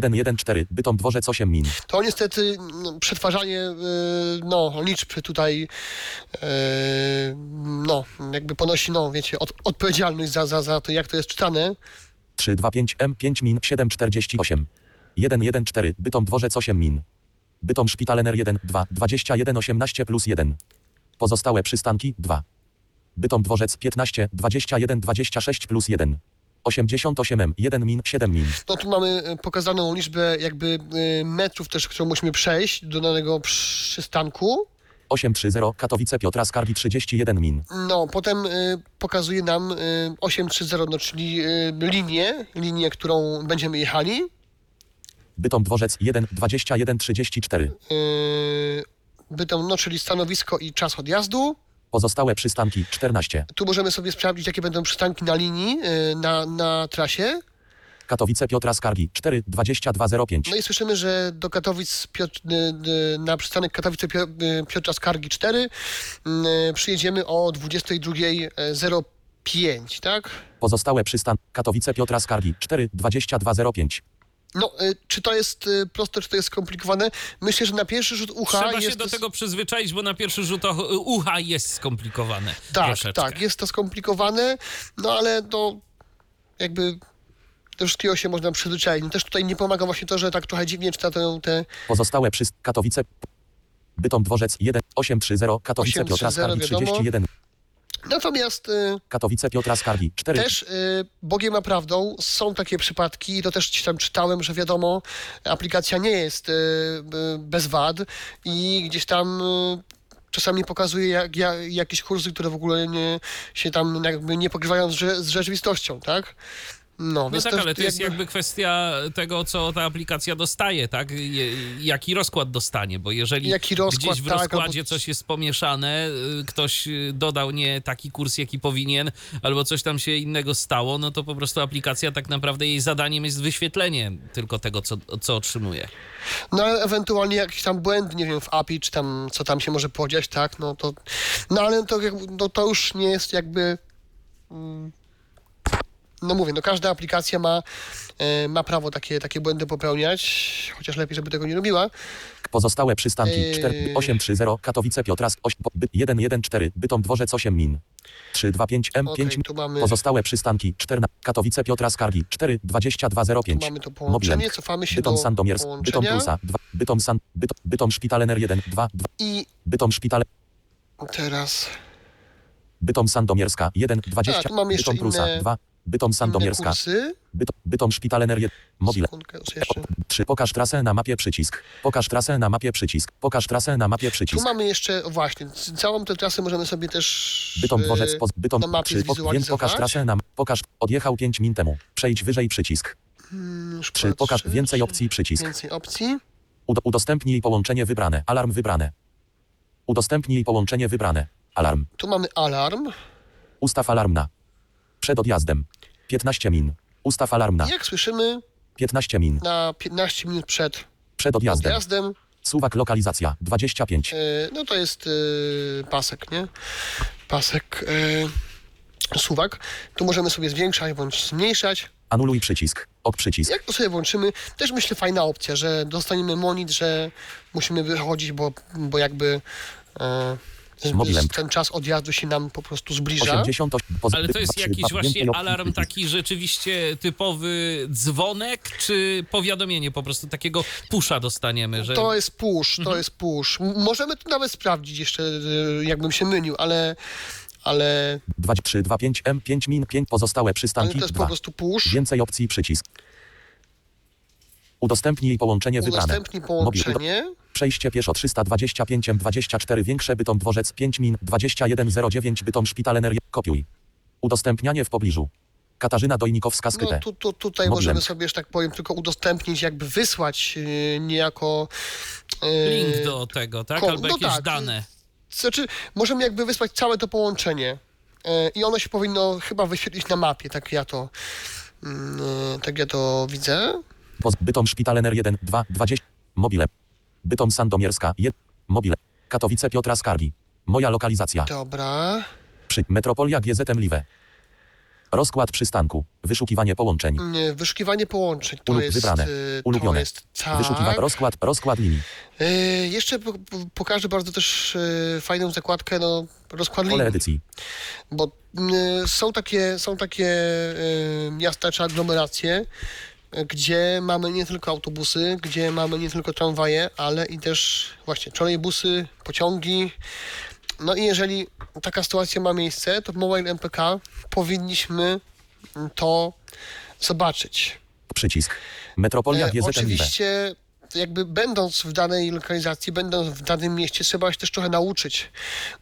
Speaker 4: 114 Bytom dworzec 8 min.
Speaker 3: To niestety no, przetwarzanie y, no, liczb tutaj y, no, jakby ponosi, no wiecie, od, odpowiedzialność za, za, za to, jak to jest czytane.
Speaker 4: 325M5 min 748. 114 Bytom dworzec 8 min. Bytom szpital NR1 2 21 18 plus 1. Pozostałe przystanki 2. Bytom dworzec 15 21 26 plus 1. 88M 1 min 7 min.
Speaker 3: No tu mamy y, pokazaną liczbę jakby y, metrów też, którą musimy przejść do danego przystanku.
Speaker 4: 830 Katowice Piotra Skargi 31 min.
Speaker 3: No, potem y, pokazuje nam y, 830, no, czyli y, linię, linię, którą będziemy jechali.
Speaker 4: Bytom dworzec 1 21 34.
Speaker 3: Y, bytom, no, czyli stanowisko i czas odjazdu.
Speaker 4: Pozostałe przystanki 14.
Speaker 3: Tu możemy sobie sprawdzić, jakie będą przystanki na linii, y, na, na trasie.
Speaker 4: Katowice Piotra Skargi 4 2205.
Speaker 3: No i słyszymy, że do Katowic, Piotr, y, y, na przystanek Katowice Pio- y, Piotra Skargi 4 y, przyjedziemy o 22.05, tak?
Speaker 4: Pozostałe przystan Katowice Piotra Skargi 4 2205.
Speaker 3: No, y, czy to jest y, proste, czy to jest skomplikowane? Myślę, że na pierwszy rzut ucha
Speaker 2: Trzeba
Speaker 3: jest
Speaker 2: się do
Speaker 3: to-
Speaker 2: tego przyzwyczaić, bo na pierwszy rzut och- ucha jest skomplikowane.
Speaker 3: Tak,
Speaker 2: troszeczkę.
Speaker 3: tak, jest to skomplikowane, no ale to jakby do wszystkiego się można przyzwyczaić. No też tutaj nie pomaga właśnie to, że tak trochę dziwnie czyta tę te
Speaker 4: Pozostałe przy Katowice Bytom dworzec 1 830 Katowice Piotra
Speaker 3: 830,
Speaker 4: Skargi
Speaker 3: wiadomo.
Speaker 4: 31.
Speaker 3: Natomiast y,
Speaker 4: Katowice Piotra Skargi 4
Speaker 3: też y, Bogiem a prawdą są takie przypadki, i to też ci tam czytałem, że wiadomo, aplikacja nie jest y, y, bez wad i gdzieś tam y, czasami pokazuje jak, ja- jakieś kursy, które w ogóle nie, się tam jakby nie pokrywają z, rze- z rzeczywistością, tak? No,
Speaker 2: No
Speaker 3: więc
Speaker 2: tak,
Speaker 3: też
Speaker 2: ale to jest jakby kwestia tego, co ta aplikacja dostaje, tak? Je- Jaki rozkład dostanie, bo jeżeli
Speaker 3: Jaki rozkład,
Speaker 2: gdzieś w
Speaker 3: tak,
Speaker 2: rozkładzie
Speaker 3: albo-
Speaker 2: coś jest pomieszane, y, ktoś y, dodał nie taki kurs, jaki powinien, albo coś tam się innego stało, no to po prostu aplikacja tak naprawdę jej zadaniem jest wyświetlenie tylko tego, co, co otrzymuje.
Speaker 3: No ale ewentualnie jakiś tam błęd, nie wiem, w API, czy tam co tam się może podziać, tak, no to. No ale to, jakby- no, to już nie jest jakby. mm, No mówię, no każda aplikacja ma, e, ma prawo takie, takie błędy popełniać, chociaż lepiej, żeby tego nie robiła.
Speaker 4: Pozostałe przystanki
Speaker 3: Yy.
Speaker 4: 4 830 Katowice Piotra 114 Bytom dworzec 8 min 325 M5
Speaker 3: Okej, tu mamy-
Speaker 4: Pozostałe przystanki 14 Katowice Piotra Skargi 4 2205
Speaker 3: Tu mamy to połączenie, cofamy się
Speaker 4: Bytom
Speaker 3: do
Speaker 4: Sandomiersk Bytom
Speaker 3: połączenia.
Speaker 4: Pulsa 2 Bytom San Bytom, Bytom Szpital NR1 2, 2
Speaker 3: I
Speaker 4: Bytom Szpital
Speaker 3: teraz
Speaker 4: Bytom Sandomierska 1 20
Speaker 3: A, tu mamy Tak, jeszcze
Speaker 4: Bytom Prusa
Speaker 3: inne-
Speaker 4: 2 Bytom
Speaker 3: inne
Speaker 4: Sandomierska
Speaker 3: kursy.
Speaker 4: Bytom, Bytom Szpital NR1 Mobile
Speaker 3: Sekundkę, co jeszcze.
Speaker 4: 3 Pokaż trasę na mapie przycisk Pokaż trasę na mapie przycisk Pokaż trasę na mapie
Speaker 3: Tu
Speaker 4: przycisk
Speaker 3: mamy jeszcze, o właśnie, c- całą tę trasę możemy sobie też
Speaker 4: Bytom
Speaker 3: e,
Speaker 4: dworzec poz... Bytom
Speaker 3: na mapie
Speaker 4: 3 po... Więc pokaż
Speaker 3: zwizualizować.
Speaker 4: trasę nam. Pokaż. Odjechał 5 min temu. Przejdź wyżej przycisk.
Speaker 3: Już
Speaker 4: 3 pokaż
Speaker 3: patrzę.
Speaker 4: więcej opcji przycisk.
Speaker 3: Więcej opcji.
Speaker 4: Udo- udostępnij połączenie wybrane. Alarm wybrane. Udostępnij połączenie wybrane. Alarm.
Speaker 3: Tu mamy alarm.
Speaker 4: Ustaw alarm na. Przed odjazdem. 15 min. Ustaw alarm na.
Speaker 3: Jak słyszymy,
Speaker 4: 15 min.
Speaker 3: na 15 minut przed
Speaker 4: Przed odjazdem.
Speaker 3: odjazdem
Speaker 4: Suwak lokalizacja 25.
Speaker 3: E, No to jest e, pasek, nie? Pasek e, suwak. Tu możemy sobie zwiększać bądź zmniejszać.
Speaker 4: Anuluj przycisk. Ok przycisk.
Speaker 3: Jak to sobie włączymy, też myślę fajna opcja, że dostaniemy monit, że musimy wychodzić, bo, bo jakby e, z-
Speaker 4: Mobilem.
Speaker 3: ten czas odjazdu się nam po prostu zbliża.
Speaker 4: 88. Poza-
Speaker 2: Ale to jest
Speaker 4: przy-
Speaker 2: jakiś
Speaker 4: przy-
Speaker 2: właśnie
Speaker 4: więcej
Speaker 2: alarm
Speaker 4: opcji.
Speaker 2: taki rzeczywiście typowy dzwonek, czy powiadomienie po prostu takiego pusza dostaniemy, że Mhm.
Speaker 3: To jest push, to jest push. M- Możemy to nawet sprawdzić jeszcze, e, jakbym się mylił, ale, ale,
Speaker 4: 2325 M5 min 5 pozostałe
Speaker 3: ale
Speaker 4: przystanki
Speaker 3: to jest
Speaker 4: 2.
Speaker 3: po prostu push.
Speaker 4: Więcej opcji przycisk. Udostępnij połączenie wybrane.
Speaker 3: Udostępnij
Speaker 4: Mobil.
Speaker 3: połączenie.
Speaker 4: Przejście pieszo 325 M24 większe Bytom Dworzec 5 min 2109 Bytom Szpital Energia. Kopiuj. Udostępnianie w pobliżu. Katarzyna Dojnikowska Skyte.
Speaker 3: No tu, tu, tutaj
Speaker 4: Mobilem.
Speaker 3: możemy sobie, że tak powiem, tylko udostępnić, jakby wysłać e, niejako... e,
Speaker 2: link do tego, tak?
Speaker 3: ko-
Speaker 2: Albo
Speaker 3: no
Speaker 2: jakieś
Speaker 3: tak.
Speaker 2: dane.
Speaker 3: Znaczy, możemy jakby wysłać całe to połączenie e, i ono się powinno chyba wyświetlić na mapie, tak ja to, mm, e, tak ja to widzę.
Speaker 4: Poz- Bytom Szpital Ener 1 2 20 Mobile. Bytom Sandomierska 1 Mobile. Katowice Piotra Skargi. Moja lokalizacja.
Speaker 3: Dobra.
Speaker 4: Przy Metropolia GZM Live. Rozkład przystanku. Wyszukiwanie połączeń.
Speaker 3: Mm, Wyszukiwanie połączeń. To
Speaker 4: Ulub-
Speaker 3: jest,
Speaker 4: wybrane.
Speaker 3: e, To
Speaker 4: Ulubione.
Speaker 3: jest tak.
Speaker 4: Wyszukiwa rozkład, rozkład linii.
Speaker 3: E, jeszcze po- po- pokażę bardzo też e, fajną zakładkę, no, rozkład
Speaker 4: Pole
Speaker 3: linii,
Speaker 4: edycji.
Speaker 3: bo mm, są takie, są takie e, miasta czy aglomeracje, e, gdzie mamy nie tylko autobusy, gdzie mamy nie tylko tramwaje, ale i też właśnie trolejbusy, pociągi. No i jeżeli taka sytuacja ma miejsce, to w Mobile MPK powinniśmy to zobaczyć.
Speaker 4: Przycisk. Metropolia
Speaker 3: E,
Speaker 4: GZM Live.
Speaker 3: Oczywiście, jakby będąc w danej lokalizacji, będąc w danym mieście, trzeba się też trochę nauczyć,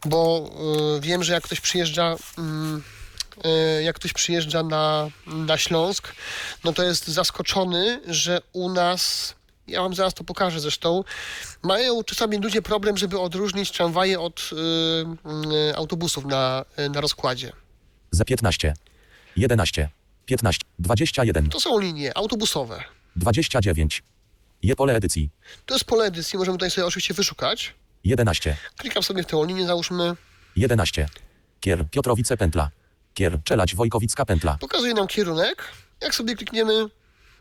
Speaker 3: bo y, wiem, że jak ktoś przyjeżdża. mm, y, jak ktoś przyjeżdża na, na Śląsk, no to jest zaskoczony, że u nas, ja wam zaraz to pokażę zresztą, mają czasami ludzie problem, żeby odróżnić tramwaje od y, y, autobusów na, y, na rozkładzie.
Speaker 4: Za 15. 11. 15. 21.
Speaker 3: To są linie autobusowe.
Speaker 4: 29. Je pole edycji.
Speaker 3: To jest pole edycji, możemy tutaj sobie oczywiście wyszukać.
Speaker 4: 11.
Speaker 3: Klikam sobie w tę linię, załóżmy.
Speaker 4: 11. Kier. Piotrowice Pętla. Kier. Czelać Wojkowicka Pętla.
Speaker 3: Pokazuje nam kierunek. Jak sobie klikniemy,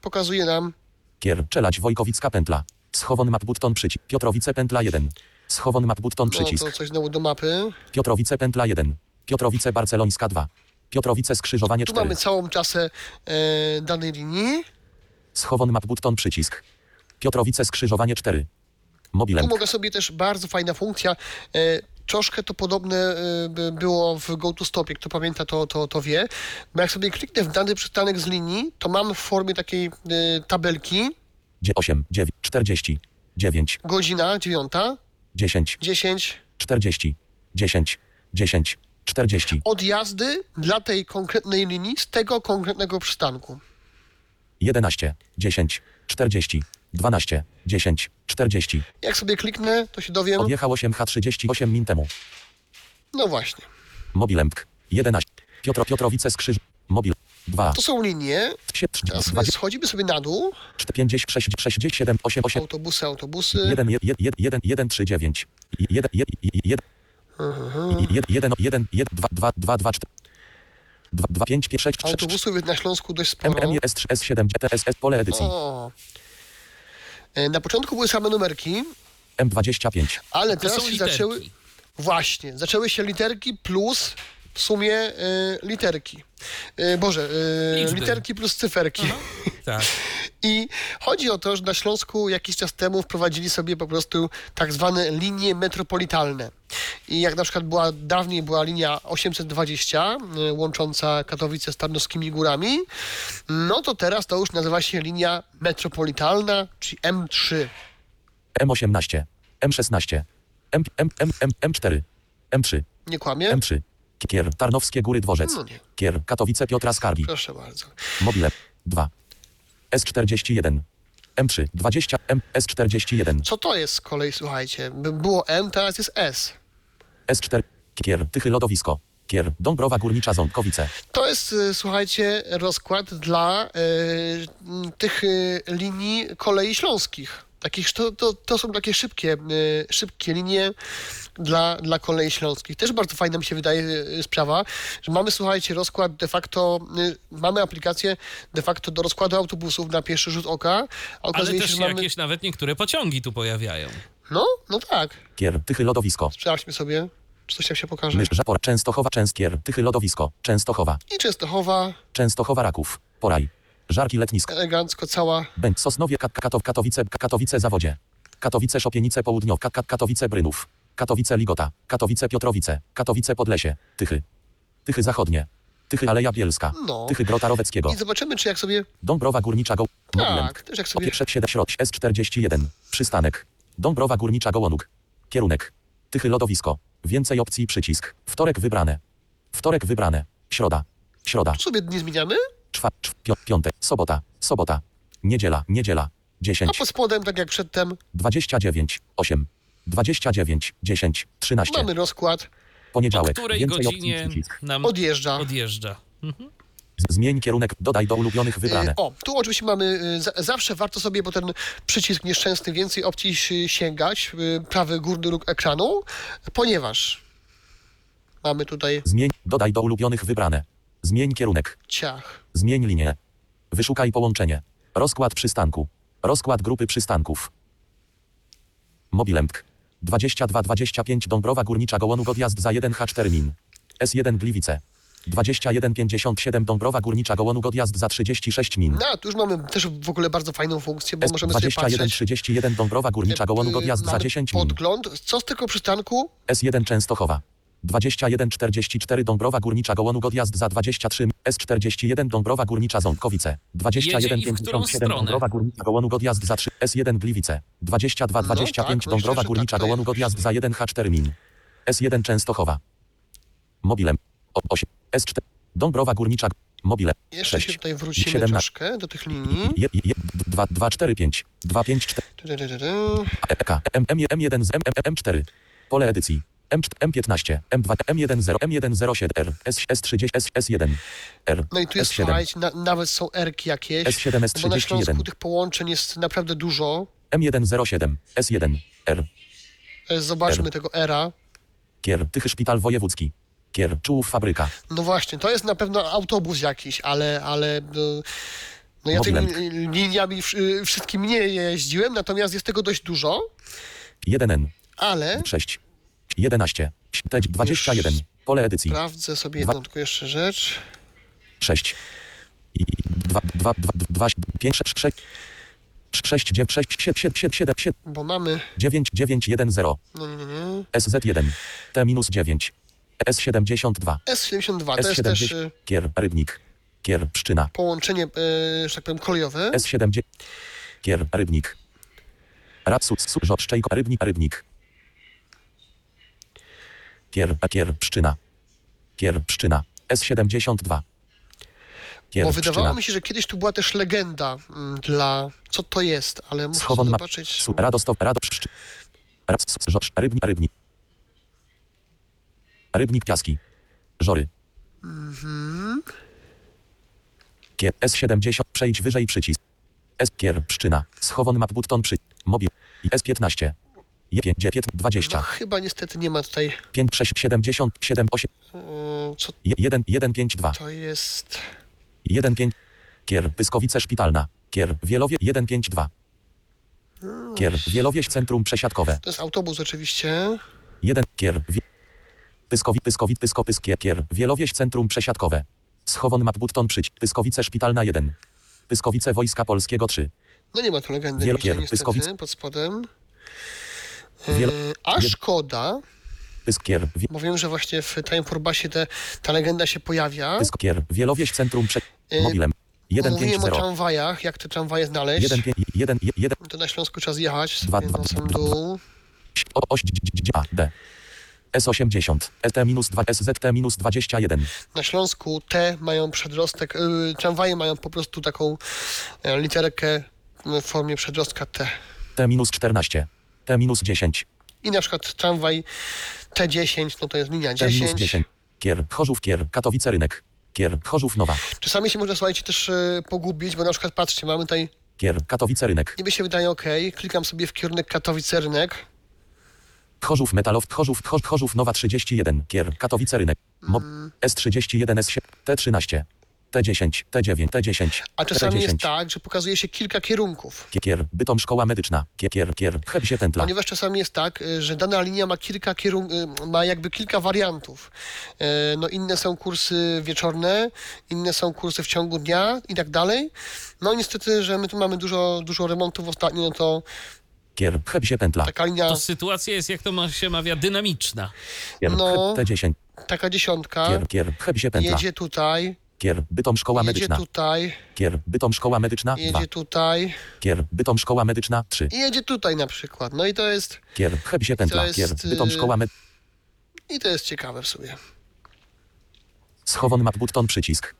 Speaker 3: pokazuje nam.
Speaker 4: Kier. Czelać Wojkowicka Pętla. Schowon map button przycisk. Piotrowice Pętla 1. Schowon map button
Speaker 3: No to
Speaker 4: przycisk.
Speaker 3: coś znowu do mapy.
Speaker 4: Piotrowice Pętla 1. Piotrowice Barcelońska 2. Piotrowice Skrzyżowanie
Speaker 3: Tu
Speaker 4: 4.
Speaker 3: mamy całą trasę e, danej linii.
Speaker 4: Schowon map button przycisk. Piotrowice Skrzyżowanie 4. Mobilem.
Speaker 3: Tu mogę sobie też bardzo fajna funkcja. E, troszkę to podobne e, by było w GoToStopie. Kto pamięta, to, to, to wie. Bo jak sobie kliknę w dany przystanek z linii, to mam w formie takiej e, tabelki
Speaker 4: Dzie- 8. 9. 40. 9.
Speaker 3: godzina 9,
Speaker 4: 10.
Speaker 3: 10
Speaker 4: 40, 10, 10, 40,
Speaker 3: odjazdy dla tej konkretnej linii z tego konkretnego przystanku.
Speaker 4: 11, 10, 40, 12, 10, 40.
Speaker 3: Jak sobie kliknę, to się dowiem.
Speaker 4: Odjechał 8H38 min temu.
Speaker 3: No właśnie.
Speaker 4: Mobilemk. 11. Piotro Piotrowice Skrzyż. Mobil. 2.
Speaker 3: To są linie.
Speaker 4: 7,
Speaker 3: Teraz sobie
Speaker 4: 20,
Speaker 3: schodzimy sobie na dół.
Speaker 4: 50, 6, 6, 7, 8, 8.
Speaker 3: Autobusy, autobusy.
Speaker 4: 1, 1, 1, 1, 3, 9. 1, 1, 1,
Speaker 3: Mhm.
Speaker 4: 1, 1, 2, 2, 2, 2, 4. 2, 2, 5, 5, 6, 6, 6,
Speaker 3: Autobusów jest na Śląsku dość sporo.
Speaker 4: MM, S3, S7, TSS, pole edycji.
Speaker 3: O. E, Na początku były same numerki,
Speaker 4: M25.
Speaker 3: ale
Speaker 2: To
Speaker 3: teraz
Speaker 2: są
Speaker 3: się
Speaker 2: literki.
Speaker 3: zaczęły. Właśnie, zaczęły się literki plus w sumie e, literki. E, Boże, e,
Speaker 2: Liczby.
Speaker 3: literki plus cyferki.
Speaker 2: Tak.
Speaker 3: I chodzi o to, że na Śląsku jakiś czas temu wprowadzili sobie po prostu tak zwane linie metropolitalne. I jak na przykład była dawniej była linia 820 y, łącząca Katowice z Tarnowskimi Górami, no to teraz to już nazywa się linia metropolitalna, czyli M3.
Speaker 4: M18, M16, M, M, M, M, M4, M3,
Speaker 3: Nie kłamie?
Speaker 4: M3, Kier, Tarnowskie Góry Dworzec,
Speaker 3: No nie.
Speaker 4: Kier, Katowice Piotra Skargi,
Speaker 3: Proszę bardzo.
Speaker 4: Mobile, 2, S41, M3, 20, M, S41,
Speaker 3: Co to jest z kolei, słuchajcie? by- Było M, teraz jest S.
Speaker 4: S4, Kier, Tychy Lodowisko, Kier, Dąbrowa Górnicza Ząbkowice,
Speaker 3: To jest, y, słuchajcie, e, rozkład dla y, tych y, linii e, kolei śląskich. Takich, to, to, to są takie szybkie, y, szybkie linie dla, dla kolei śląskich. Też bardzo fajna mi się wydaje y, sprawa, że mamy, słuchajcie, rozkład de facto, y, mamy aplikację de facto do rozkładu autobusów na pierwszy rzut oka, a
Speaker 2: Ale
Speaker 3: okazuje się,
Speaker 2: też
Speaker 3: że
Speaker 2: się
Speaker 3: mamy...
Speaker 2: jakieś nawet niektóre pociągi tu pojawiają.
Speaker 3: No, no tak.
Speaker 4: Kier, tychy lodowisko.
Speaker 3: Sprawdźmy sobie, czy coś tam się pokaże.
Speaker 4: Mysz, Żapor, Częstochowa, Częskier, tychy lodowisko. Częstochowa,
Speaker 3: I Częstochowa,
Speaker 4: Częstochowa, Raków, Poraj. Żarki letnisk.
Speaker 3: elegancko cała.
Speaker 4: Bęk, Sosnowie, Kat, Katow, Katowice, Katowice, Zawodzie. Katowice, Szopienice, Południow, Kat, Kat, Katowice, Brynów. Katowice, Ligota. Katowice, Piotrowice. Katowice, Podlesie. Tychy. Tychy Zachodnie. Tychy Aleja Bielska.
Speaker 3: No.
Speaker 4: Tychy Grota Roweckiego.
Speaker 3: I zobaczymy, czy jak sobie...
Speaker 4: Dąbrowa Górnicza Go...
Speaker 3: Tak, też jak sobie...
Speaker 4: Popietrzeć 7 środź S41. Przystanek. Dąbrowa Górnicza Gołonuk. Kierunek. Tychy lodowisko. Więcej opcji przycisk. Wtorek wybrane. Wtorek wybrane. Środa. Środa.
Speaker 3: sobie dni zmieniamy,
Speaker 4: Czwart. Czw, pio, piątek. Sobota. Sobota. Niedziela. Niedziela.
Speaker 3: a
Speaker 4: 10.
Speaker 3: pod spodem, tak jak przedtem,
Speaker 4: 29. 8. 29. 10. 13.
Speaker 3: mamy rozkład,
Speaker 2: O
Speaker 4: Poniedziałek.
Speaker 2: której
Speaker 4: Więcej
Speaker 2: godzinie
Speaker 4: opcji przycisk.
Speaker 2: nam
Speaker 3: odjeżdża.
Speaker 2: odjeżdża.
Speaker 4: Z- Zmień kierunek. Dodaj do ulubionych wybrane.
Speaker 3: Y, O, tu oczywiście mamy, y, za- zawsze warto sobie po ten przycisk nieszczęsny więcej opcji si- sięgać, y, prawy górny róg ekranu, ponieważ mamy tutaj
Speaker 4: Zmień. Dodaj do ulubionych wybrane. Zmień kierunek.
Speaker 3: ciach.
Speaker 4: Zmień linię. Wyszukaj połączenie. Rozkład przystanku. Rozkład grupy przystanków. Mobilemk. 2225 Dąbrowa Górnicza Gołonów odjazd za 1H4 min. S1 Gliwice. 2157 Dąbrowa Górnicza Gołonów odjazd za 36 min.
Speaker 3: No, a tu już mamy też w ogóle bardzo fajną funkcję, bo No, możemy sobie patrzeć,
Speaker 4: S2131 Dąbrowa Górnicza Gołonów
Speaker 3: y,
Speaker 4: odjazd za
Speaker 3: mamy
Speaker 4: 10 min.
Speaker 3: podgląd, co z tego przystanku,
Speaker 4: S1 Częstochowa. 2144 Dąbrowa Górnicza Gołonów odjazd za 23 min. S41 Dąbrowa Górnicza Ząbkowice.
Speaker 2: Jedzie i w którą
Speaker 4: 2157
Speaker 2: stronę?
Speaker 4: Dąbrowa Górnicza Gołonów odjazd za 3 S1 Gliwice.
Speaker 3: No tak,
Speaker 4: 2225
Speaker 3: myślę,
Speaker 4: Dąbrowa
Speaker 3: że
Speaker 4: Górnicza
Speaker 3: tak to
Speaker 4: Gołonów
Speaker 3: jakoś-
Speaker 4: odjazd za 1 H4 min. S1 Częstochowa. Mobilem. O- 8 S4 Dąbrowa Górnicza Mobile.
Speaker 3: jeszcze
Speaker 4: 6
Speaker 3: się tutaj wrócimy
Speaker 4: 17.
Speaker 3: troszkę do tych linii,
Speaker 4: 2 2 4 5 2 5 4
Speaker 3: Tu, tu, tu, tu.
Speaker 4: EK, M, M, M1 z M, M, M4. Pole edycji. M, M15, M2, M10, M107R, S, S30, S, S1, R,
Speaker 3: no i tu jest,
Speaker 4: S7,
Speaker 3: słuchajcie, na, nawet są erki jakieś,
Speaker 4: S7,
Speaker 3: bo na Śląsku
Speaker 4: S31,
Speaker 3: tych połączeń jest naprawdę dużo,
Speaker 4: M107, S1, R,
Speaker 3: E, zobaczmy tego era,
Speaker 4: Kier, Tychy Szpital Wojewódzki, Kier, Czułów Fabryka,
Speaker 3: No właśnie, to jest na pewno autobus jakiś, ale, ale no, no ja tymi
Speaker 4: Modlem.
Speaker 3: y, liniami wsz- y, wszystkimi nie jeździłem, natomiast jest tego dość dużo,
Speaker 4: 1N,
Speaker 3: ale
Speaker 4: 6, 11, T, 21, pole edycji,
Speaker 3: sprawdzę sobie jedną tylko jeszcze rzecz.
Speaker 4: 6, 2, 2, 2, 2, 5, 6, 6, 6, 9, 6, 7, 7, 7, 7,
Speaker 3: Bo mamy,
Speaker 4: 9, 9, 1, 0.
Speaker 3: no nie, nie, nie,
Speaker 4: SZ1, T-9, S72,
Speaker 3: S72, to jest też
Speaker 4: S70,
Speaker 3: y,
Speaker 4: Kier, Rybnik, Kier, Pszczyna,
Speaker 3: połączenie, y, że tak powiem, kolejowe.
Speaker 4: S70, Kier, Rybnik, Rapsud, Surzot, Szczejko, Rybnik, Rybnik, Kier, a Kier, Pszczyna, Kier, Pszczyna, S72, Kier,
Speaker 3: Bo
Speaker 4: Pszczyna,
Speaker 3: wydawało mi się, że kiedyś tu była też legenda mm, dla, co to jest, ale muszę
Speaker 4: Schowon, Ma,
Speaker 3: zobaczyć.
Speaker 4: Su- Radostow, Radosz, Pszczy, Rapsud, Surzot, Rybnik, Rybnik, Rybnik, Piaski, Żory.
Speaker 3: Mhm.
Speaker 4: Kier S70 przejdź wyżej przycisk. S Kier Pszczyna. Schowon map button przy mobil. S15. J5
Speaker 3: No,
Speaker 4: 20
Speaker 3: chyba niestety nie ma tutaj,
Speaker 4: 5 6 70 7 8
Speaker 3: y, co
Speaker 4: 1 1 5 2
Speaker 3: to jest.
Speaker 4: 1 5 Kier Pyskowice Szpitalna. Kier Wielowie 1 5 2
Speaker 3: No
Speaker 4: Kier Wielowieś Centrum Przesiadkowe.
Speaker 3: To jest autobus oczywiście.
Speaker 4: 1 Kier Wi- Pyskowi Pyskowi Pysko Pyskie Kier Wielowieś Centrum Przesiadkowe. Schowon map button przy Pyskowice Szpitalna 1. Pyskowice Wojska Polskiego 3.
Speaker 3: No nie ma tu legendy
Speaker 4: Wielkie
Speaker 3: nigdzie, niestety,
Speaker 4: Pyskowice.
Speaker 3: pod spodem.
Speaker 4: Wiel-
Speaker 3: E, A szkoda,
Speaker 4: Pyskier, wie,
Speaker 3: bo wiem, że właśnie w Time for Basie te, ta legenda się pojawia.
Speaker 4: Pyskier, Wielowieś Centrum przed
Speaker 3: Yy,
Speaker 4: mobilem. 1 5
Speaker 3: Mówiłem o
Speaker 4: 0
Speaker 3: tramwajach, jak te tramwaje znaleźć.
Speaker 4: 1 5 1 1
Speaker 3: To na Śląsku trzeba zjechać sobie
Speaker 4: Dwa, dwa,
Speaker 3: na sam
Speaker 4: dwa,
Speaker 3: dół.
Speaker 4: oś dź- dź- dź- a, D. S80, ST-2, SZT-21,
Speaker 3: Na Śląsku te mają przedrostek, y, tramwaje mają po prostu taką e, literkę w formie przedrostka T.
Speaker 4: T-14, T-10,
Speaker 3: I na przykład tramwaj T10, no to jest linia 10.
Speaker 4: T-10, Kier, Chorzów, Kier, Katowice Rynek, Kier, Chorzów Nowa,
Speaker 3: Czasami się można, słuchajcie, też e, pogubić, bo na przykład, patrzcie, mamy tutaj
Speaker 4: Kier, Katowice Rynek.
Speaker 3: Niby się wydaje ok. Klikam sobie w kierunek Katowice-Rynek.
Speaker 4: Tchorzów Metalow, Tchorzów, Tchorz, Tchorzów Nowa 31, Kier, Katowice Rynek. Mob,
Speaker 3: Mm.
Speaker 4: S31, S7, T13, T10, T9, T10,
Speaker 3: A czasami jest
Speaker 4: T10,
Speaker 3: tak, że pokazuje się kilka kierunków.
Speaker 4: Kier, Bytom Szkoła Medyczna, Kier, Kier, Kier, Hebzie Tętla.
Speaker 3: Ponieważ czasami jest tak, y, że dana linia ma kilka kierun- y, ma jakby kilka wariantów. Y, No inne są kursy wieczorne, inne są kursy w ciągu dnia i tak dalej. No niestety, że my tu mamy dużo, dużo remontów ostatnio, no to
Speaker 4: Kier, Hebzie Pętla,
Speaker 3: taka linia,
Speaker 2: To sytuacja jest, jak to ma, się mawia, dynamiczna.
Speaker 4: Kier,
Speaker 3: no.
Speaker 4: Heb- T10,
Speaker 3: taka dziesiątka
Speaker 4: Kier, Kier, Hebzie Pętla,
Speaker 3: jedzie tutaj,
Speaker 4: Kier, Bytom Szkoła
Speaker 3: jedzie
Speaker 4: Medyczna,
Speaker 3: tutaj,
Speaker 4: Kier, Bytom Szkoła Medyczna, 2,
Speaker 3: jedzie tutaj
Speaker 4: Kier, Bytom Szkoła Medyczna, 3,
Speaker 3: i jedzie tutaj na przykład. No i to jest,
Speaker 4: Kier, Hebzie Pętla,
Speaker 3: jest,
Speaker 4: Kier, Bytom
Speaker 3: y,
Speaker 4: Szkoła Medyczna.
Speaker 3: i to jest ciekawe w sobie.
Speaker 4: Schowon map button przycisk.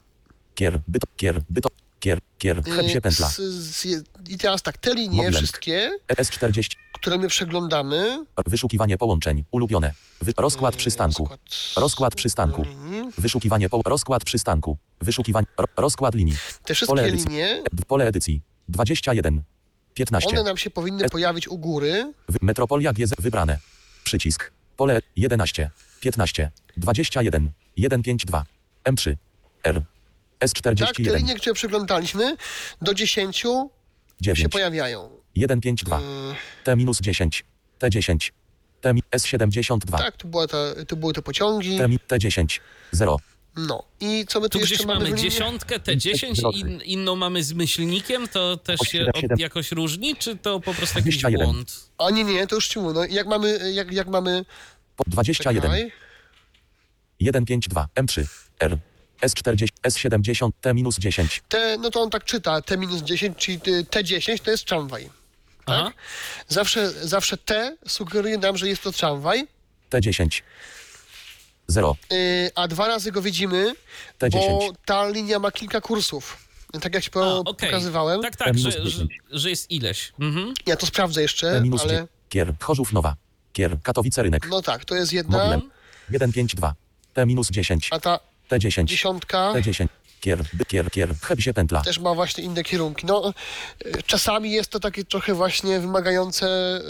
Speaker 4: Kier, byt, kier, byt, kier,
Speaker 3: Y-
Speaker 4: kier, chleb się pętla. E
Speaker 3: Z, z, I teraz tak, te linie
Speaker 4: Modlęk.
Speaker 3: wszystkie,
Speaker 4: ES40,
Speaker 3: które my przeglądamy.
Speaker 4: wyszukiwanie połączeń, ulubione. Wy, rozkład przystanku. Rozkład przystanku.
Speaker 3: linii.
Speaker 4: Wyszukiwanie po, rozkład przystanku. Wyszukiwanie, ro, rozkład linii.
Speaker 3: Te
Speaker 4: Pole
Speaker 3: wszystkie
Speaker 4: edycji.
Speaker 3: linie,
Speaker 4: E- Pole edycji. 21. 15.
Speaker 3: one nam się powinny pojawić u góry. tak?
Speaker 4: Wy, metropolia GZ wybrane. Przycisk. Pole 11. 15. 21. 152. M3. R.
Speaker 3: Tak, te
Speaker 4: S41.
Speaker 3: linie, które przeglądaliśmy, do 10 się Mm.
Speaker 4: 9.
Speaker 3: pojawiają.
Speaker 4: 152. T-10. T10. T S72.
Speaker 3: Tak, tu, była ta, tu były te pociągi.
Speaker 4: T T10. 0.
Speaker 3: No i co my tu,
Speaker 2: Tu
Speaker 3: jeszcze
Speaker 2: gdzieś
Speaker 3: mamy?
Speaker 2: mamy
Speaker 3: w linie?
Speaker 2: dziesiątkę, te dziesięć,
Speaker 4: drodzy.
Speaker 2: in, inną mamy z myślnikiem, to też się
Speaker 4: 877.
Speaker 2: od, jakoś różni, czy to po prostu jakiś
Speaker 4: 21.
Speaker 2: błąd?
Speaker 3: A nie, nie, to już ci mówię. No, jak mamy, jak, jak mamy...
Speaker 4: Po 21.
Speaker 3: Czekaj.
Speaker 4: 152. M3. R. S40. S70. T-10.
Speaker 3: Te, no to on tak czyta, T-10, czyli y, T10 to jest tramwaj.
Speaker 2: Aha.
Speaker 3: Zawsze, zawsze T sugeruje nam, że jest to tramwaj,
Speaker 4: T10. 0.
Speaker 3: yy, a dwa razy go widzimy, bo
Speaker 4: T10.
Speaker 3: ta linia ma kilka kursów. Tak jak ci po,
Speaker 2: A, okej.
Speaker 3: pokazywałem.
Speaker 2: Tak, tak,
Speaker 4: M
Speaker 2: że,
Speaker 4: minus
Speaker 2: że, że jest ileś. Mhm.
Speaker 3: Ja to sprawdzę jeszcze, E, ale
Speaker 4: T-10. Kier. Chorzów Nowa. Kier. Katowice Rynek.
Speaker 3: no tak, to jest jedna,
Speaker 4: Modlem. 152. T-10.
Speaker 3: a ta
Speaker 4: T10.
Speaker 3: dziesiątka
Speaker 4: T10. Kier. By- Kier. Kier. Heb się pętla.
Speaker 3: też ma właśnie inne kierunki. No, y, czasami jest to takie trochę właśnie wymagające y,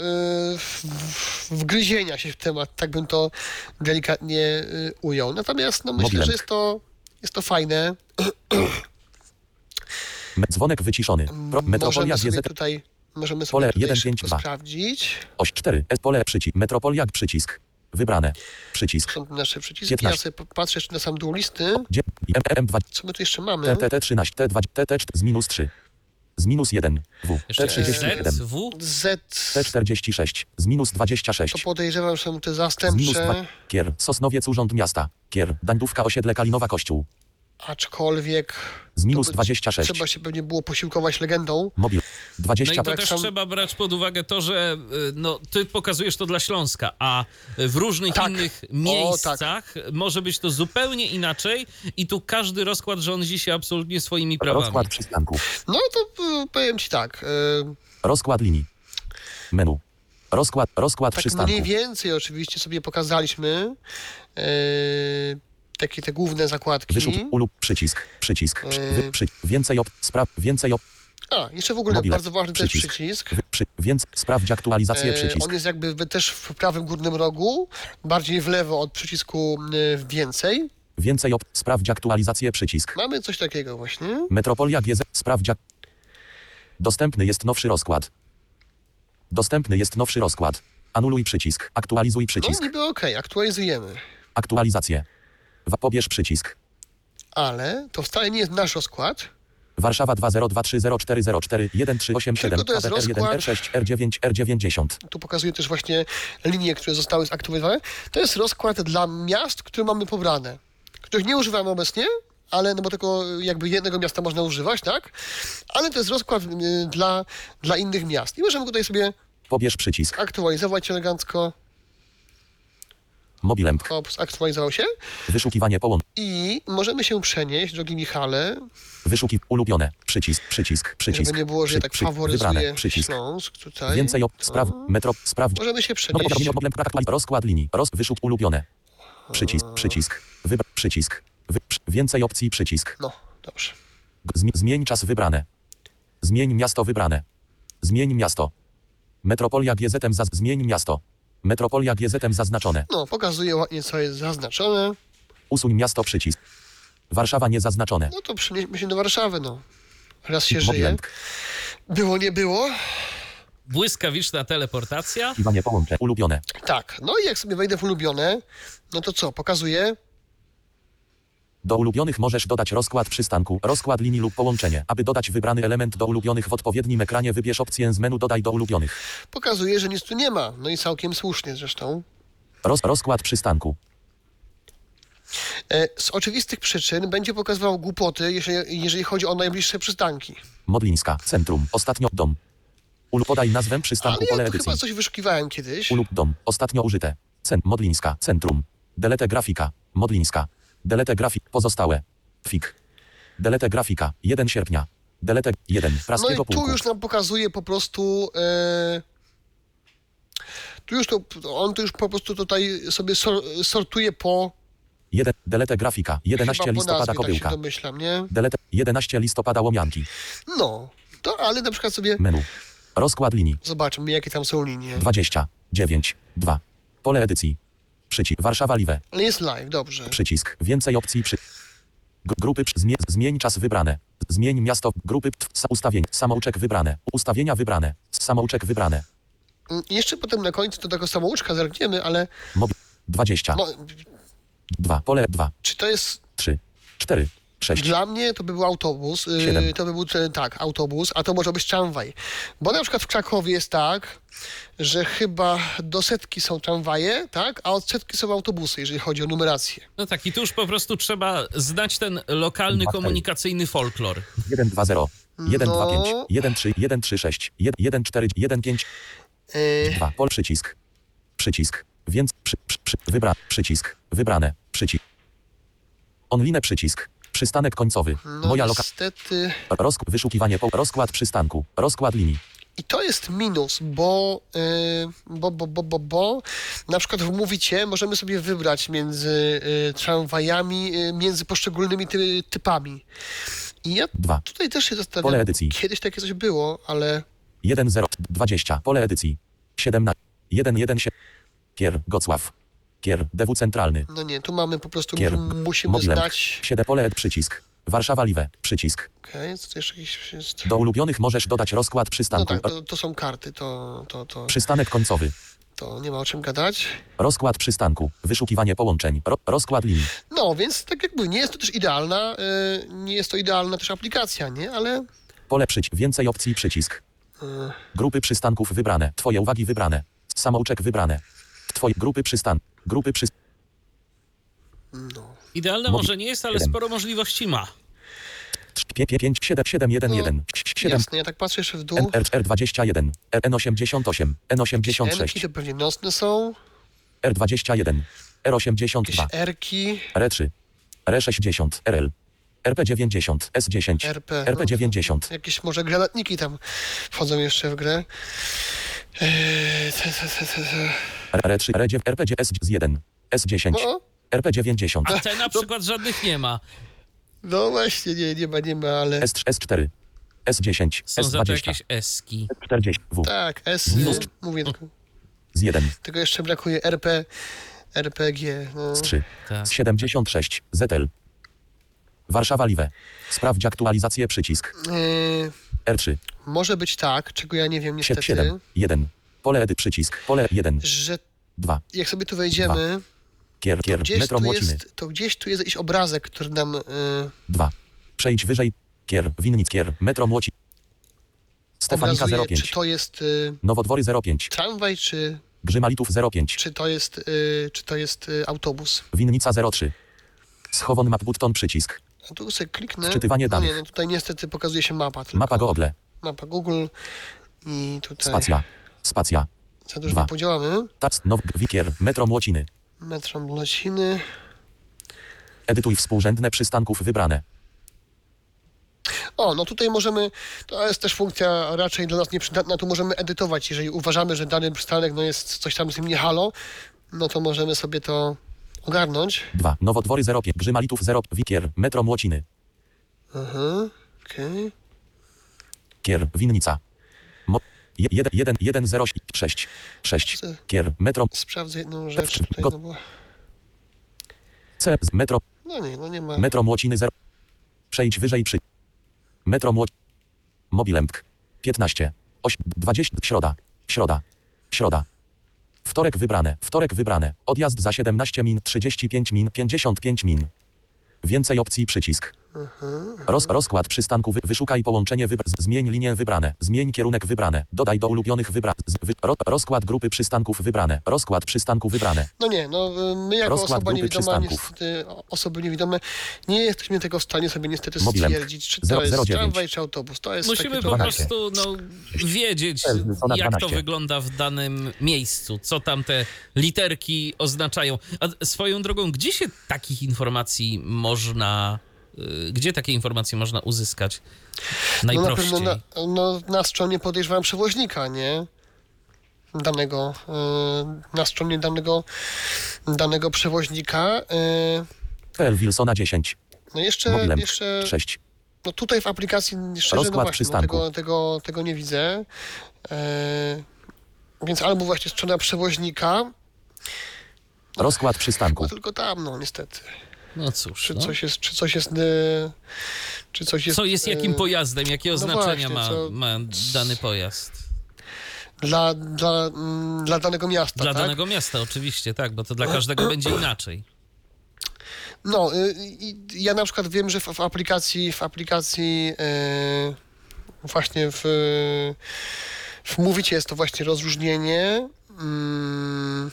Speaker 3: w- w- wgryzienia się w temat, tak bym to delikatnie y, ujął. Natomiast no, myślę,
Speaker 4: Modlem.
Speaker 3: że jest to, jest to fajne.
Speaker 4: Me- Dzwonek wyciszony. Pro- Metropolia
Speaker 3: Mm, możemy sobie
Speaker 4: GZ.
Speaker 3: tutaj możemy sobie
Speaker 4: Pole
Speaker 3: tutaj
Speaker 4: 1,
Speaker 3: szybko
Speaker 4: 5, 2.
Speaker 3: sprawdzić.
Speaker 4: Oś 4. S pole przycisk. Metropolia przycisk. Wybrane. Przycisk.
Speaker 3: Są tu nasze przyciski.
Speaker 4: 15.
Speaker 3: Ja sobie popatrzę jeszcze na sam dół listy.
Speaker 4: Gdzie MM2
Speaker 3: Co my tu jeszcze mamy?
Speaker 4: TT 13 T2 TT z minus 3 z minus 1 W
Speaker 2: Jeszcze Z,
Speaker 4: T37
Speaker 2: W,
Speaker 3: Z
Speaker 4: T46 z minus 26
Speaker 3: to podejrzewam, że są te
Speaker 4: z minus 2
Speaker 3: zastępcze,
Speaker 4: Kier Sosnowiec Urząd Miasta Kier Dandówka Osiedle Kalinowa Kościół
Speaker 3: aczkolwiek
Speaker 4: z minus
Speaker 3: to by-
Speaker 4: 26
Speaker 3: trzeba się pewnie było posiłkować legendą.
Speaker 4: Mobil
Speaker 2: No i
Speaker 4: 20
Speaker 2: to też
Speaker 3: sam-
Speaker 2: trzeba brać pod uwagę to, że y, no, ty pokazujesz to dla Śląska, a w różnych
Speaker 3: Tak.
Speaker 2: innych
Speaker 3: O, tak.
Speaker 2: miejscach może być to zupełnie inaczej i tu każdy rozkład rządzi się absolutnie swoimi prawami.
Speaker 4: rozkład przystanków
Speaker 3: No to y, powiem ci tak, y,
Speaker 4: rozkład linii menu rozkład rozkład
Speaker 3: tak mniej
Speaker 4: przystanków
Speaker 3: więcej oczywiście sobie pokazaliśmy y, takie te główne zakładki.
Speaker 4: Wyszuk, ulub, przycisk, przycisk,
Speaker 3: Yy.
Speaker 4: przy, wy, przy, więcej op, spraw, więcej op,
Speaker 3: A, jeszcze w ogóle
Speaker 4: Mobile.
Speaker 3: bardzo ważny też
Speaker 4: Przycisk.
Speaker 3: przycisk.
Speaker 4: wy, przy, więc sprawdź aktualizację
Speaker 3: E,
Speaker 4: przycisk.
Speaker 3: On jest jakby w- też w prawym górnym rogu, bardziej w lewo od przycisku y, więcej.
Speaker 4: Więcej op. Sprawdź aktualizację przycisk.
Speaker 3: Mamy coś takiego właśnie. No,
Speaker 4: Metropolia GZ. Sprawdź. ak- Dostępny jest nowszy rozkład. Dostępny jest nowszy rozkład. Anuluj przycisk. Aktualizuj
Speaker 3: No
Speaker 4: przycisk.
Speaker 3: niby okej, aktualizujemy.
Speaker 4: Aktualizację. Wa- Pobierz przycisk.
Speaker 3: Ale to wcale nie jest nasz rozkład,
Speaker 4: Warszawa 2023040413871
Speaker 3: Tylko to jest rozkład-
Speaker 4: R6 R9 R90.
Speaker 3: tu pokazuję też właśnie linie, które zostały zaktywowane. To jest rozkład dla miast, które mamy pobrane, których nie używamy obecnie, ale no bo tylko jakby jednego miasta można używać, tak? Ale to jest rozkład y, dla, dla innych miast. I możemy tutaj sobie
Speaker 4: Pobierz przycisk.
Speaker 3: aktualizować elegancko.
Speaker 4: Mobilem.
Speaker 3: Ops, aktualizował się.
Speaker 4: Wyszukiwanie połączeń.
Speaker 3: I możemy się przenieść, drogi Michale,
Speaker 4: Wyszuki ulubione. Przycisk, przycisk, przycisk.
Speaker 3: żeby nie było, że ja
Speaker 4: Przy-
Speaker 3: tak
Speaker 4: przy- wybrane.
Speaker 3: faworyzuję
Speaker 4: Przycisk.
Speaker 3: Śląsk tutaj.
Speaker 4: Więcej op. Spraw. Metro. Sprawdź.
Speaker 3: Możemy się
Speaker 4: No,
Speaker 3: przenieść.
Speaker 4: no, problem, aktualiz- rozkład linii. Roz, wyszup ulubione. Przycisk, przycisk. Wybr, przycisk. Wy, przy, więcej opcji, przycisk.
Speaker 3: No, dobrze.
Speaker 4: G- Zmi, zmień czas wybrane. Zmień miasto wybrane. Zmień miasto. Metropolia GZM zaz... Zmień miasto. Metropolia GZM zaznaczone.
Speaker 3: No, pokazuje ładnie, co jest zaznaczone.
Speaker 4: Usuń miasto przycisk. Warszawa niezaznaczone.
Speaker 3: No to przenieśmy się do Warszawy, no. Raz się żyje.
Speaker 4: Mobilank.
Speaker 3: Było, nie było.
Speaker 2: Błyskawiczna teleportacja.
Speaker 4: Kiwanie połącze. Ulubione.
Speaker 3: Tak, no i jak sobie wejdę w ulubione, no to co, pokazuje
Speaker 4: Do ulubionych możesz dodać rozkład przystanku, rozkład linii lub połączenie. Aby dodać wybrany element do ulubionych w odpowiednim ekranie wybierz opcję z menu dodaj do ulubionych.
Speaker 3: pokazuje, że nic tu nie ma. No i całkiem słusznie zresztą.
Speaker 4: Roz... Rozkład przystanku.
Speaker 3: E, Z oczywistych przyczyn będzie pokazywał głupoty, jeżeli, jeżeli chodzi o najbliższe przystanki.
Speaker 4: Modlińska. Centrum. Ostatnio dom. Ulu... Podaj nazwę
Speaker 3: Ale
Speaker 4: przystanku pole
Speaker 3: ja tu
Speaker 4: edycji.
Speaker 3: chyba coś wyszukiwałem kiedyś.
Speaker 4: Ulub dom. Ostatnio użyte. Cen. Modlińska. Centrum. Delete grafika. Modlińska. Delete grafik. Pozostałe. Fik. Delete grafika. 1 sierpnia. Delete 1.
Speaker 3: No
Speaker 4: Praskiego
Speaker 3: i tu
Speaker 4: pułku.
Speaker 3: już nam pokazuje po prostu. E, tu już to, on to już po prostu tutaj sobie sor, sortuje po.
Speaker 4: 1. Delete grafika.
Speaker 3: chyba
Speaker 4: 11
Speaker 3: po
Speaker 4: listopada
Speaker 3: nazwie, tak się
Speaker 4: kobyłka.
Speaker 3: domyślam, nie?
Speaker 4: Delete 11 listopada łomianki.
Speaker 3: No, to ale na przykład sobie
Speaker 4: Menu. Rozkład linii.
Speaker 3: zobaczmy, jakie tam są linie.
Speaker 4: 20. 9. 2. Pole edycji. Przycisk. Warszawa Live.
Speaker 3: Ale jest live, dobrze.
Speaker 4: Przycisk. Więcej opcji przy... Gru- Grupy przy... Zmie... Zmień czas wybrane. Zmień miasto. Grupy... Tw... Sa... Ustawień. Samouczek wybrane. Ustawienia wybrane. Samouczek wybrane.
Speaker 3: Mm, Jeszcze potem na końcu do tego samouczka zerkniemy, ale
Speaker 4: Mob... 20.
Speaker 3: no,
Speaker 4: 2. Pole 2.
Speaker 3: czy to jest
Speaker 4: 3. 4. 6.
Speaker 3: Dla mnie to by był autobus, y,
Speaker 4: Siedem.
Speaker 3: to by był ten, tak, autobus, a to może być tramwaj. Bo na przykład w Krakowie jest tak, że chyba do setki są tramwaje, tak, a od setki są autobusy, jeżeli chodzi o numerację.
Speaker 2: No tak, i tu już po prostu trzeba znać ten lokalny
Speaker 4: Batel.
Speaker 2: komunikacyjny folklor.
Speaker 4: 1 2 0. 1 2 5.
Speaker 3: No.
Speaker 4: 1 3 1 3 6. 1 4 1 5
Speaker 3: Y,
Speaker 4: 2. Pol przycisk. Przycisk. Więc przy, przy, przy, wybra, przycisk. Wybrane. Przycisk. Online przycisk. Przystanek końcowy.
Speaker 3: no
Speaker 4: Moja loka.
Speaker 3: niestety.
Speaker 4: Roz, wyszukiwanie po rozkład przystanku. Rozkład linii.
Speaker 3: I to jest minus, bo, y, bo, bo, bo, bo, bo na przykład w Mówicie możemy sobie wybrać między y, tramwajami, y, między poszczególnymi ty, typami. I ja
Speaker 4: 2.
Speaker 3: tutaj też się
Speaker 4: Pole
Speaker 3: zastanawiam,
Speaker 4: edycji.
Speaker 3: kiedyś takie coś było, ale...
Speaker 4: 1 0 20. Pole edycji. 17. 1 1 7. Kier. Gocław. Kier. DW centralny.
Speaker 3: No nie, tu mamy po prostu,
Speaker 4: Kier.
Speaker 3: m- Mm, musimy
Speaker 4: Mobilem.
Speaker 3: znać...
Speaker 4: 7 pole ed przycisk. Warszawa Live. Przycisk.
Speaker 3: Okej, co to jeszcze jakiś jest?
Speaker 4: Do ulubionych możesz dodać rozkład
Speaker 3: No
Speaker 4: przystanku.
Speaker 3: tak, to, to są karty, to, to, to,
Speaker 4: Przystanek końcowy.
Speaker 3: to nie ma o czym gadać.
Speaker 4: Rozkład przystanku. Wyszukiwanie połączeń. Ro, rozkład linii.
Speaker 3: No, więc tak jak mówię, nie jest to też idealna, y, nie jest to idealna też aplikacja, nie? Ale
Speaker 4: Polepszyć. Więcej opcji przycisk. Grupy przystanków wybrane. Twoje uwagi wybrane. Samouczek wybrane. Twoje grupy przystan. Grupy przy.
Speaker 2: Idealne
Speaker 4: Mobi-
Speaker 2: może nie jest, ale
Speaker 4: Siedem.
Speaker 2: sporo możliwości ma.
Speaker 4: 5, 7, 7, 1, 1. 7.
Speaker 3: jasne, No, ja tak patrzę jeszcze w dół.
Speaker 4: NR, R21. RN88.
Speaker 3: Enki
Speaker 4: N86.
Speaker 3: to pewnie nocne są,
Speaker 4: R21.
Speaker 3: jakieś
Speaker 4: R82.
Speaker 3: erki,
Speaker 4: R3. R60. RL. RP90. S10.
Speaker 3: RP, no.
Speaker 4: RP90.
Speaker 3: jakieś może granatniki tam wchodzą jeszcze w grę. Yy, te, te, te, te, te.
Speaker 4: R3. R9. RPG S1. S10.
Speaker 3: No, Tak.
Speaker 4: RP90.
Speaker 2: A te na przykład żadnych nie ma.
Speaker 3: no właśnie, nie, nie ma, nie ma, ale...
Speaker 4: S3, S4. S10.
Speaker 2: Są za to
Speaker 4: S20.
Speaker 2: jakieś eski.
Speaker 4: 40. W.
Speaker 3: Tak, S,
Speaker 4: Minus-
Speaker 3: y, mówię tylko.
Speaker 4: Z 1.
Speaker 3: Tylko jeszcze brakuje RP, RPG. No.
Speaker 4: z 3,
Speaker 2: Tak.
Speaker 4: z 76, ZL. Warszawa Live. Sprawdź aktualizację przycisk.
Speaker 3: Yy,
Speaker 4: R3,
Speaker 3: może być tak, czego ja nie wiem niestety,
Speaker 4: 7, 1. Pole edy przycisk, pole 1,
Speaker 3: że
Speaker 4: 2.
Speaker 3: jak sobie tu wejdziemy,
Speaker 4: Kier, kier,
Speaker 3: gdzieś
Speaker 4: metro
Speaker 3: tu,
Speaker 4: Młociny,
Speaker 3: jest, to gdzieś tu jest jakiś obrazek, który nam... Yy,
Speaker 4: 2. Przejdź wyżej, kier, winnic, kier, metro Młociny. Stefanika
Speaker 3: obrazuje, czy
Speaker 4: 05,
Speaker 3: to jest yy,
Speaker 4: Nowodwory 05,
Speaker 3: tramwaj, czy,
Speaker 4: Grzymalitów 05,
Speaker 3: czy to jest, yy, czy to jest yy, autobus.
Speaker 4: Winnica 03. Schowon map button przycisk.
Speaker 3: A tu sobie kliknę.
Speaker 4: Wczytywanie
Speaker 3: no nie,
Speaker 4: danych.
Speaker 3: no tutaj niestety pokazuje się mapa tylko.
Speaker 4: Mapa Google,
Speaker 3: Mapa Google. I tutaj
Speaker 4: spacja, spacja.
Speaker 3: za dużo
Speaker 4: Dwa.
Speaker 3: nie podziałamy.
Speaker 4: Tac, now, wikier, metro Młociny.
Speaker 3: Metro Mlociny.
Speaker 4: Edytuj współrzędne przystanków wybrane.
Speaker 3: O, no tutaj możemy, to jest też funkcja raczej dla nas nieprzydatna, tu możemy edytować, jeżeli uważamy, że dany przystanek no jest coś tam z nim nie halo, no to możemy sobie to ogarnąć.
Speaker 4: 2. Nowodwory 05, Grzymalitów 0, Wikier, Metro Młociny.
Speaker 3: Aha, okej.
Speaker 4: Kier, winnica. Mo- 1, 1, 1, 0, 6, 6. Kier, metro,
Speaker 3: Sprawdzę jedną rzecz
Speaker 4: Dobrze,
Speaker 3: tutaj,
Speaker 4: go-
Speaker 3: no bo...
Speaker 4: C, z- metro,
Speaker 3: No nie, no nie ma...
Speaker 4: metro Młociny 0. Przejdź wyżej przy. Metro Młoc. Mobilemk. 15. 8, 20. Środa. Środa. Środa. Wtorek wybrane. Wtorek wybrane. Odjazd za 17 min, 35 min, 55 min. Więcej opcji przycisk. Roz, rozkład przystanku wy, wyszukaj połączenie wybra, z- zmień linię wybrane, zmień kierunek wybrane, dodaj do ulubionych wybrań, wy, ro, rozkład grupy przystanków wybrane, rozkład przystanku wybrane,
Speaker 3: No nie, no y, my jako
Speaker 4: Rozkład
Speaker 3: osoba
Speaker 4: grupy
Speaker 3: niewidoma,
Speaker 4: przystanków.
Speaker 3: niestety, o- osoby niewidome, nie jesteśmy tego w stanie sobie niestety
Speaker 4: Mobilem.
Speaker 3: stwierdzić, czy to
Speaker 4: Zero-
Speaker 3: jest
Speaker 4: zero dziewięć.
Speaker 3: tramwaj, czy autobus. To jest
Speaker 2: Musimy
Speaker 3: takie
Speaker 2: po
Speaker 3: trochę-
Speaker 4: 12.
Speaker 2: prostu no, wiedzieć,
Speaker 4: Persona
Speaker 2: jak to
Speaker 4: 12.
Speaker 2: wygląda w danym miejscu, co tam te literki oznaczają. A swoją drogą, gdzie się takich informacji można, y, gdzie takie informacje można uzyskać
Speaker 3: No na
Speaker 2: najprościej?
Speaker 3: pewno na, no, na stronie podejrzewam przewoźnika, nie? Danego, y, na stronie danego, danego przewoźnika. y,
Speaker 4: PL Wilsona 10,
Speaker 3: no jeszcze,
Speaker 4: mobilemk,
Speaker 3: jeszcze
Speaker 4: 6,
Speaker 3: no tutaj w aplikacji szczerze, no
Speaker 4: Rozkład
Speaker 3: właśnie, no
Speaker 4: przystanku.
Speaker 3: tego, tego, tego nie widzę. E, więc albo właśnie strona przewoźnika,
Speaker 4: rozkład przystanku.
Speaker 3: no tylko tam, no niestety.
Speaker 2: No cóż,
Speaker 3: Czy,
Speaker 2: no.
Speaker 3: coś, jest, czy coś jest... e, Czy coś jest...
Speaker 2: co jest jakim
Speaker 3: e,
Speaker 2: pojazdem, jakie oznaczenia
Speaker 3: właśnie,
Speaker 2: ma,
Speaker 3: co-
Speaker 2: ma dany pojazd?
Speaker 3: Dla, dla, mm, dla danego miasta,
Speaker 2: Dla
Speaker 3: tak?
Speaker 2: danego miasta oczywiście, tak, bo to dla każdego będzie inaczej.
Speaker 3: No, y, i- ja na przykład wiem, że w, w aplikacji, w aplikacji e, właśnie w, w Mówicie jest to właśnie rozróżnienie, mm,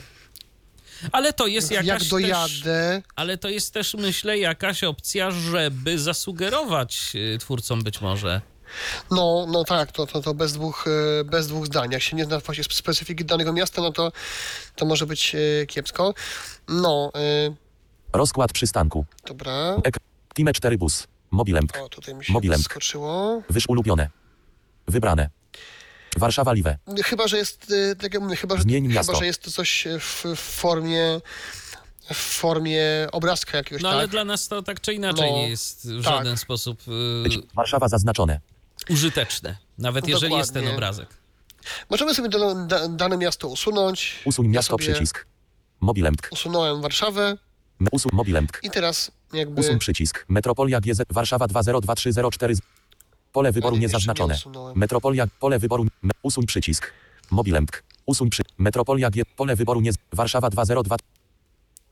Speaker 2: Ale to jest jakaś
Speaker 3: jak
Speaker 2: też...
Speaker 3: dojadę.
Speaker 2: Ale to jest też, myślę, jakaś opcja, żeby zasugerować y, twórcom być może.
Speaker 3: No, no tak, to, to, to bez, dwóch, e, bez dwóch zdań. Jak się nie zna właśnie specyfiki danego miasta, no to, to może być e, kiepsko. No, e,
Speaker 4: Rozkład przystanku.
Speaker 3: dobra.
Speaker 4: Ek. Time 4 bus. Mobilemk.
Speaker 3: O, tutaj mi się
Speaker 4: E- Mobilem.
Speaker 3: skoczyło.
Speaker 4: Wysz ulubione. Wybrane. Warszawa Liwe.
Speaker 3: Chyba, że jest, e, tak jak mówię, chyba, że,
Speaker 4: Zmień
Speaker 3: chyba,
Speaker 4: miasto.
Speaker 3: że jest to coś y, w, w formie w formie obrazka jakiegoś,
Speaker 2: No
Speaker 3: tak?
Speaker 2: ale dla nas to tak czy inaczej
Speaker 3: No,
Speaker 2: nie jest w
Speaker 3: tak.
Speaker 2: żaden sposób
Speaker 3: Mm.
Speaker 4: Być.
Speaker 2: y,
Speaker 4: Warszawa zaznaczone.
Speaker 2: użyteczne. Nawet jeżeli jest ten
Speaker 3: Dokładnie.
Speaker 2: obrazek.
Speaker 3: Możemy sobie dane, da, dane miasto usunąć.
Speaker 4: Usuń
Speaker 3: Ja
Speaker 4: miasto
Speaker 3: sobie
Speaker 4: przycisk. Mobilemk.
Speaker 3: Usunąłem Warszawę
Speaker 4: M- Usuń mobilemk.
Speaker 3: i teraz jakby...
Speaker 4: Usuń przycisk. Metropolia GZ Warszawa 202304. z- Pole wyboru
Speaker 3: nie, jeszcze nie
Speaker 4: niezaznaczone.
Speaker 3: usunąłem.
Speaker 4: Metropolia. Pole wyboru. M- Usuń przycisk. Mobilemk. Usuń przy. Metropolia G. Pole wyboru nie. Warszawa 202.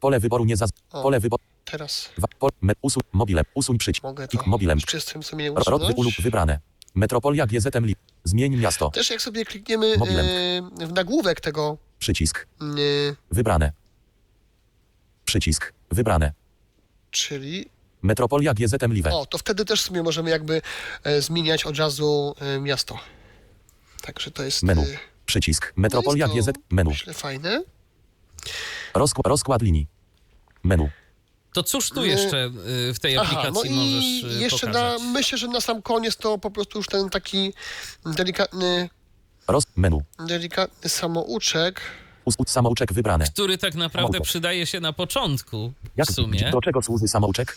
Speaker 4: Pole wyboru nie zaz...
Speaker 3: O.
Speaker 4: Pole wyboru.
Speaker 3: Teraz
Speaker 4: Wa... Pole... me- Usuń. Mobilem. Usuń przycisk.
Speaker 3: mogę to
Speaker 4: Mobilem.
Speaker 3: z czystym sumieniem
Speaker 4: Rod
Speaker 3: usunąć.
Speaker 4: lub wybrane. Metropolia GZM Lip. Zmień miasto.
Speaker 3: Też jak sobie klikniemy
Speaker 4: Mobilem.
Speaker 3: e, w nagłówek tego...
Speaker 4: Przycisk.
Speaker 3: E,
Speaker 4: Wybrane. Przycisk. Wybrane.
Speaker 3: czyli...
Speaker 4: Metropolia GZM Live.
Speaker 3: O, to wtedy też w sumie możemy jakby e, zmieniać od razu e, miasto. Także to jest...
Speaker 4: Menu.
Speaker 3: e,
Speaker 4: Przycisk. Metropolia
Speaker 3: No jest
Speaker 4: GZ.
Speaker 3: to,
Speaker 4: Menu.
Speaker 3: Myślę fajne.
Speaker 4: Rozkład, rozkład linii. Menu.
Speaker 2: To cóż tu jeszcze y, w tej
Speaker 3: Aha, no
Speaker 2: aplikacji
Speaker 3: i
Speaker 2: możesz y,
Speaker 3: jeszcze na,
Speaker 2: pokazać?
Speaker 3: myślę, że na sam koniec to po prostu już ten taki delikatny,
Speaker 4: Roz... Menu.
Speaker 3: delikatny samouczek.
Speaker 4: Us... Samouczek wybrane.
Speaker 2: Który tak naprawdę
Speaker 4: Mogę.
Speaker 2: przydaje się na początku
Speaker 4: Jak...
Speaker 2: w sumie.
Speaker 4: Do czego służy samouczek?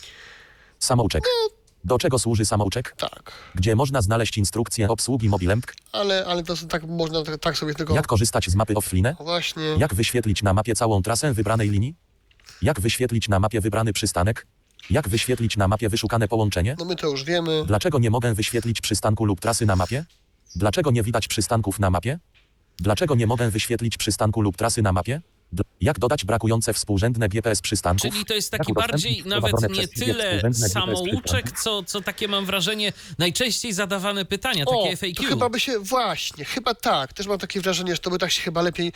Speaker 4: Samouczek.
Speaker 3: No.
Speaker 4: Do czego służy samouczek?
Speaker 3: Tak,
Speaker 4: Gdzie można znaleźć instrukcję obsługi mobilemk?
Speaker 3: ale, ale to tak można tak, tak sobie tego
Speaker 4: Jak korzystać z mapy offline?
Speaker 3: właśnie.
Speaker 4: Jak wyświetlić na mapie całą trasę wybranej linii? Jak wyświetlić na mapie wybrany przystanek? Jak wyświetlić na mapie wyszukane połączenie?
Speaker 3: No my to już wiemy.
Speaker 4: Dlaczego nie mogę wyświetlić przystanku lub trasy na mapie? Dlaczego nie widać przystanków na mapie? Dlaczego nie mogę wyświetlić przystanku lub trasy na mapie? Dl- jak dodać brakujące współrzędne GPS przystanków?
Speaker 2: Czyli to jest
Speaker 4: Jak
Speaker 2: taki
Speaker 4: udostępnić
Speaker 2: bardziej nawet
Speaker 4: wprowadzone
Speaker 2: nie
Speaker 4: przez Filię
Speaker 2: tyle
Speaker 4: współrzędne GPS
Speaker 2: samouczek,
Speaker 4: przystanki?
Speaker 2: co, co takie mam wrażenie najczęściej zadawane pytania,
Speaker 3: O,
Speaker 2: takie
Speaker 3: to
Speaker 2: FAQ.
Speaker 3: chyba by się, właśnie, chyba tak. Też mam takie wrażenie, że to by tak się chyba lepiej,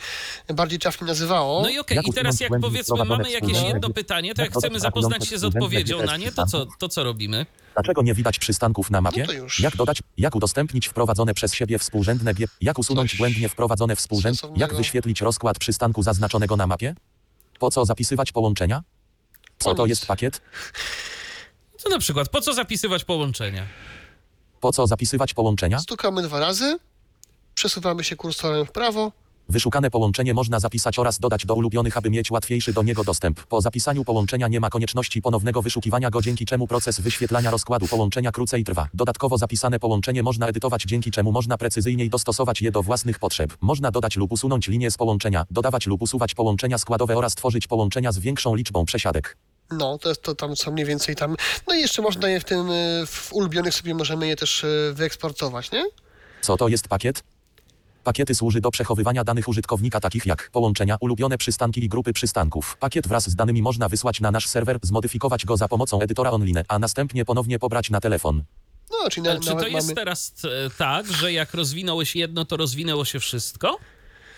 Speaker 3: bardziej trafnie nazywało.
Speaker 2: No i okej,
Speaker 4: Jak
Speaker 2: i teraz
Speaker 4: usunąć
Speaker 2: jak
Speaker 4: błędy
Speaker 2: powiedzmy
Speaker 4: wprowadzone
Speaker 2: mamy jakieś
Speaker 4: wspólnie?
Speaker 2: jedno pytanie, to jak
Speaker 4: Jak
Speaker 2: chcemy
Speaker 4: dodać
Speaker 2: zapoznać
Speaker 4: argumenty
Speaker 2: się z
Speaker 4: współrzędne
Speaker 2: odpowiedzią
Speaker 4: GPS
Speaker 2: na nie, to co, to co robimy?
Speaker 4: Dlaczego nie widać przystanków na mapie?
Speaker 3: No to już.
Speaker 4: jak dodać, jak udostępnić wprowadzone przez siebie współrzędne G... Jak usunąć
Speaker 3: Coś
Speaker 4: błędnie wprowadzone współrzędne?
Speaker 3: sensownego.
Speaker 4: Jak wyświetlić rozkład przystanku zaznaczonego na mapie? Po co zapisywać połączenia? Co
Speaker 3: Po
Speaker 4: to
Speaker 3: nic.
Speaker 4: jest pakiet?
Speaker 2: To na przykład, po co zapisywać połączenia?
Speaker 4: Po co zapisywać połączenia?
Speaker 3: Stukamy dwa razy, przesuwamy się kursorem w prawo
Speaker 4: Wyszukane połączenie można zapisać oraz dodać do ulubionych, aby mieć łatwiejszy do niego dostęp. Po zapisaniu połączenia nie ma konieczności ponownego wyszukiwania go, dzięki czemu proces wyświetlania rozkładu połączenia krócej trwa. Dodatkowo zapisane połączenie można edytować, dzięki czemu można precyzyjniej dostosować je do własnych potrzeb. Można dodać lub usunąć linie z połączenia, dodawać lub usuwać połączenia składowe oraz tworzyć połączenia z większą liczbą przesiadek.
Speaker 3: No, to jest to tam, co mniej więcej tam. No i jeszcze można je w tym, y, w ulubionych sobie możemy je też y, wyeksportować, nie?
Speaker 4: Co to jest pakiet? Pakiety służy do przechowywania danych użytkownika takich jak połączenia, ulubione przystanki i grupy przystanków. Pakiet wraz z danymi można wysłać na nasz serwer, zmodyfikować go za pomocą edytora online, a następnie ponownie pobrać na telefon.
Speaker 3: No, czyli
Speaker 2: Ale
Speaker 3: na,
Speaker 2: czy to
Speaker 3: nawet
Speaker 2: jest
Speaker 3: mamy...
Speaker 2: teraz e, tak, że jak rozwinąłeś jedno, to rozwinęło się wszystko?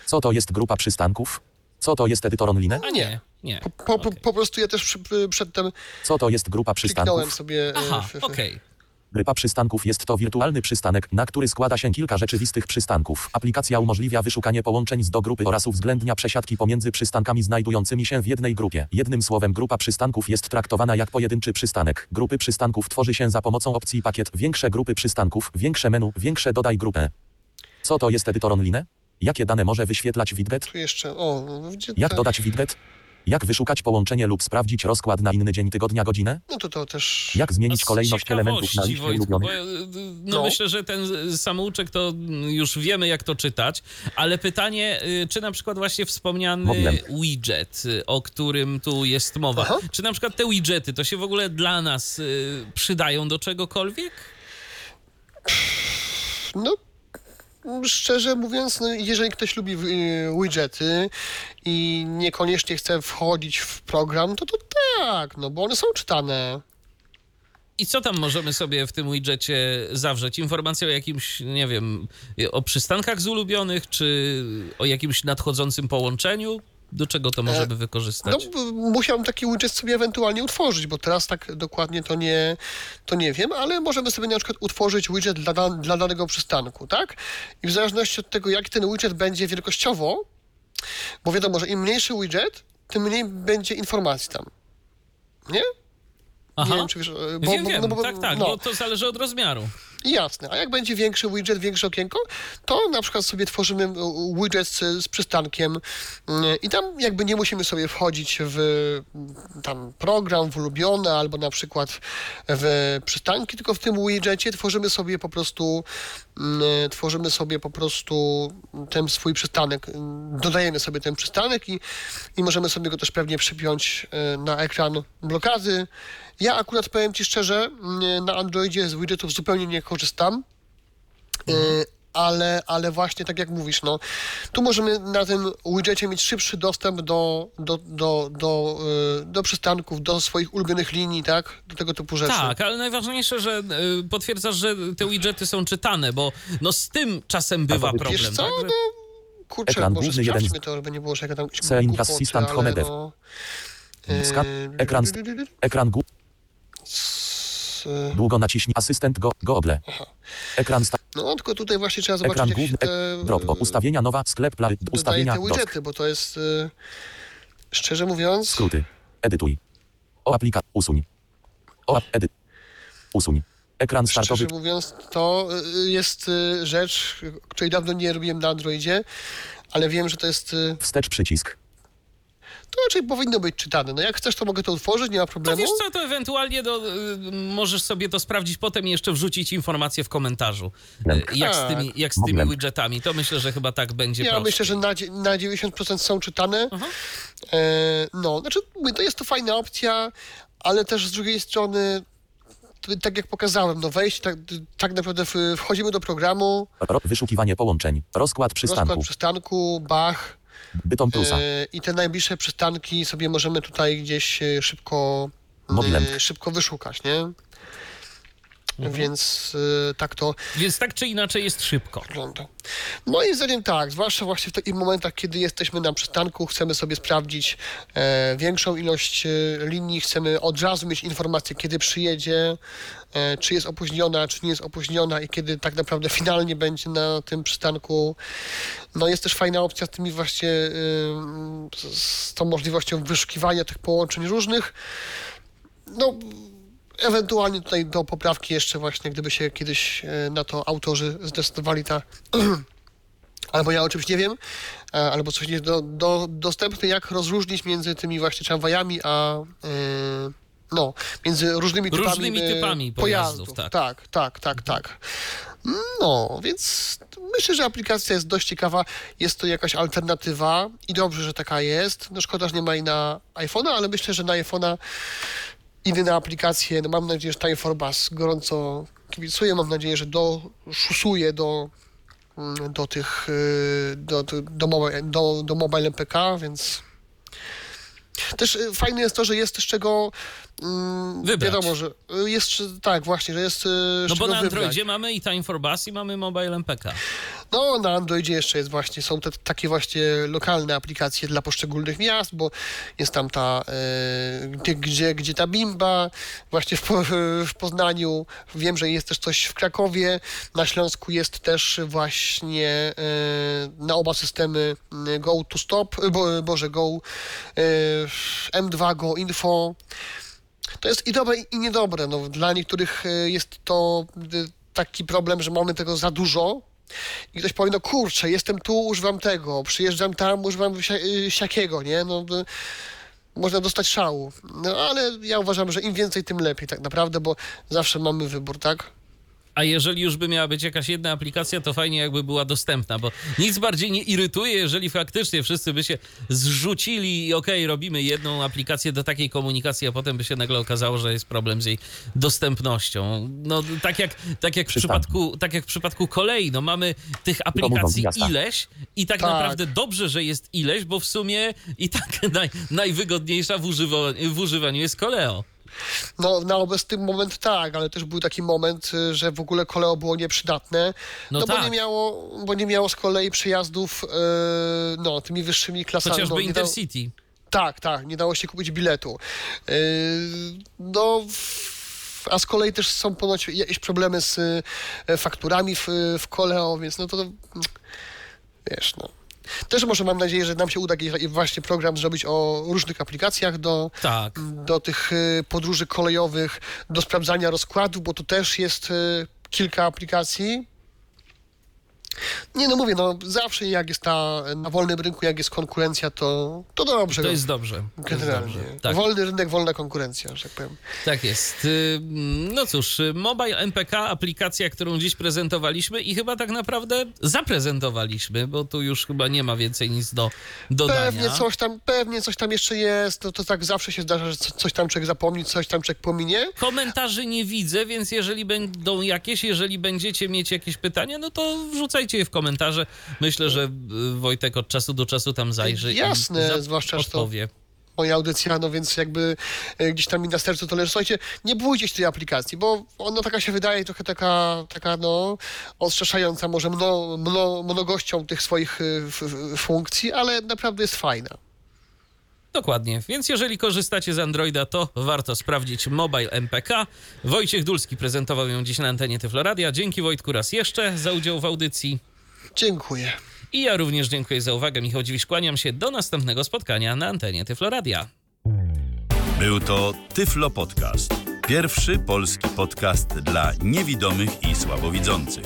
Speaker 4: Co to jest grupa przystanków? Co to jest edytor online?
Speaker 2: A nie, nie.
Speaker 3: Po, po, po, po prostu ja też przy, y, przedtem
Speaker 4: Co to jest grupa
Speaker 3: kliknąłem
Speaker 4: przystanków?
Speaker 3: sobie... y,
Speaker 2: Aha,
Speaker 3: w- w-
Speaker 2: okej.
Speaker 4: Grupa przystanków jest to wirtualny przystanek, na który składa się kilka rzeczywistych przystanków. Aplikacja umożliwia wyszukanie połączeń z do grupy oraz uwzględnia przesiadki pomiędzy przystankami znajdującymi się w jednej grupie. Jednym słowem, grupa przystanków jest traktowana jak pojedynczy przystanek. Grupy przystanków tworzy się za pomocą opcji pakiet, większe grupy przystanków, większe menu, większe dodaj grupę. Co to jest edytor online? Jakie dane może wyświetlać widget?
Speaker 3: Tu jeszcze, o, gdzie
Speaker 4: Jak
Speaker 3: tak?
Speaker 4: dodać widget? Jak wyszukać połączenie lub sprawdzić rozkład na inny dzień tygodnia godzinę?
Speaker 3: No to to też...
Speaker 4: Jak zmienić
Speaker 2: No, Z
Speaker 4: kolejność elementów na
Speaker 2: ciekawości,
Speaker 4: liście
Speaker 2: Wojtku,
Speaker 4: ulubionych?
Speaker 2: bo, y, no,
Speaker 3: No.
Speaker 2: myślę, że ten y, samouczek to mm, już wiemy, jak to czytać, ale pytanie, y, czy na przykład właśnie wspomniany
Speaker 4: Mówiłem.
Speaker 2: widget, y, o którym tu jest mowa,
Speaker 3: Aha.
Speaker 2: czy na przykład te widgety to się w ogóle dla nas y, przydają do czegokolwiek?
Speaker 3: No, szczerze mówiąc, no, jeżeli ktoś lubi y, widgety i niekoniecznie chce wchodzić w program, to to tak, no bo one są czytane.
Speaker 2: I co tam możemy sobie w tym widgetie zawrzeć? Informacje o jakimś, nie wiem, y, o przystankach z ulubionych, czy o jakimś nadchodzącym połączeniu? Do czego to możemy wykorzystać?
Speaker 3: E, No, b- musiałbym taki widget sobie ewentualnie utworzyć, bo teraz tak dokładnie to nie, to nie wiem, ale możemy sobie na przykład utworzyć widget dla, dan- dla danego przystanku, tak? I w zależności od tego, jaki ten widget będzie wielkościowo, bo wiadomo, że im mniejszy widget, tym mniej będzie informacji tam. Nie?
Speaker 2: Aha.
Speaker 3: Nie wiem, czy wiesz, e, bo,
Speaker 2: Wiem,
Speaker 3: bo-
Speaker 2: wiem,
Speaker 3: no bo-
Speaker 2: tak, tak,
Speaker 3: no.
Speaker 2: bo to zależy od rozmiaru.
Speaker 3: Jasne, a jak będzie większy widget, większe okienko, to na przykład sobie tworzymy e, widget z, z przystankiem mm, i tam jakby nie musimy sobie wchodzić w mm, tam program, w ulubione albo na przykład w przystanki, tylko w tym widgetie tworzymy sobie po prostu mm, tworzymy sobie po prostu ten swój przystanek, mm, dodajemy sobie ten przystanek i, i możemy sobie go też pewnie przypiąć e, na ekran blokady. Ja akurat powiem Ci szczerze, mm, na Androidzie z widgetów zupełnie nie korzystam, e, ale, ale właśnie tak jak mówisz, no, tu możemy na tym widgetie mieć szybszy dostęp do, do, do, do, e, do przystanków, do swoich ulubionych linii, tak? Do tego typu rzeczy.
Speaker 2: Tak, ale najważniejsze, że y, potwierdzasz, że te widgety są czytane, bo no z tym czasem bywa
Speaker 4: Albo-
Speaker 2: problem.
Speaker 3: Wiesz co,
Speaker 2: tak? Że-
Speaker 3: no, kurczę,
Speaker 4: Ekran
Speaker 3: może
Speaker 4: główny jeden
Speaker 3: sprawdźmy
Speaker 4: z-
Speaker 3: to, żeby nie było, że jaka tam jakieś
Speaker 4: Seeing
Speaker 3: głupoty,
Speaker 4: Assistant
Speaker 3: ale
Speaker 4: Home Dev.
Speaker 3: no,
Speaker 4: Skan,
Speaker 3: e,
Speaker 4: ekran, z- ekran gu,
Speaker 3: s- e,
Speaker 4: długo naciśnij asystent go, google. Ekran, sta,
Speaker 3: No, tylko tutaj właśnie trzeba zobaczyć,
Speaker 4: ekran
Speaker 3: jak się
Speaker 4: główny,
Speaker 3: te,
Speaker 4: ek, drop, o, ustawienia nowa, sklep, play,
Speaker 3: dodaje
Speaker 4: ustawienia,
Speaker 3: te
Speaker 4: dock,
Speaker 3: widgety, bo to jest, e, szczerze mówiąc,
Speaker 4: skróty, edytuj. O aplika, usuń. O, ap- edyt, usuń. Ekran
Speaker 3: szczerze
Speaker 4: startowy,
Speaker 3: mówiąc, to e, jest e, rzecz, której dawno nie robiłem na Androidzie, ale wiem, że to jest, e,
Speaker 4: wstecz przycisk.
Speaker 3: to raczej powinno być czytane. No, jak chcesz, to mogę to utworzyć, nie ma
Speaker 2: To
Speaker 3: problemu.
Speaker 2: No wiesz co, to ewentualnie do, y, możesz sobie to sprawdzić potem i jeszcze wrzucić informację w komentarzu, y, jak z tymi, jak z tymi
Speaker 4: Mogłem.
Speaker 2: widgetami. To myślę, że chyba tak będzie
Speaker 3: Tak.
Speaker 2: prościej.
Speaker 3: Ja
Speaker 2: Mhm.
Speaker 3: myślę, że na, dzie- na 90% są czytane.
Speaker 2: Aha.
Speaker 3: E, no, znaczy, mówię, to jest to fajna opcja, ale też z drugiej strony, to, tak jak pokazałem, no wejść, tak, tak naprawdę w, wchodzimy do programu,
Speaker 4: Ro, wyszukiwanie połączeń, rozkład
Speaker 3: rozkład
Speaker 4: przystanku,
Speaker 3: przystanku, Bach
Speaker 4: bytom plusa,
Speaker 3: e, i te najbliższe przystanki sobie możemy tutaj gdzieś e, szybko,
Speaker 4: Mobilem.
Speaker 3: e, szybko wyszukać, nie? Więc e, tak to
Speaker 2: Więc tak czy inaczej jest szybko.
Speaker 3: wygląda. Moim zdaniem tak, zwłaszcza właśnie w takich momentach, kiedy jesteśmy na przystanku, chcemy sobie sprawdzić e, większą ilość e, linii, chcemy od razu mieć informację, kiedy przyjedzie, e, czy jest opóźniona, czy nie jest opóźniona i kiedy tak naprawdę finalnie będzie na tym przystanku. No jest też fajna opcja z tymi właśnie, e, z, z tą możliwością wyszukiwania tych połączeń różnych. No, ewentualnie tutaj do poprawki jeszcze właśnie, gdyby się kiedyś e, na to autorzy zdecydowali, ta Albo ja oczywiście nie wiem, e, albo coś nie do, do, dostępne, jak rozróżnić między tymi właśnie tramwajami, a e, no, między różnymi typami,
Speaker 2: Różnymi
Speaker 3: e,
Speaker 2: typami pojazdów, tak.
Speaker 3: tak, tak, tak, tak. No, więc myślę, że aplikacja jest dość ciekawa. Jest to jakaś alternatywa i dobrze, że taka jest. No szkoda, że nie ma jej na iPhone'a, ale myślę, że na iPhone'a inne aplikacje, no mam nadzieję, że ta Inforbus gorąco kibicuje, mam nadzieję, że doszusuje do, mm, do tych, y, do, do, do, mobi- do, do Mobile MPK, więc... Też y, fajne jest to, że jest z czego mm,
Speaker 2: Wybrać.
Speaker 3: wiadomo, że y, jest tak właśnie, że jest y, z
Speaker 2: No bo
Speaker 3: czego
Speaker 2: na
Speaker 3: wybrać.
Speaker 2: Androidzie mamy i Time for Bus i mamy Mobile MPK.
Speaker 3: No, na Androidzie jeszcze jest właśnie, są te takie właśnie lokalne aplikacje dla poszczególnych miast, bo jest tam ta, e, gdzie, gdzie, gdzie ta bimba, właśnie w, Po- w Poznaniu, wiem, że jest też coś w Krakowie, na Śląsku jest też właśnie e, na oba systemy m, Go to Stop, e, bo, Boże, Go, e, M2 Go Info, to jest i dobre, i niedobre. No, dla niektórych y, jest to y, taki problem, że mamy tego za dużo. I ktoś powie, no kurczę, jestem tu, używam tego, przyjeżdżam tam, używam sia- y, siakiego, nie? No, y, można dostać szału. No, ale ja uważam, że im więcej, tym lepiej tak naprawdę, bo zawsze mamy wybór, tak?
Speaker 2: A jeżeli już by miała być jakaś jedna aplikacja, to fajnie jakby była dostępna, bo nic bardziej nie irytuje, jeżeli faktycznie wszyscy by się zrzucili i okej, robimy jedną aplikację do takiej komunikacji, a potem by się nagle okazało, że jest problem z jej dostępnością. No tak jak, tak jak, w,
Speaker 4: Przystanku.
Speaker 2: przypadku, tak jak w przypadku kolei, no mamy tych aplikacji
Speaker 4: miasta.
Speaker 2: ileś i tak,
Speaker 3: Tak.
Speaker 2: naprawdę dobrze, że jest ileś, bo w sumie i tak naj, najwygodniejsza w, używo, w używaniu jest koleo.
Speaker 3: No, na obecny moment tak, ale też był taki moment, y, że w ogóle koleo było nieprzydatne,
Speaker 2: No
Speaker 3: no, bo,
Speaker 2: tak.
Speaker 3: nie miało, bo nie miało z kolei przejazdów y, no, tymi wyższymi klasami.
Speaker 2: Chociażby
Speaker 3: no, nie dało-
Speaker 2: Intercity.
Speaker 3: Tak, tak, nie dało się kupić biletu. Yy, no, w- a z kolei też są ponoć jakieś problemy z y, fakturami w, w Koleo, więc no to, to mm, wiesz, no. Też może mam nadzieję, że nam się uda jakiś właśnie program zrobić o różnych aplikacjach do,
Speaker 2: Tak.
Speaker 3: do tych y, podróży kolejowych, do sprawdzania rozkładu, bo tu też jest y, kilka aplikacji. Nie no mówię, no zawsze jak jest ta, na wolnym rynku, jak jest konkurencja, to, to dobrze. no.
Speaker 2: To jest dobrze. To jest
Speaker 3: Generalnie.
Speaker 2: dobrze. Tak.
Speaker 3: Wolny rynek, wolna konkurencja, że tak powiem.
Speaker 2: Tak jest. Y, No cóż, y, Mobile MPK, aplikacja, którą dziś prezentowaliśmy i chyba tak naprawdę zaprezentowaliśmy, bo tu już chyba nie ma więcej nic do dodania.
Speaker 3: Pewnie coś tam, pewnie coś tam jeszcze jest, to, to tak zawsze się zdarza, że co- coś tam człowiek zapomni, coś tam człowiek pominie.
Speaker 2: Komentarzy nie widzę, więc jeżeli będą jakieś, jeżeli będziecie mieć jakieś pytania, no to wrzucajcie je w komentarze. Myślę, że y, Wojtek od czasu do czasu tam zajrzy
Speaker 3: Jasne,
Speaker 2: i za-
Speaker 3: zwłaszcza, że to-
Speaker 2: odpowie.
Speaker 3: Moja audycja, no więc jakby e, gdzieś tam mi na sercu to leży. Słuchajcie, nie bójcie się tej aplikacji, bo ona taka się wydaje trochę taka, taka no, odstraszająca może mno, mno, mnogością tych swoich y, f, f, funkcji, ale naprawdę jest fajna.
Speaker 2: Dokładnie, więc jeżeli korzystacie z Androida, to warto sprawdzić Mobile MPK. Wojciech Dulski prezentował ją dziś na antenie Tyfloradia. Dzięki Wojtku raz jeszcze za udział w audycji.
Speaker 3: Dziękuję.
Speaker 2: I ja również dziękuję za uwagę. Michał Dziwisz, kłaniam się do następnego spotkania na antenie Tyfloradia.
Speaker 1: Był to Tyflo Podcast. Pierwszy polski podcast dla niewidomych i słabowidzących.